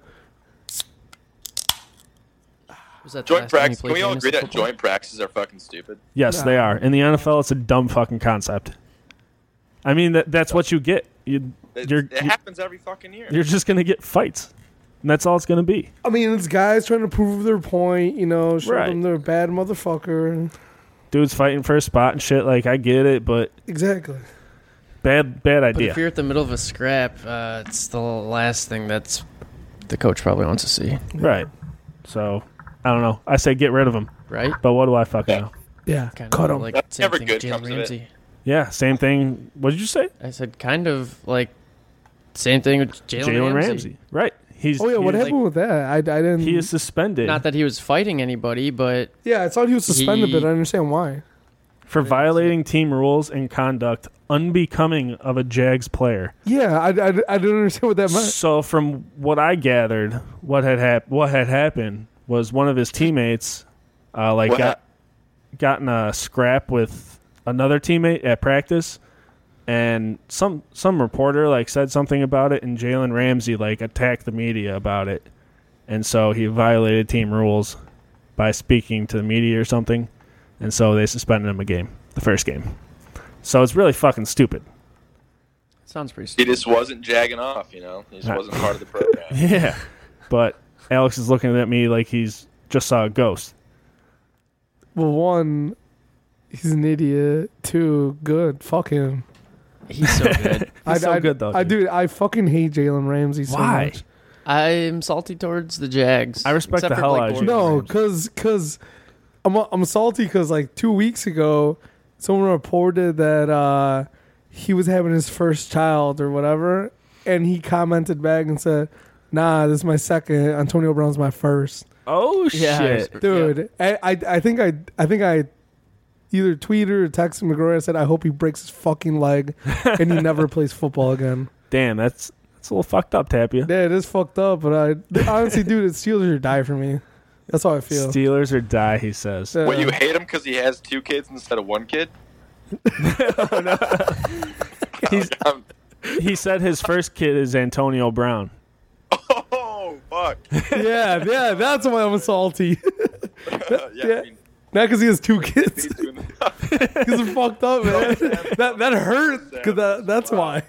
S5: Was that the
S7: Joint
S5: last time he
S7: practice. Can
S5: played
S7: we all
S5: fantasy
S7: agree that
S5: football?
S7: joint practices are fucking stupid?
S4: Yes, they are. In the NFL, it's a dumb fucking concept. I mean, that, that's what you get. You,
S7: It,
S4: you're,
S7: it happens every fucking year.
S4: you're just going to get fights. And that's all it's going to be.
S6: I mean, it's guys trying to prove their point, you know, show
S4: Right.
S6: them they're a bad motherfucker.
S4: Dude's fighting for a spot and shit. Like, I get it, but
S6: Exactly.
S4: bad, bad
S5: But if
S4: idea.
S5: you're at the middle of a scrap, uh, it's the last thing that's the coach probably wants to see,
S4: Right. So, I don't know. I say get rid of him.
S5: right?
S4: But what do I fucking know?
S6: Yeah,
S5: Kind
S6: cut
S5: of
S6: him.
S5: like
S7: That's
S5: same
S7: never
S5: thing with
S7: good
S5: Jalen
S7: comes of it.
S5: Ramsey.
S4: Yeah, same thing. What did you say?
S5: I said kind of like same thing with Jalen,
S4: Jalen
S5: Ramsey.
S4: Ramsey. Right. He's,
S6: oh yeah, what
S4: he,
S5: like-
S6: happened with that? I, I didn't.
S4: he is suspended
S5: Not that he was fighting anybody, but
S6: yeah, I thought he was suspended,
S5: He-
S6: but I understand why.
S4: for violating team rules and conduct unbecoming of a Jags player.
S6: Yeah, I, I, I didn't understand what that meant.
S4: So from what I gathered, what had hap- what had happened was one of his teammates, uh, like
S7: What?
S4: got gotten a scrap with another teammate at practice, and some some reporter like said something about it, and Jalen Ramsey like attacked the media about it, and so he violated team rules by speaking to the media or something, and so they suspended him a game, the first game. So it's really fucking stupid.
S5: sounds pretty
S7: He
S5: stupid.
S7: just wasn't jagging off. You know, he just
S4: Right.
S7: wasn't part of the program.
S4: Yeah. But Alex is looking at me like he's just saw a ghost.
S6: Well, one, he's an idiot. Two, good. Fuck him.
S5: He's so good.
S6: I,
S4: so
S6: I,
S4: good, though,
S6: I
S4: dude.
S6: dude, I fucking hate Jalen Ramsey. So
S4: Why?
S6: much.
S5: I'm salty towards the Jags.
S4: I respect
S5: except
S4: the
S5: for
S4: hell
S5: Blake
S4: out of
S5: Bortles.
S4: Jalen
S6: No,
S4: Ramsey.
S6: because because I'm I'm salty because like two weeks ago, someone reported that uh, he was having his first child or whatever, and he commented back and said, "Nah, this is my second. Antonio Brown's my first.
S4: Oh
S5: Yeah, I respect- yeah.
S6: dude." I, I I think I I think I either tweeted or texted McGrory. I said, "I hope he breaks his fucking leg and he never plays football again."
S4: Damn, that's that's a little fucked up, Tapia.
S6: Yeah, it is fucked up, but I honestly, dude, it's Steelers or die for me. That's how I feel.
S4: Steelers or die, he says.
S6: Yeah.
S7: What you hate him because he has two kids instead of one kid?
S4: He's,
S7: Um,
S4: he said his first kid is Antonio Brown.
S7: oh fuck!
S6: yeah, yeah, that's why I'm salty.
S7: yeah, I mean,
S6: Not because he has two kids.
S7: he's doing-
S6: Because they're fucked up, man. that that hurt. Cause that, that's why.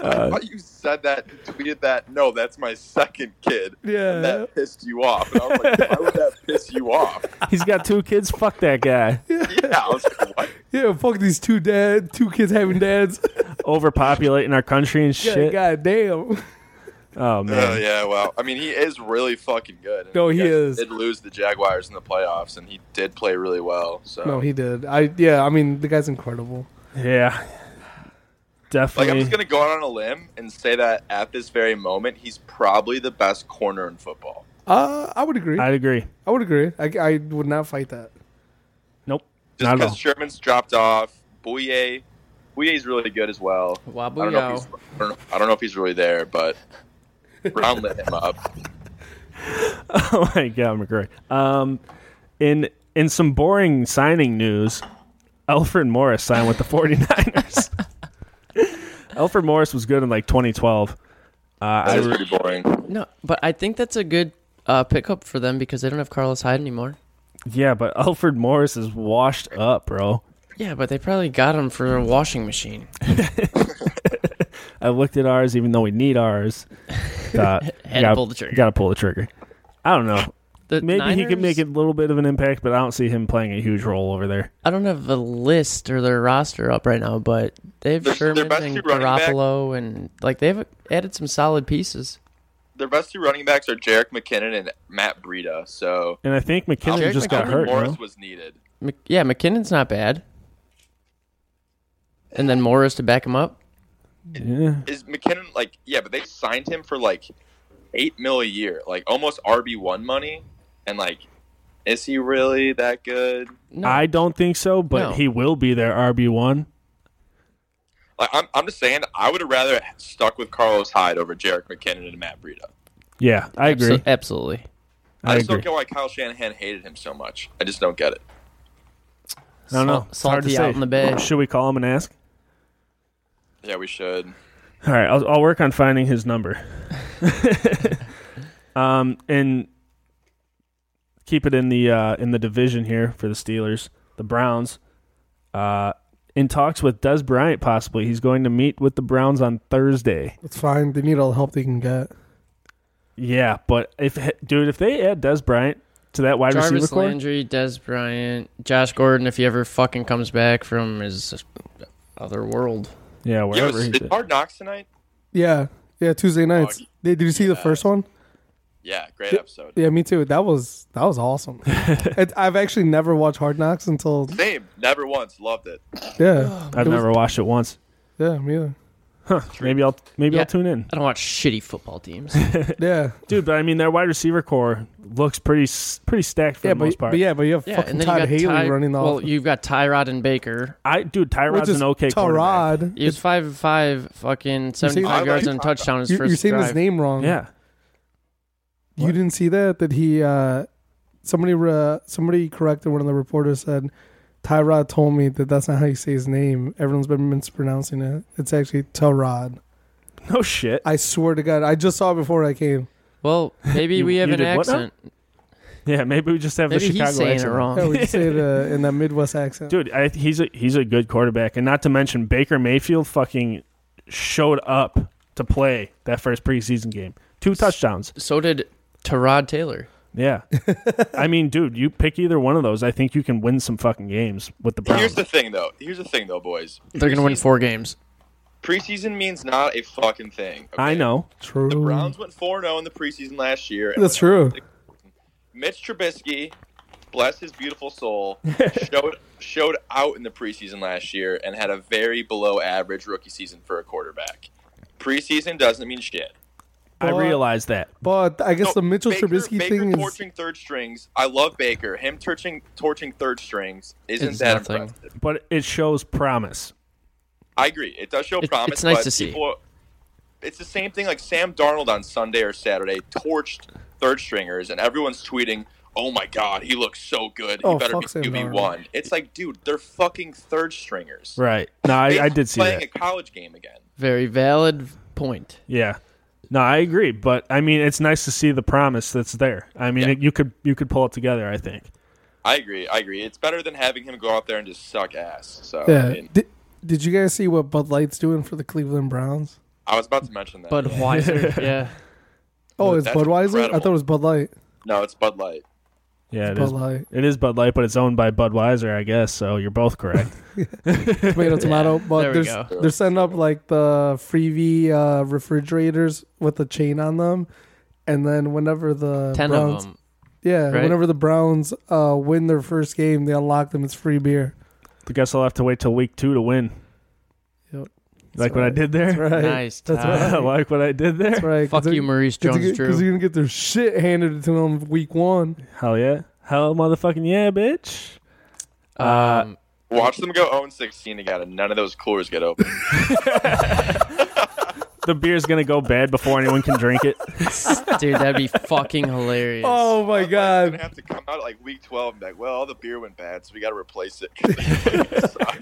S7: Why you said that, and tweeted that. No, that's my second kid.
S6: Yeah.
S7: and that pissed you off. And I was like, why would that piss you off?
S4: He's got two kids. Fuck that guy.
S7: Yeah, I was like, what?
S6: Yeah, fuck these two dad, two kids having dads.
S4: Overpopulating our country and
S6: yeah,
S4: shit.
S6: God damn.
S4: Oh
S7: Oh
S4: man.
S7: yeah, well, I mean, he is really fucking good. And
S6: No, he
S7: guys
S6: is.
S7: Did lose the Jaguars in the playoffs, and he did play really well. So,
S6: No, he did. I yeah. I mean, the guy's incredible.
S4: Yeah.
S7: like, I'm
S4: Definitely.
S7: just gonna go out on a limb and say that at this very moment, he's probably the best corner in football.
S6: Uh, I would agree. I,
S4: I'd agree.
S6: would agree. I, I would not fight that.
S4: Nope.
S7: Just
S4: Not at all.
S7: because Sherman's dropped off, Bouye, Bouye's really good as well. I don't know. If
S5: Wabuyao.
S7: he's, I, don't know I don't know if he's really there, but Brown lit him up.
S4: oh my God, McCray. Um, in in some boring signing news, Alfred Morris signed with the 49ers. Alfred Morris was good in like 2012. Uh, I,
S7: That's
S4: re-
S7: pretty boring.
S5: No, but I think that's a good uh, pickup for them because they don't have Carlos Hyde anymore.
S4: yeah, but Alfred Morris is washed up, bro.
S5: Yeah, but they probably got him for a washing machine.
S4: I looked at ours, even though we need ours. Thought,
S5: Had to pull the trigger.
S4: Got to pull the trigger. I don't know.
S5: The
S4: Maybe he could
S5: Niners-
S4: make a little bit of an impact, but I don't see him playing a huge role over there.
S5: I don't have a list or their roster up right now, but they've
S7: Their- their
S5: Sherman
S7: best
S5: and
S7: two running back-
S5: Garoppolo, and like they've added some solid pieces.
S7: Their best two running backs are Jarek McKinnon and Matt Breida. So
S4: And I think McKinnon
S5: Jarek
S4: just got hurt.
S7: Alfred Morris
S4: no?
S7: was needed.
S5: Mc- yeah, McKinnon's not bad, and then Morris to back him up.
S4: Yeah.
S7: Is McKinnon like yeah? But they signed him for like eight mil a year, like almost RB one money. And like, is he really that good?
S5: No,
S4: I don't think so, but
S5: No.
S4: he will be their RB one.
S7: Like I'm, I'm just saying, I would have rather stuck with Carlos Hyde over Jarek McKinnon and Matt Breida.
S4: Yeah, I agree.
S5: abso- absolutely.
S4: I
S7: I, just
S4: agree.
S7: don't get why Kyle Shanahan hated him so much. I just don't get it.
S4: I don't know.
S5: Sal-
S4: It's hard to
S5: salty out
S4: say.
S5: in the bay.
S4: Should we call him and ask?
S7: Yeah, we should.
S4: All right, I'll, I'll work on finding his number. um, and keep it in the uh, in the division here for the Steelers, the Browns. Uh, in talks with Des Bryant, possibly he's going to meet with the Browns on Thursday.
S6: It's fine. They need all the help they can get.
S4: Yeah, but if dude, if they add Des Bryant to that wide receiver
S5: Jarvis
S4: core,
S5: Landry, Des Bryant, Josh Gordon, if he ever fucking comes back from his other world.
S4: yeah,
S7: Yo,
S4: wherever
S7: is,
S4: he's
S7: is
S4: at.
S7: Hard Knocks tonight?
S6: Yeah, yeah. Tuesday nights.
S7: Oh,
S6: Did, did you see the first one?
S7: Yeah, great episode.
S6: Yeah, me too. That was that was awesome. it, I've actually never watched Hard Knocks until
S7: Same, never once loved it.
S6: yeah.
S4: I've
S6: It was-
S4: never watched it once.
S6: Yeah, me either.
S4: Maybe I'll maybe
S5: Yeah.
S4: I'll tune in,
S5: I don't watch shitty football teams.
S6: Yeah,
S4: dude. But I mean, their wide receiver core looks pretty s- pretty stacked for
S6: yeah,
S4: the
S6: but,
S4: most part.
S6: but yeah, but you have
S5: yeah,
S6: fucking
S5: and then
S6: Todd
S5: you got
S6: Haley
S5: Ty-
S6: running the
S5: Well,
S6: offense.
S5: you've got Tyrod and Baker.
S4: I dude, Tyrod's
S6: Which is
S4: an okay quarterback.
S6: Tyrod.
S5: He was five five, fucking seventy
S7: I
S5: five
S7: like
S5: yards and a
S7: Tyrod.
S5: touchdown his
S6: You're,
S5: first
S6: you're saying
S5: drive.
S6: his name wrong.
S4: Yeah,
S6: You didn't see that? That he uh somebody uh, somebody corrected one of the reporters said Tyrod told me that that's not how you say his name. Everyone's been mispronouncing it. It's actually Tyrod.
S4: no shit.
S6: I swear to God, I just saw it before I came.
S5: Well, maybe
S4: You-
S5: we have
S4: you
S5: an
S4: did what now?
S5: accent.
S4: yeah, maybe we just have
S5: Maybe
S4: the Chicago
S5: he's saying
S4: accent.
S5: it
S6: Yeah,
S7: Oh.
S5: wrong.
S6: we say it uh, in that Midwest accent.
S4: dude. I, he's a he's a good quarterback, and not to mention Baker Mayfield fucking showed up to play that first preseason game. Two touchdowns.
S5: So did Tyrod Taylor.
S4: Yeah, I mean, dude, you pick either one of those. I think you can win some fucking games with the Browns.
S7: Here's the thing, though. Here's the thing, though, boys.
S5: They're gonna win four games.
S7: Preseason means not a fucking thing. okay?
S4: I know.
S6: True.
S7: The Browns went 4 0 in the preseason last year. and
S6: That's true.
S7: went- Mitch Trubisky, bless his beautiful soul, showed showed out in the preseason last year and had a very below average rookie season for a quarterback. Preseason doesn't mean shit.
S4: I
S6: But-
S5: uh,
S4: realize that.
S6: But I guess
S7: No,
S6: the Mitchell
S7: Oh, Baker,
S6: Trubisky
S7: Baker
S6: thing is
S7: torching third strings. I love Baker. Him torching torching third strings isn't
S5: It's
S7: that
S5: nothing.
S7: impressive.
S4: but it shows promise.
S7: I agree. It does show
S5: It-
S7: promise.
S5: it's nice
S7: but
S5: to see.
S7: people- it's the same thing like Sam Darnold on Sunday or Saturday torched third stringers, and everyone's tweeting, "Oh my God, he looks so good. He
S6: Oh,
S7: better
S6: fuck
S7: be
S6: Sam
S7: QB one." It's like, dude, they're fucking third stringers.
S4: Right. No, I, I
S7: Basically
S4: did see
S7: playing
S4: that.
S7: a college game again.
S5: Very valid point.
S4: Yeah. No, I agree, but I mean, it's nice to see the promise that's there. I mean,
S7: Yeah.
S4: it, you could you could pull it together. I think.
S7: I agree. I agree. It's better than having him go out there and just suck ass. So I,
S6: Yeah.
S7: mean,
S6: Did, did you guys see what Bud Light's doing for the Cleveland Browns?
S7: I was about to mention that.
S5: But Weiser, yeah.
S6: Oh, it's
S7: that's
S6: Budweiser? I
S7: incredible.
S6: thought it was Bud Light.
S7: no, it's Bud Light.
S4: Yeah, it
S6: Bud
S4: is.
S6: Light.
S4: It is Bud Light, but it's owned by Budweiser, I guess. So you're both correct.
S6: Tomato, tomato. But
S5: there we
S6: they're,
S5: go.
S6: they're setting up like the freebie uh, refrigerators with a chain on them. And then whenever the
S5: Ten
S6: Browns,
S5: of them.
S6: yeah,
S5: right?
S6: whenever the Browns uh, win their first game, they unlock them. It's free beer.
S4: I guess I'll have to wait till week two to win.
S6: Yep.
S4: Like what I did there.
S6: Right.
S5: Nice.
S6: That's
S5: Ty.
S6: right.
S4: like what I did there.
S6: That's right.
S5: Fuck you, Maurice Jones-Drew.
S6: Because you're gonna get their shit handed to them week one.
S4: Hell yeah. Hell motherfucking yeah, bitch.
S5: Um,
S7: oh
S4: Oh
S7: Watch them go 0 16 again, and none of those coolers get open.
S4: the beer's gonna go bad before anyone can drink it.
S5: Dude, that'd be fucking hilarious.
S6: Ah. Oh my
S7: I'm gonna
S6: god!
S7: have to come out at, like week twelve and be like, well, all the beer went bad, so we got to replace it.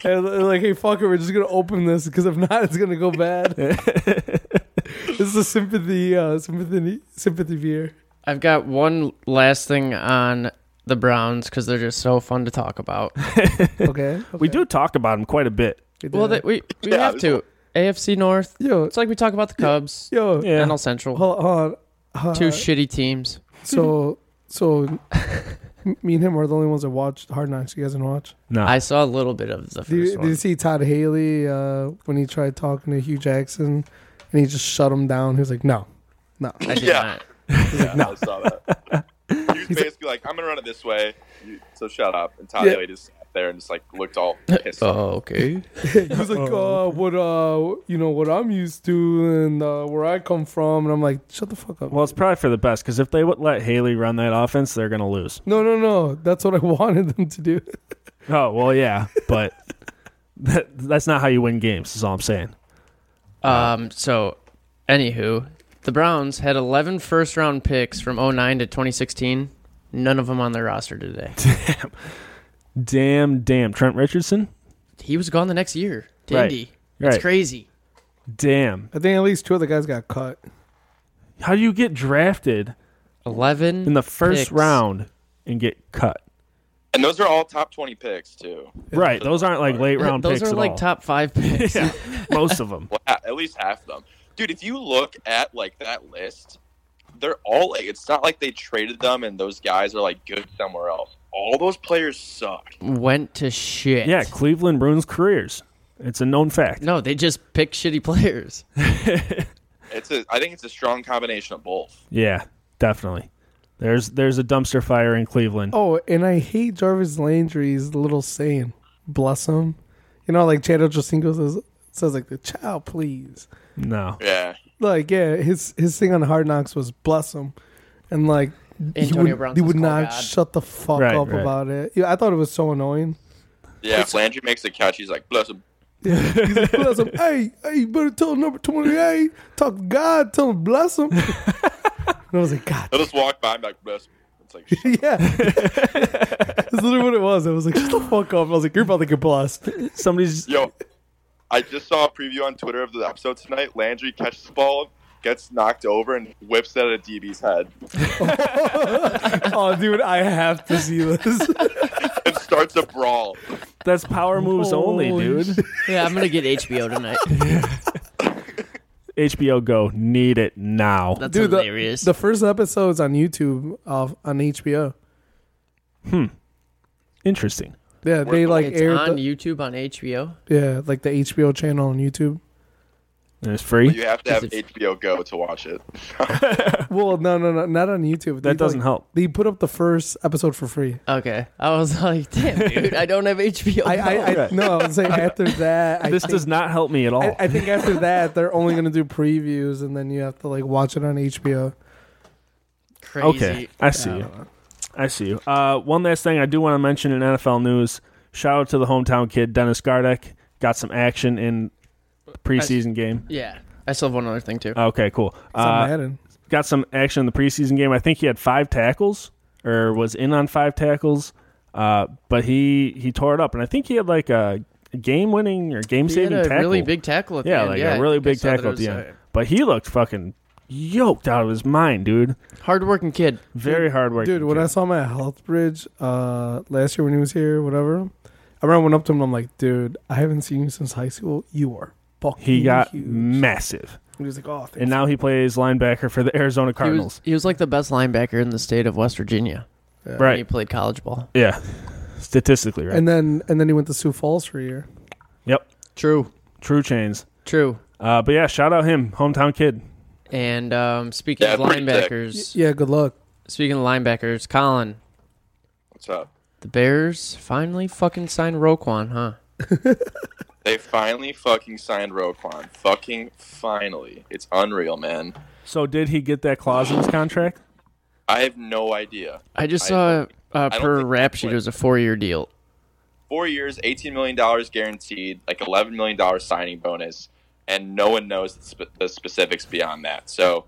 S6: And they're like, hey, fuck it, we're just gonna open this because if not, it's gonna go bad. this is a sympathy, uh, sympathy, sympathy beer.
S5: I've got one last thing on the Browns because they're just so fun to talk about.
S6: Okay,
S4: We do talk about him quite a bit.
S5: Well, that we we
S7: Yeah,
S5: have
S7: there's
S5: to. AFC North.
S6: yo,
S5: It's like we talk about the Cubs,
S6: yo,
S4: Yeah.
S5: NL Central.
S6: hold on. hold on.
S5: Two shitty teams.
S6: so, so, me and him are the only ones that watched Hard Knocks. You guys didn't watch.
S4: No,
S5: I saw a little bit of the first
S6: Did you, did
S5: one.
S6: you see Todd Haley uh, when he tried talking to Hugh Jackson, and he just shut him down? He was like, "No, no."
S5: I did
S7: Yeah.
S5: not.
S7: yeah, I saw that. He was basically like, I'm gonna run it this way, you, so shut up. And Todd
S6: Yeah.
S7: Haley just sat there and just like looked all pissed. off.
S5: Oh, okay.
S6: He was like, uh, "What, uh, you know, what I'm used to, and uh, where I come from." And I'm like, "Shut the fuck up."
S4: well, it's probably for the best because if they would let Haley run that offense, they're gonna lose.
S6: No, no, no. That's what I wanted them to do.
S4: Oh well, yeah, but that, that's not how you win games. Is all I'm saying.
S5: Um. So, anywho, the Browns had 11 first round picks from 09 to 2016. None of them on their roster today.
S4: Damn, damn, Trent Richardson.
S5: he was gone the next year. To
S4: Right.
S5: Indy.
S4: Right.
S5: It's crazy.
S4: Damn,
S6: I think at least two of the guys got cut.
S4: how do you get drafted
S5: 11
S4: in the first
S5: picks.
S4: round and get cut?
S7: And those are all top twenty picks too.
S4: Right, those aren't like late round
S5: Those
S4: picks
S5: are
S4: at
S5: like
S4: all.
S5: top five picks.
S4: yeah, most of them.
S7: Well, ha- at least half of them, dude. If you look at like that list, they're all like, it's not like they traded them and those guys are like good somewhere else. All those players suck.
S5: Went to shit.
S4: Yeah, Cleveland ruins careers. It's a known fact.
S5: No, they just pick shitty players.
S7: It's a, I think it's a strong combination of both.
S4: Yeah, definitely. There's there's a dumpster fire in Cleveland.
S6: Oh, and I hate Jarvis Landry's little saying, "Bless him." You know, like Chad Ochocinco says, says like the child, please.
S4: No.
S7: Yeah,
S6: like yeah, his his thing on Hard Knocks was bless him, and like
S5: Antonio
S6: he would,
S5: Brown
S6: he
S5: says,
S6: would
S5: "Call
S6: not
S5: God."
S6: shut the fuck
S4: Right,
S6: up
S4: right.
S6: about it. Yeah, I thought it was so annoying.
S7: yeah. If Landry makes a catch, he's like, bless him.
S6: He's like, bless him, hey, hey, you better tell number twenty eight, talk to God, tell him bless him. and I was like, God,
S7: They'll just walk by and be like, bless him. It's like, shit.
S6: yeah, that's literally what it was. I was like, shut the fuck up. I was like, you're about to get blessed.
S4: Somebody's
S7: yo, I just saw a preview on Twitter of the episode tonight. Landry catches the ball, gets knocked over, and whips it at a DB's head
S6: oh, dude, I have to see this.
S7: and starts a brawl.
S4: that's power moves only,
S6: Holy
S4: dude.
S5: Yeah, I'm gonna get HBO tonight.
S4: HBO Go need it now.
S5: That's
S6: Dude, the,
S5: hilarious.
S6: the first episode is on YouTube of on HBO.
S4: Interesting.
S6: Yeah, they like
S5: it's
S6: aired
S5: on
S6: the-
S5: YouTube on HBO.
S6: Yeah, like the HBO channel on YouTube.
S4: And it's free.
S7: You have to have
S5: Is it-
S7: HBO Go to watch it.
S6: Well, no, no, no, not on YouTube. They,
S4: That doesn't
S6: like,
S4: help.
S6: They put up the first episode for free.
S5: Okay, I was like, damn, dude, I don't have HBO.
S6: I,
S5: Go.
S6: I, I no, I was saying after that, I
S4: Oh, This
S6: think,
S4: does not help me at all.
S6: I, I think after that, they're only gonna do previews, and then you have to like watch it on HBO.
S5: Crazy.
S4: Okay, I see you. I see you. Uh, one last thing I do want to mention in NFL news. Shout out to the hometown kid Dennis Gardeck. Got some action in the preseason game.
S5: Yeah, I still have one other thing too.
S4: Okay, cool.
S6: It's on
S4: Uh,
S6: Madden.
S4: got some action in the preseason game. I think he had five tackles or was in on five tackles, uh, but he he tore it up, and I think he had like a game winning or game
S5: he had
S4: saving
S5: a
S4: tackle.
S5: really big tackle at the
S4: yeah,
S5: end.
S4: like
S5: yeah,
S4: a really
S5: I
S4: big
S5: saw that
S4: tackle
S5: it
S4: at the
S5: was, uh,
S4: end. But he looked fucking yoked out of his mind, dude.
S5: uh, Hardworking kid.
S4: Very hard work,
S6: Dude, when I saw him at Health Bridge uh, last year when he was here, whatever, I remember I went up to him. and I'm like, dude, I haven't seen you since high school. You are fucking.
S4: he got
S6: huge.
S4: massive,
S6: He was like, oh, thanks.
S4: and now he plays linebacker for the Arizona
S5: He
S4: Cardinals.
S5: was, he was like the best linebacker in the state of West Virginia. when He
S4: right?
S5: played college ball.
S4: Yeah, statistically, right?
S6: and then and then he went to Sioux Falls for a year.
S4: yep,
S5: True.
S4: true chains.
S5: True.
S4: Uh, but yeah, shout out him, hometown kid.
S5: And um, speaking
S7: Yeah,
S5: of
S7: pretty thick.
S5: linebackers,
S6: Yeah, good luck.
S5: speaking of linebackers, Colin,
S7: What's up?
S5: the Bears finally fucking signed Roquan, huh?
S7: They finally fucking signed Roquan. Fucking finally. It's unreal, man.
S4: So did he get that clause in his contract?
S7: I have no idea.
S5: I just
S7: I-
S5: saw uh,
S7: don't
S5: per
S7: think
S5: rap
S7: that's
S5: sheet
S7: what-
S5: it was a four-year deal.
S7: Four years, $18 million guaranteed, like $11 million signing bonus. and no one knows the, spe- the specifics beyond that. So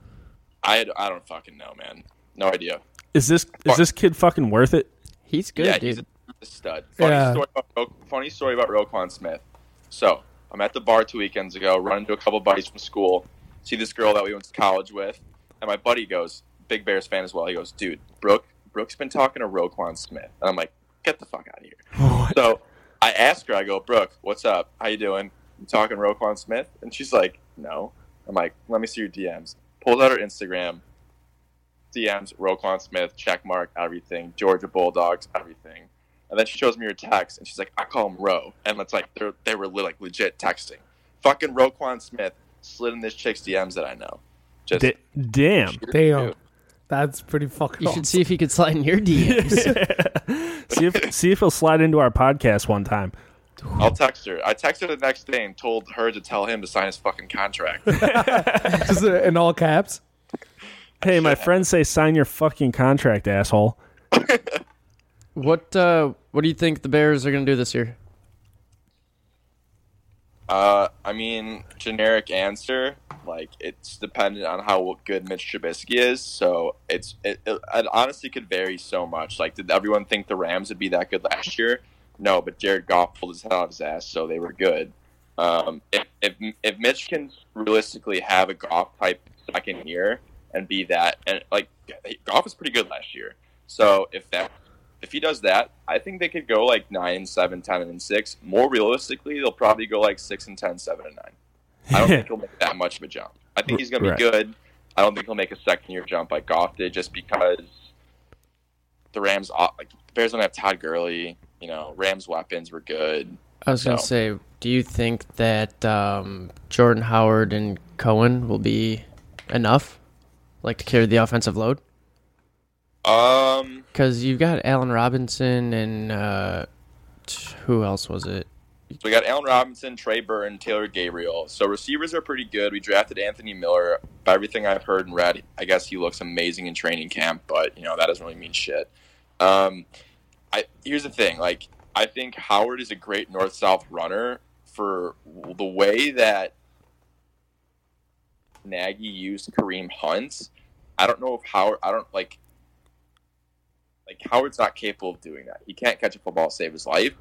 S7: I I don't fucking know, man. No idea.
S4: Is this is this kid fucking worth it?
S5: He's good,
S7: yeah,
S5: dude.
S7: he's a, he's a stud. Funny,
S6: Yeah.
S7: story about, Ro- funny story about Roquan Smith. So I'm at the bar two weekends ago, run into a couple buddies from school, see this girl that we went to college with, and my buddy goes, big Bears fan as well. He goes, dude, Brooke, Brooke's been talking to Roquan Smith, and I'm like, get the fuck out of here. So I ask her, I go, Brooke, what's up? How you doing? You talking Roquan Smith? And she's like, no. I'm like, let me see your DMs. Pulls out her Instagram, DMs, Roquan Smith, check mark, everything, Georgia Bulldogs, everything. And then she shows me her text, and she's like, I call him Ro. And it's like, they're, they were li- like legit texting. Fucking Roquan Smith slid in this chick's DMs that I know. Just,
S4: Da- damn.
S6: Damn. That's pretty fucking
S5: You
S6: awesome.
S5: should see if he could slide in your DMs.
S4: See if see if he'll slide into our podcast one time.
S7: I'll text her. I texted her the next day and told her to tell him to sign his fucking contract.
S6: Just uh, in all caps.
S4: Hey, my friends say sign your fucking contract, asshole.
S5: what uh, What do you think the Bears are going to do this year?
S7: Uh, I mean, generic answer. Like it's dependent on how good Mitch Trubisky is, so it's it, it, it honestly could vary so much. Like, did everyone think the Rams would be that good last year? No, but Jared Goff pulled his head out of his ass, so they were good. Um, if, if if Mitch can realistically have a Goff type second year and be that, and like Goff was pretty good last year, so if that if he does that, I think they could go like nine and seven, ten and six. More realistically, they'll probably go like six and ten, seven and nine. I don't think he'll make that much of a jump. I think he's going to
S4: Right.
S7: be good. I don't think he'll make a second year jump like Goff did, just because the Rams, uh, like the Bears, don't have Todd Gurley. You know, Rams' weapons were good.
S5: I was going to
S7: No.
S5: say, do you think that um, Jordan Howard and Cohen will be enough, like to carry the offensive load?
S7: Um,
S5: Because you've got Allen Robinson and uh, t- who else was it?
S7: So we got Allen Robinson, Trey Burton, Taylor Gabriel. So receivers are pretty good. We drafted Anthony Miller. By everything I've heard and read, I guess he looks amazing in training camp, but you know that doesn't really mean shit. Um, I here's the thing: like I think Howard is a great north-south runner for the way that Nagy used Kareem Hunt. I don't know if Howard. I don't like. Like Howard's not capable of doing that. He can't catch a football to save his life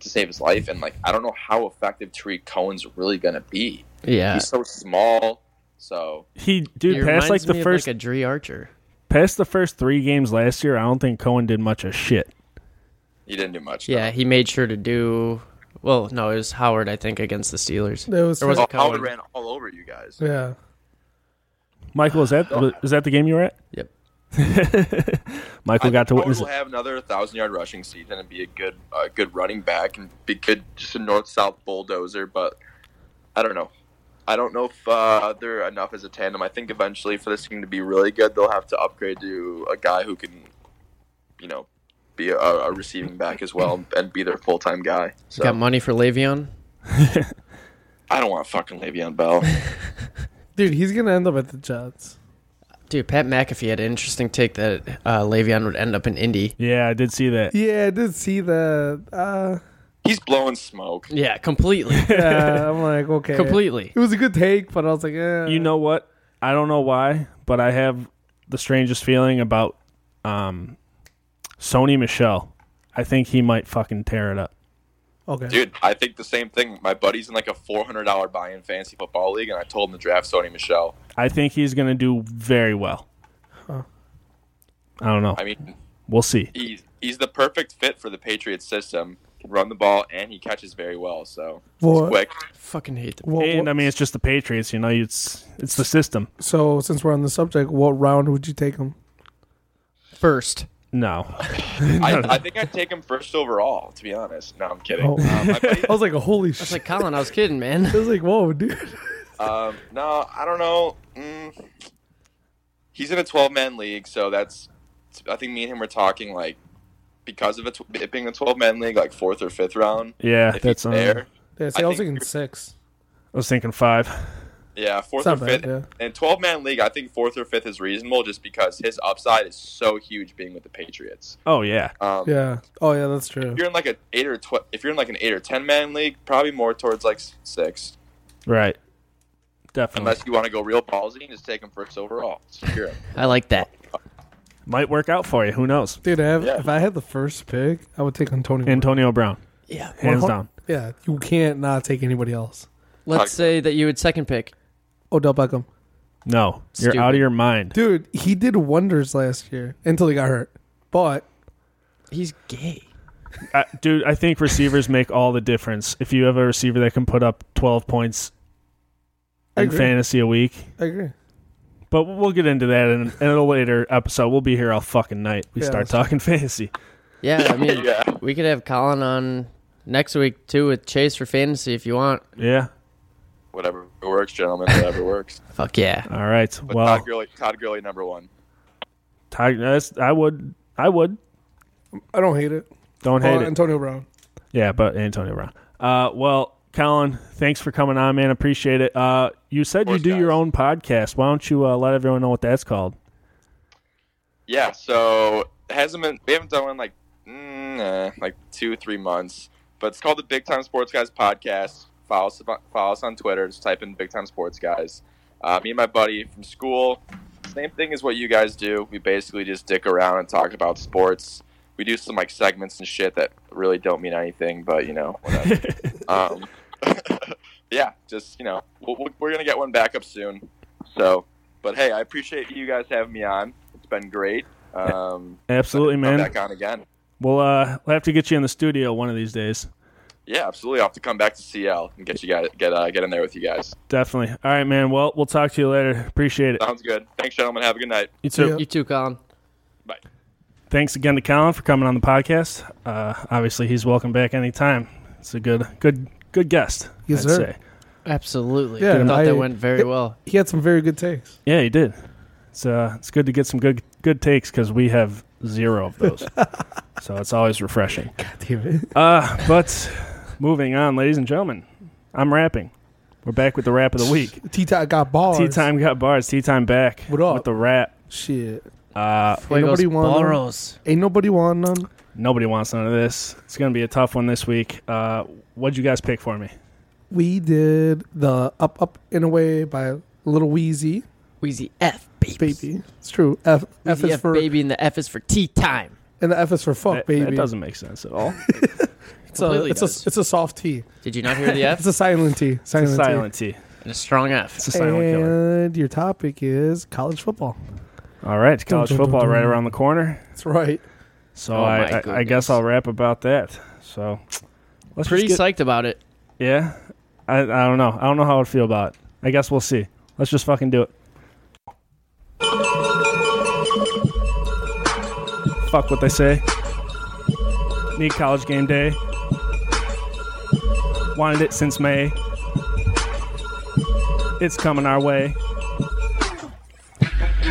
S7: to save his life. And like, I don't know how effective Tariq Cohen's really gonna be.
S5: Yeah,
S7: He's so small. So
S4: He dude
S5: He
S4: past like
S5: reminds me
S4: the
S5: of,
S4: first
S5: like a Dree Archer.
S4: past the first three games last year. I don't think Cohen did much of shit.
S7: he didn't do much.
S5: Yeah, he made sure to do. Well, no, it was Howard, I think, against the Steelers.
S6: That was,
S5: Or was
S7: Oh,
S5: it
S7: Howard
S5: Cohen?
S7: ran all over you guys.
S6: yeah.
S4: Michael, is that is that the game you were at?
S5: Yep.
S4: Michael got to
S7: Howard
S4: witness
S7: will
S4: it.
S7: have another thousand yard rushing season and be a good, uh, good running back and be good, just a north south bulldozer. But I don't know. I don't know if uh, they're enough as a tandem. I think eventually for this team to be really good, they'll have to upgrade to a guy who can, you know, be a, a receiving back as well and be their full time guy. So
S5: Got money for Le'Veon.
S7: I don't want fucking Le'Veon Bell.
S6: Dude, he's going to end up at the Jets.
S5: Dude, Pat McAfee had an interesting take that uh, Le'Veon would end up in Indy.
S4: Yeah, I did see that.
S6: Yeah, I did see that. Uh,
S7: He's blowing smoke.
S5: Yeah, completely,
S6: yeah, I'm like, okay.
S5: completely.
S6: It was a good take, but I was like, eh.
S4: You know what? I don't know why, but I have the strangest feeling about um, Sony Michelle. I think he might fucking tear it up.
S6: Okay.
S7: Dude, I think the same thing. My buddy's in like a four hundred dollar buy in fantasy football league and I told him to draft Sony Michelle.
S4: I think he's going to do very well. I don't know.
S7: I mean,
S4: We'll see.
S7: he's he's the perfect fit for the Patriots system. Can run the ball and he catches very well, so
S6: What?
S7: he's quick.
S5: Fucking hate them.
S6: What-
S4: And
S6: what-
S4: I mean, it's just the Patriots, you know. It's it's the system.
S6: so, since we're on the subject, what round would you take him?
S5: First,
S4: No,
S7: I, I think I'd take him first overall, to be honest. No, I'm kidding.
S6: Oh.
S7: Um, my buddy-
S6: I was like, holy shit.
S5: it's like Colin. I was kidding, man.
S6: I was like, whoa, dude.
S7: um, no, I don't know. Mm, he's in a twelve man league, so that's. I think me and him were talking like because of it, tw- it being a twelve man league, like fourth or fifth round.
S4: yeah,
S7: If
S4: that's
S7: he's
S4: um,
S7: there,
S6: Yeah, see,
S7: I
S6: I, was
S7: think-
S6: thinking six.
S4: I was thinking five.
S7: Yeah,
S6: It's
S7: fourth or
S6: not bad,
S7: fifth.
S6: yeah.
S7: And 12 man league, I think fourth or fifth is reasonable just because his upside is so huge being with the Patriots.
S4: Oh yeah,
S7: Um,
S6: Yeah. Oh, yeah, that's true.
S7: If you're in like an eight or tw- if you're in like an eight or ten man league, probably more towards like s- six.
S4: right. Definitely.
S7: Unless you want to go real ballsy and just take him first overall. Secure him.
S5: I like that.
S4: Might work out for you. Who knows?
S6: Dude, I have,
S7: Yeah.
S6: if I had the first pick, I would take Antonio.
S4: Antonio Brown,
S5: Yeah.
S4: hands
S6: Well,
S4: down.
S6: yeah, you can't not take anybody else.
S5: Let's say that you would second pick.
S6: Odell Beckham.
S4: No,
S5: Stupid.
S4: you're out of your mind.
S6: Dude, he did wonders last year until he got hurt. But
S5: He's gay.
S4: I, dude, I think receivers make all the difference. If you have a receiver that can put up 12 points
S6: I
S4: in
S6: agree.
S4: fantasy a week,
S6: I agree.
S4: but we'll get into that in, in a later episode. We'll be here all fucking night. We
S6: Yeah,
S4: start
S6: that's fine.
S4: talking fantasy.
S5: Yeah, I mean,
S7: Yeah.
S5: we could have Colin on next week too with Chase for fantasy if you want.
S4: Yeah.
S7: Whatever works, gentlemen. Whatever works.
S5: Fuck yeah.
S4: All right.
S7: But
S4: well,
S7: Todd Gurley, Todd Gurley, number one.
S4: Todd- that's- I would. I would.
S6: I don't hate it.
S4: Don't
S6: Well,
S4: hate it.
S6: Antonio Brown.
S4: Yeah, but Antonio Brown. Uh, well, Colin, thanks for coming on, man. Appreciate it. Uh, you said you
S7: course,
S4: do your
S7: guys.
S4: own podcast. Why don't you uh, let everyone know what that's called?
S7: Yeah, so it hasn't been we haven't done one in like mm, eh, like two three months, but it's called the Big Time Sports Guys podcast. Follow us about- follow us on Twitter. Just type in Big Time Sports Guys. Uh, me and my buddy from school. Same thing as what you guys do. We basically just dick around and talk about sports. We do some like segments and shit that really don't mean anything, but you know, whatever. um, yeah, just you know, we'll, we'll- we're gonna get one back up soon. So, but hey, I appreciate you guys having me on. It's been great. Um,
S4: Absolutely,
S7: come
S4: man.
S7: Back on again.
S4: We'll uh, we'll have to get you in the studio one of these days.
S7: Yeah, absolutely. I'll have to come back to CL and get you guys get uh, get in there with you guys.
S4: Definitely. All right, man. Well, we'll talk to you later. Appreciate it.
S7: Sounds good. Thanks, gentlemen. Have a good night.
S4: You too.
S6: Yeah.
S5: You too, Colin.
S7: Bye.
S4: Thanks again to Colin for coming on the podcast. Uh, obviously, he's welcome back anytime. It's a good, good, good guest.
S6: Yes,
S4: I'd
S6: sir.
S4: say.
S5: Absolutely.
S6: Yeah,
S5: I thought
S6: I-
S5: that went very well.
S6: He had some very good takes.
S4: Yeah, he did. It's uh, it's good to get some good, good takes because we have zero of those, so it's always refreshing. Uh, but moving on, ladies and gentlemen, I'm rapping. We're back with the rap of the week.
S6: T Todd got balls.
S4: Tea time got bars. Tea time back
S6: What up?
S4: with the rap.
S6: Shit.
S4: Uh,
S5: Fuegos
S6: nobody want 'em?
S5: Boros.
S6: Ain't nobody want none.
S4: nobody wants none of this. It's gonna be a tough one this week. Uh, what'd you guys pick for me?
S6: We did the Up Up in a Way by Little Wheezy.
S5: Wheezy F, baby.
S6: Baby. It's true. F, F
S5: Wheezy
S6: is
S5: F,
S6: for
S5: baby, and the F is for tea time.
S6: and the F is for fuck,
S4: That-
S6: baby.
S4: that doesn't make sense at all.
S6: it's, a,
S5: completely
S6: it's,
S5: does.
S6: a, it's a soft T.
S5: Did you not hear the
S6: It's
S5: F?
S6: a silent T. Silent, T.
S4: silent T.
S5: And a strong F.
S4: It's a silent killer.
S6: And your topic is college football.
S4: All right, college
S6: dun, dun,
S4: football
S6: dun.
S4: right around the corner.
S6: That's right.
S4: So
S5: Oh, my
S4: I, I, I guess
S5: goodness.
S4: I'll rap about that. So let's
S5: Pretty
S4: just get,
S5: psyched about it.
S4: yeah. I I don't know. I don't know how I would feel about it. I guess we'll see. Let's just fucking do it. Fuck what they say. Need college game day. Wanted it since May. It's coming our way.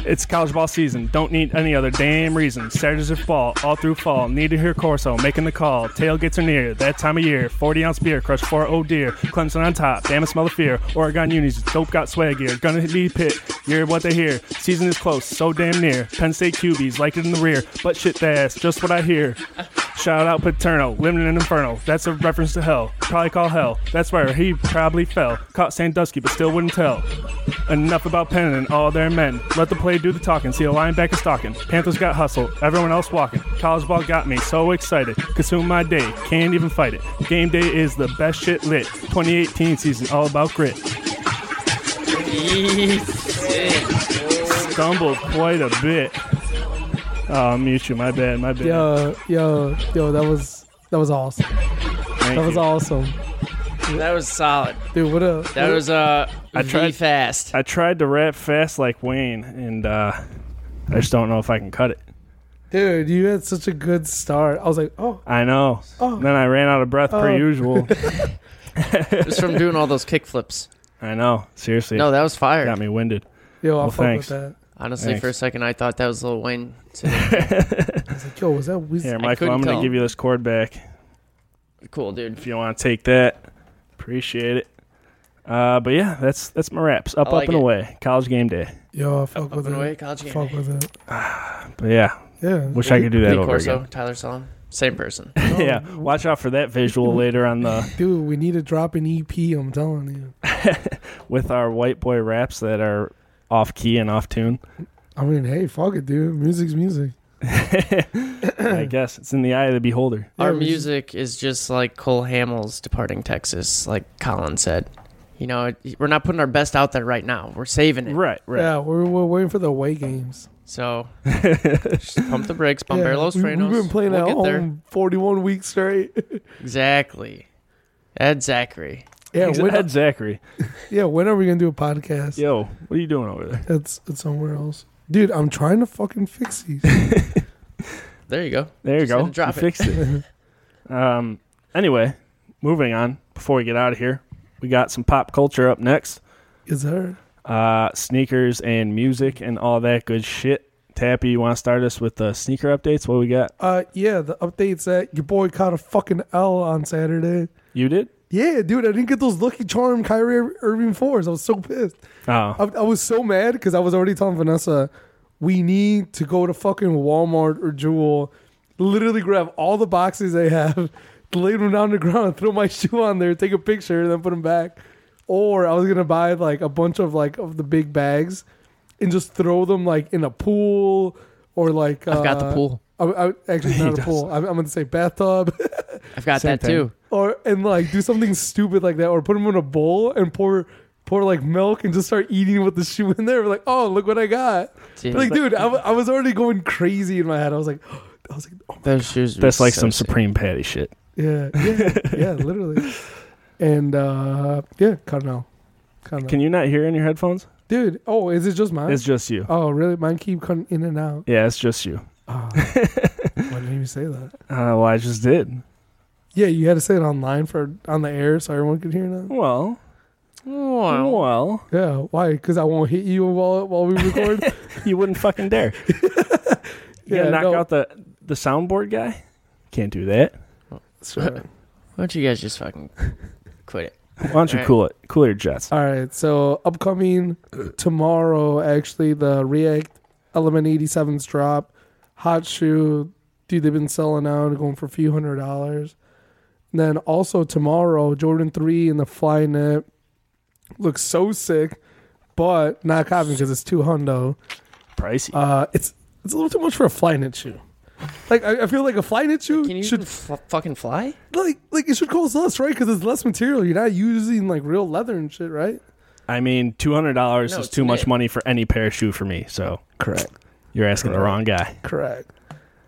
S4: It's college ball season. Don't need any other damn reason. Saturdays are fall, all through fall. Need to hear Corso making the call. Tailgates are near. That time of year. 40 ounce beer, crush four oh dear. Clemson on top. Damn it, smell the fear. Oregon unis, dope got swag gear. Gonna lead pit. You're what they hear. Season is close, so damn near. Penn State QBs like it in the rear, but shit fast. Just what I hear. Shout out Paterno, living in Inferno. That's a reference to hell. Probably call hell. That's where he probably fell. Caught Sandusky, but still wouldn't tell. Enough about Penn and all their men. Let the play do the talking. See a linebacker stalking. Panthers got hustle. Everyone else walking. College ball got me so excited. Consume my day. Can't even fight it. Game day is the best shit lit. 2018 season all about grit. Stumbled quite a bit. Oh, I'll mute you. My bad. My bad.
S6: Yo, yo, yo, that was that was awesome.
S4: Thank
S6: That was
S4: you.
S6: awesome.
S5: That was solid.
S6: Dude, what up?
S5: That was uh, I
S4: tried-
S5: fast.
S4: I tried to rap fast like Wayne, and uh, I just don't know if I can cut it.
S6: Dude, you had such a good start. I was like, oh,
S4: I know.
S6: Oh.
S4: Then I ran out of breath per
S6: Oh.
S4: usual.
S5: It was from doing all those kick flips.
S4: I know. Seriously,
S5: No, that was fire.
S4: got me winded.
S6: yo, I'll
S4: Well,
S6: fuck
S4: thanks.
S6: with that.
S5: Honestly,
S4: Thanks.
S5: for a second, I thought that was Lil Wayne. So,
S6: I was like, yo, was that Wheezy?
S4: Here, Michael, I'm
S5: couldn't
S4: going
S5: tell.
S4: to give you this cord back
S5: cool, dude.
S4: if you want to take that. Appreciate it. Uh, but yeah, that's that's my wraps. Up,
S5: I like
S4: up, and
S5: it.
S4: away. College game day.
S6: Yo, I'll fuck
S5: Up
S6: with
S5: and
S6: it.
S5: away, college game.
S6: Fuck with it.
S4: But yeah,
S6: Yeah.
S4: wish I could do that
S5: Lee
S4: over
S5: Corso,
S4: again.
S5: Tyler Solomon. Same person.
S6: Oh,
S4: yeah, watch out for that visual later on the
S6: Dude, we need to drop an EP. I'm telling you.
S4: with our white boy raps that are off key and off tune.
S6: I mean, hey, fuck it, dude. Music's music.
S4: I guess it's in the eye of the beholder.
S5: Our
S6: we just-
S5: music is just like Cole Hamels departing Texas, like Colin said. You know, it- we're not putting our best out there right now. We're saving it.
S4: Right, right.
S6: Yeah, we're, we're waiting for the away games.
S5: So just pump the brakes, pump
S6: yeah,
S5: our Los
S6: we,
S5: frenos.
S6: have been playing
S5: we'll
S6: at
S5: get
S6: home
S5: there.
S6: 41 weeks straight.
S5: Exactly. Ed Zachary.
S6: yeah,
S4: Ex-
S6: when,
S4: Ed Zachary.
S6: yeah. When are we gonna do a podcast?
S4: Yo, what are you doing over there?
S6: That's it's somewhere else, dude. I'm trying to fucking fix these.
S5: There you go.
S4: There you
S5: Just had
S4: go.
S5: to drop
S4: you
S5: it.
S4: fixed it. um, anyway, moving on. Before we get out of here, we got some pop culture up next.
S6: Is there?
S4: Uh, sneakers and music and all that good shit. Tappy, you want to start us with the sneaker updates? What we got?
S6: Uh, yeah. The update's that your boy caught a fucking L on Saturday.
S4: You did?
S6: Yeah, dude. I didn't get those Lucky Charm Kyrie Ir- Irving fours. I was so pissed. I,
S4: Oh,
S6: I was so mad because I was already telling Vanessa, we need to go to fucking Walmart or Jewel, literally grab all the boxes they have, lay them down on the ground, throw my shoe on there, take a picture, and then put them back. Or I was gonna buy like a bunch of like of the big bags, and just throw them like in a pool or like
S5: I've got the
S6: uh,
S5: pool.
S6: I, I, actually
S4: He
S6: not a
S4: does.
S6: pool. I'm, I'm gonna say bathtub.
S5: I've got
S4: Same
S5: that
S4: thing.
S5: too.
S6: or and like do something stupid like that, or put them in a bowl and pour pour like milk and just start eating with the shoe in there. Like, oh, look what I got!
S5: Dude,
S6: Like, dude, I, wa- I was already going crazy in my head. I was like, I was like, oh,
S5: those shoes. were
S4: that's like
S5: so
S4: some
S5: sick.
S4: Supreme Patty shit.
S6: yeah, yeah, yeah, literally. And uh yeah, Cardinal, Cardinal,
S4: Can you not hear in your headphones?
S6: dude. Oh, is it just mine?
S4: It's just you.
S6: oh, really? Mine keep cutting in and out.
S4: Yeah, it's just you.
S6: Oh. Why didn't you say that?
S4: Uh, well, I just did.
S6: Yeah, you had to say it online for on the air so everyone could hear that.
S4: Well,
S5: Wow.
S4: well,
S6: Yeah, why? Because I won't hit you while while we record.
S4: you wouldn't fucking dare. You
S6: Yeah,
S4: gotta knock
S6: no.
S4: out the the soundboard guy. Can't do that.
S6: Sure.
S5: Why don't you guys just fucking quit it?
S4: Why don't you
S5: Alright.
S4: cool it? Cool your jets.
S6: All right, so upcoming tomorrow, actually, the React Element 87s drop. Hot shoe. Dude, they've been selling out, going for a few hundred dollars. And then also tomorrow, Jordan 3 in the Flyknit. Looks so sick, but not copying because it's two hundo.
S4: Pricey.
S6: Uh, it's it's a little too much for a Flyknit shoe. Like, I, I feel like a Flyknit shoe
S5: Can you
S6: should
S5: even f- fucking fly?
S6: like like it should cost less, right? Because it's less material. You're not using like real leather and shit, right?
S4: I mean, two hundred dollars
S5: No,
S4: is
S5: it's
S4: too much
S5: knit.
S4: money for any pair of shoe for me. So
S6: Correct.
S4: you're asking the wrong guy.
S6: Correct.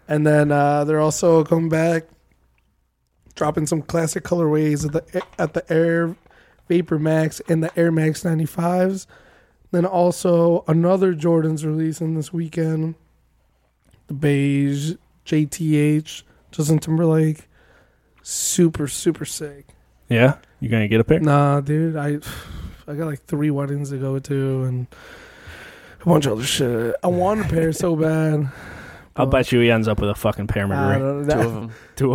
S6: And then uh, they're also coming back, dropping some classic colorways at the at the Air Vapor Max and the Air Max 95s. Then also another Jordan's releasing this weekend, the beige JTH Justin Timberlake, super super sick.
S4: Yeah, you gonna get a pair?
S6: Nah, dude, I I got like three weddings to go to and a bunch of other shit. I want a pair so bad.
S4: I'll bet you he ends up with a fucking pyramid
S6: I
S4: ring.
S6: don't know.
S5: Two
S6: That-
S5: of them.
S4: Two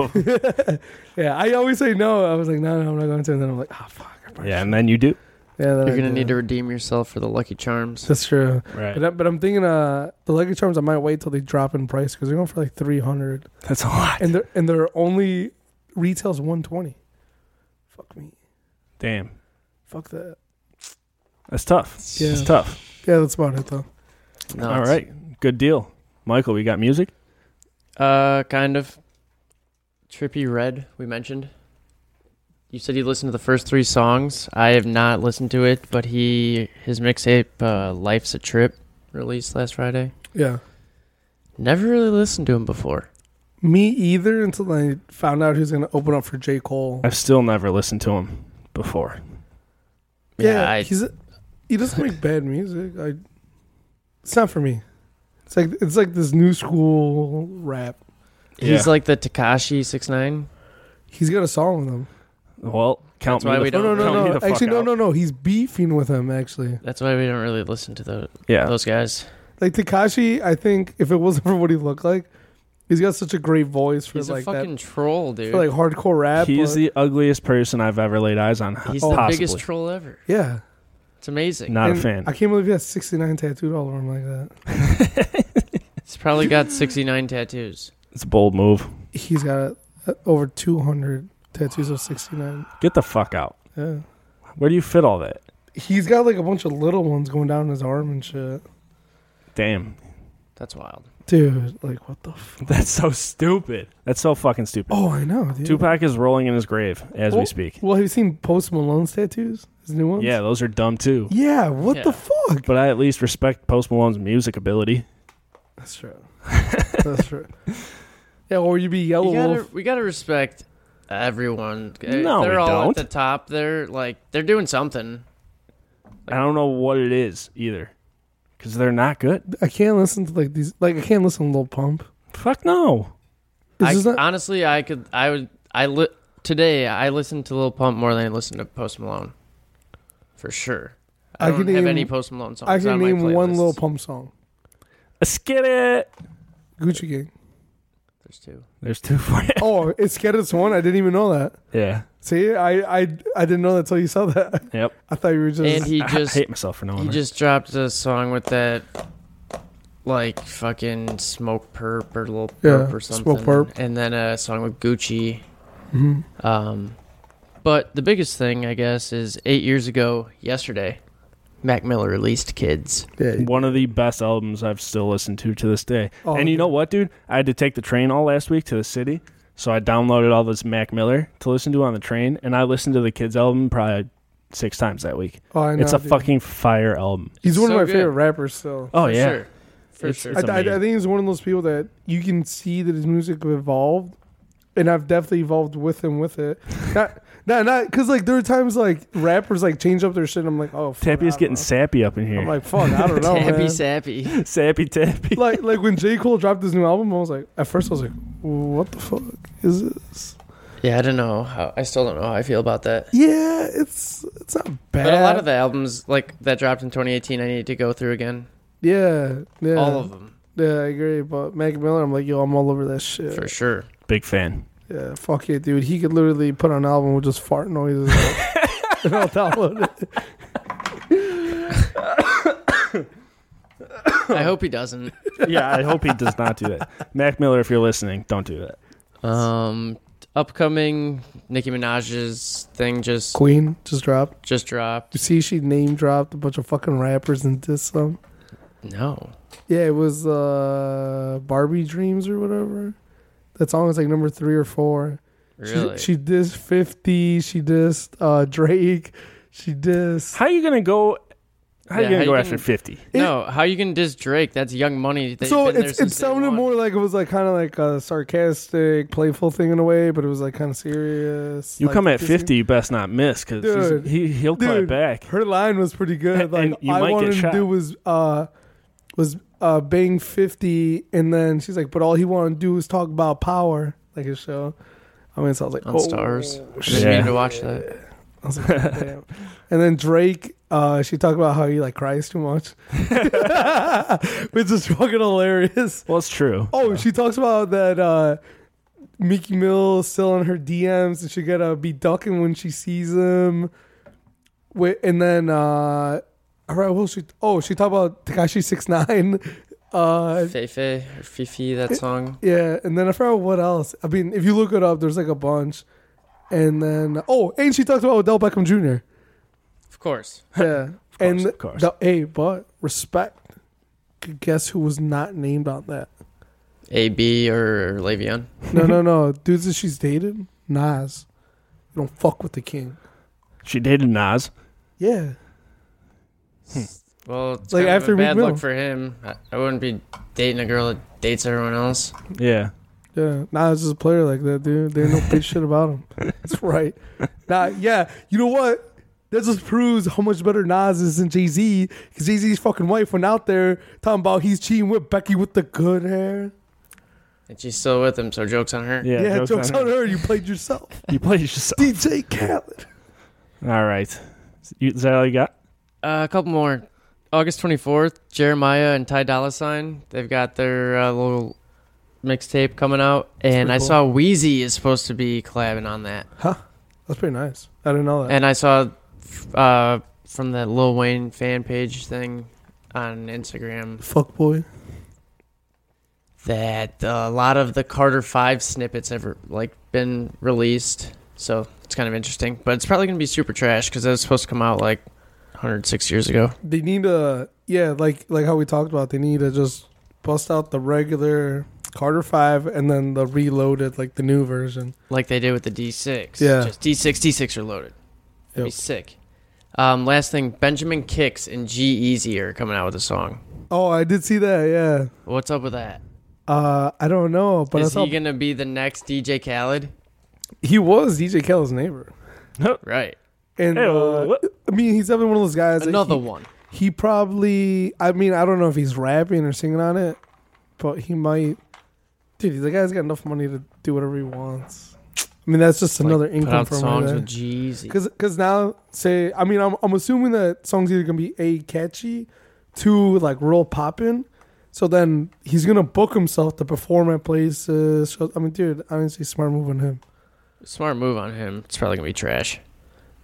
S4: of 'em.
S6: yeah, I always say no. I was like, no, no, I'm not going to. And then I'm like, ah, fuck. I probably
S4: yeah,
S6: should."
S4: and then you do.
S6: yeah. Then
S5: You're
S6: I
S5: gonna
S6: do.
S5: need to redeem yourself for the Lucky Charms.
S6: That's true. But,
S4: Right.
S6: I, but I'm thinking, uh, the Lucky Charms. I might wait till they drop in price because they're going for like 300,
S4: That's a lot.
S6: and they're and they're only retails 120. Fuck me.
S4: Damn,
S6: Fuck that.
S4: that's tough.
S6: Yeah.
S4: That's tough.
S6: Yeah, that's about it though.
S5: No,
S4: All
S5: it's-
S4: right, good deal, Michael. We got music.
S5: Uh, kind of. Trippy Red, we mentioned. You said you listened to the first three songs. I have not listened to it, but he his mixtape uh, "Life's a Trip" released last Friday.
S6: Yeah.
S5: Never really listened to him before.
S6: Me either until I found out who's going to open up for J Cole.
S4: I've still never listened to him before.
S5: Yeah, I-
S6: he's a, he doesn't make bad music. I, it's not for me. It's like it's like this new school rap.
S5: He's
S4: Yeah.
S5: like the Takashi Six Nine.
S6: He's got a song with him.
S4: Well, count
S5: That's why
S4: me.
S5: we
S4: the,
S5: don't-
S6: No,
S5: Tell
S6: no,
S4: count me
S6: no.
S4: the fuck
S6: Actually, no,
S4: out.
S6: no, no. He's beefing with him. Actually,
S5: That's why we don't really listen to the,
S4: Yeah,
S5: those guys.
S6: like Takashi, I think if it wasn't for what he looked like, he's got such a great voice for
S5: He's
S6: like
S5: a fucking troll,
S6: that,
S5: dude.
S6: for like hardcore rap.
S4: He's
S6: but-
S4: the ugliest person I've ever laid eyes on.
S5: He's the
S4: possibly.
S5: biggest troll ever.
S6: yeah.
S5: It's amazing.
S4: Not
S6: And
S4: a fan.
S6: I can't believe he has sixty nine tattooed all over him like that.
S5: He's probably got sixty nine tattoos.
S4: It's a bold move.
S6: He's got uh, over 200 tattoos of 69.
S4: Get the fuck out.
S6: Yeah.
S4: Where do you fit all that?
S6: He's got like a bunch of little ones going down his arm and shit.
S4: Damn.
S5: That's wild.
S6: Dude, like what the f-
S4: That's so stupid. That's so fucking stupid.
S6: Oh, I know. Dude.
S4: Tupac is rolling in his grave as we
S6: Well-
S4: speak.
S6: Well, have you seen Post Malone's tattoos? His new ones?
S4: Yeah, those are dumb too.
S6: Yeah, what
S5: Yeah.
S6: the fuck?
S4: But I at least respect Post Malone's music ability.
S6: That's true. That's true. Yeah, or you'd be Yellow
S5: You gotta,
S6: Wolf.
S5: we gotta respect everyone. If
S4: No,
S5: they're
S4: we
S5: all
S4: don't.
S5: at the top. They're like they're doing something.
S4: I don't know what it is either, because they're not good.
S6: I can't listen to like these. Like I can't listen to Lil Pump.
S4: Fuck no.
S6: Is
S5: I,
S6: this not,
S5: honestly, I could. I would. I li- today. I listened to Lil Pump more than I listened to Post Malone, for sure. I,
S6: I
S5: don't
S6: can
S5: have
S6: name-
S5: any Post Malone songs.
S6: I can
S5: on my
S6: name one
S5: playlists.
S6: Lil Pump song.
S4: Let's get it.
S6: Gucci Gang.
S5: There's two.
S4: There's two for you.
S6: Oh, it's Get It's One. I didn't even know that.
S4: Yeah.
S6: See, I, I, I didn't know that until you said that.
S4: Yep.
S6: I thought you were just.
S5: And he
S4: I
S5: just
S4: hate myself for knowing.
S5: he
S4: that.
S5: just dropped a song with that, like fucking smoke perp or Lil
S6: Yeah,
S5: perp or something.
S6: Smoke Perp.
S5: And then a song with Gucci.
S6: Mhm.
S5: Um, but the biggest thing, I guess, is eight years ago yesterday, Mac Miller released Kids.
S6: Yeah.
S4: one of the best albums I've still listened to to this day.
S6: Oh,
S4: and you
S6: dude.
S4: know what, dude? I had to take the train all last week to the city, so I downloaded all this Mac Miller to listen to on the train, and I listened to the kids album probably six times that week.
S6: Oh, I know,
S4: it's a
S6: dude.
S4: fucking fire album.
S6: He's one
S5: so
S6: of my
S5: good.
S6: favorite rappers still.
S4: Oh
S5: For
S4: yeah,
S5: sure. For
S4: It's-
S5: sure.
S4: it's-
S6: I, I, I
S4: amazing.
S6: think he's one of those people that you can see that his music evolved, and I've definitely evolved with him with it. Not, not, not because like there are times like rappers like change up their shit. And I'm like, oh, fuck,
S4: Tappy's
S6: I don't
S4: getting
S6: know.
S4: sappy up in here.
S6: I'm like, fuck, I don't know,
S5: Tappy
S6: man.
S5: Sappy.
S4: sappy Tappy.
S6: Like, like when J Cole dropped his new album, I was like, at first I was like, what the fuck is this?
S5: Yeah, I don't know. How, I still don't know how I feel about that.
S6: Yeah, it's it's not bad.
S5: But a lot of the albums like that dropped in 2018, I need to go through again.
S6: yeah, yeah,
S5: All of them
S6: Yeah, I agree. But Mac Miller, I'm like, yo, I'm all over that shit.
S5: for sure.
S4: Big fan.
S6: Yeah, fuck it, dude. He could literally put on an album with just fart noises. and I'll download it.
S5: I hope he doesn't.
S4: yeah, I hope he does not do that. Mac Miller, if you're listening, don't do that.
S5: Um, upcoming Nicki Minaj's thing just
S6: Queen just dropped.
S5: just dropped.
S6: You see, she name dropped a bunch of fucking rappers and dissed them.
S5: No,
S6: Yeah, it was uh, Barbie Dreams or whatever. That song was like number three or four.
S5: really.
S6: She, she dissed 50. She dissed uh, Drake. She dissed.
S4: How you gonna go? How
S5: Yeah,
S4: you gonna
S5: how
S4: go
S5: you
S4: after
S5: gonna-
S4: fifty?
S5: no, how you can diss Drake? That's Young Money. They've
S6: so
S5: been there
S6: it's, it
S5: since day
S6: sounded
S5: one.
S6: more like it was like kind of like a sarcastic, playful thing in a way, but it was like kind of serious.
S4: You
S6: like
S4: come at
S6: dissing.
S4: fifty, you best not miss because
S6: Dude.
S4: he he'll clap
S6: Dude.
S4: back.
S6: Her line was pretty good.
S4: And
S6: Like
S4: you
S6: I
S4: might get
S6: wanted to
S4: shot.
S6: do was uh was uh bang fifty, and then she's like, but all he wanted to do was talk about power, like his show. I mean, so I was like,
S5: on
S6: oh.
S5: Stars. I
S4: Yeah.
S5: need to watch that.
S6: I was like, damn. and then Drake, uh, she talked about how he like cries too much, which is fucking hilarious.
S4: Well, it's true.
S6: Oh, she talks about that uh Mickey Mill still in her DMs and she gotta be ducking when she sees him. Wait, and then uh all right, well she oh she talked about Takashi six nine. Uh
S5: Fefe or Fifi, that song.
S6: yeah, and then I forgot what else. I mean, if you look it up, there's like a bunch. And then oh, and she talked about Odell Beckham Jr.
S5: Of course.
S6: Yeah. and
S4: of course.
S6: The, hey, but respect. Guess who was not named on that?
S5: A B or Le'Veon.
S6: No, no, no. Dudes that she's dated, Nas. You don't fuck with the king.
S4: She dated Nas.
S6: Yeah.
S5: Well, it's
S6: Like,
S5: kind of
S6: after
S5: a
S6: Meek
S5: bad
S6: Mill.
S5: luck for him. I, I wouldn't be dating a girl that dates everyone else.
S4: Yeah.
S6: Yeah. Nas is a player like that, dude. They know bitch shit about him. That's right. Nah, yeah. You know what? That just proves how much better Nas is than Jay Z. Because Jay Z's fucking wife went out there talking about he's cheating with Becky with the good hair.
S5: And she's still with him, so joke's on her.
S4: Yeah.
S6: Yeah, jokes, on, her. You played yourself.
S4: You play yourself.
S6: DJ Khaled.
S4: All right. You- Is that all you got?
S5: Uh, a couple more. August 24th, Jeremiah and Ty Dolla Sign. They've got their uh, little mixtape coming out. And I
S6: pretty cool.
S5: saw Wheezy is supposed to be collabing on that.
S6: That's pretty nice. I didn't know that.
S5: And I saw uh, from that Lil Wayne fan page thing on Instagram.
S6: Fuck boy.
S5: that uh, a lot of the Carter Five snippets have like been released, so it's kind of interesting. But it's probably gonna be super trash because that was supposed to come out like 106 years ago.
S6: They need to, yeah, like like how we talked about. They need to just bust out the regular Carter Five and then the reloaded, like the new version.
S5: like they did with the D6.
S6: Yeah.
S5: Just D6, D6 are loaded. That'd be
S6: Yep.
S5: sick. Um, last thing, Benjamin Kicks and G Easy are coming out with a song.
S6: Oh, I did see that. Yeah.
S5: What's up with that?
S6: Uh, I don't know, but
S5: Is
S6: I saw
S5: he going to be the next DJ Khaled?
S6: he was DJ Khaled's neighbor,
S5: Right.
S6: and
S4: Hey,
S6: uh,
S4: what-
S6: I mean, he's definitely one of those guys. that
S5: Another
S6: he-
S5: one.
S6: He probably. I mean, I don't know if he's rapping or singing on it, but he might. Dude, the guy's got enough money to do whatever he wants. I mean, that's just another
S5: Like, put
S6: income
S5: out
S6: from eh?
S5: songs
S6: him.
S5: with G Easy.
S6: Cause, cause now, say, I mean, I'm, I'm assuming that song's either gonna be a catchy, two like real poppin'. So then he's gonna book himself to perform at places. So, I mean, dude, honestly, smart move on him.
S5: Smart move on him. It's probably going to be trash.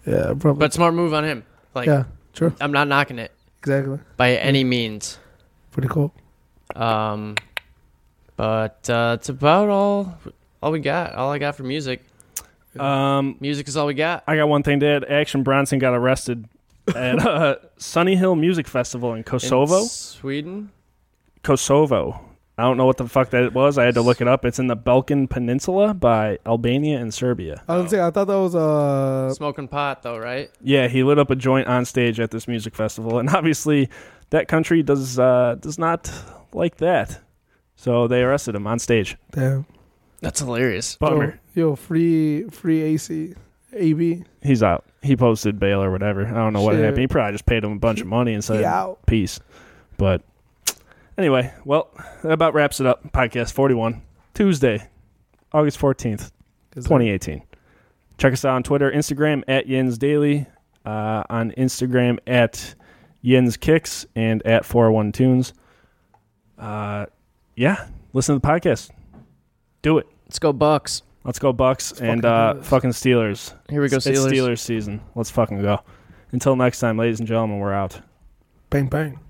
S6: Yeah, probably.
S5: But smart move on him. Like,
S6: yeah, Mm. true,
S5: I'm not knocking it
S6: exactly.
S5: by any means.
S6: Pretty cool.
S5: Um, but uh, it's about all all we got. All I got for music.
S4: Um,
S5: Music is all we got.
S4: I got one thing to add. Action Bronson got arrested at uh, Sunny Hill Music Festival in
S5: In
S4: Kosovo.
S5: Sweden.
S4: Kosovo. I don't know what the fuck that was. I had to look it up. It's in the Balkan Peninsula by Albania and Serbia.
S6: I was gonna say, I thought that was uh,
S5: Smoking pot, though, right?
S4: Yeah, he lit up a joint on stage at this music festival, and obviously, that country does uh, does not like that. So they arrested him on stage.
S6: damn.
S5: That's hilarious.
S4: Bummer.
S6: Yo, yo, free, free AC, AB.
S4: He's out. He posted bail or whatever. I don't know what
S6: Oh. Shit.
S4: happened. He probably just paid him a bunch of money and said
S6: He out.
S4: peace. But anyway, well, that about wraps it up. Podcast forty one, Tuesday, August fourteenth,
S6: uh,
S4: 2018. Check us out on Twitter, Instagram at Yins Daily, uh, on Instagram at Yins Kicks and at 401 Tunes. Uh, yeah, listen to the podcast. Do it.
S5: Let's go Bucks.
S4: Let's go Bucks and
S6: fucking
S4: uh,
S6: do this.
S4: fucking Steelers.
S5: Here we go,
S4: It's
S5: Steelers.
S4: Steelers season. Let's fucking go. Until next time, ladies and gentlemen, we're out.
S6: Bang bang.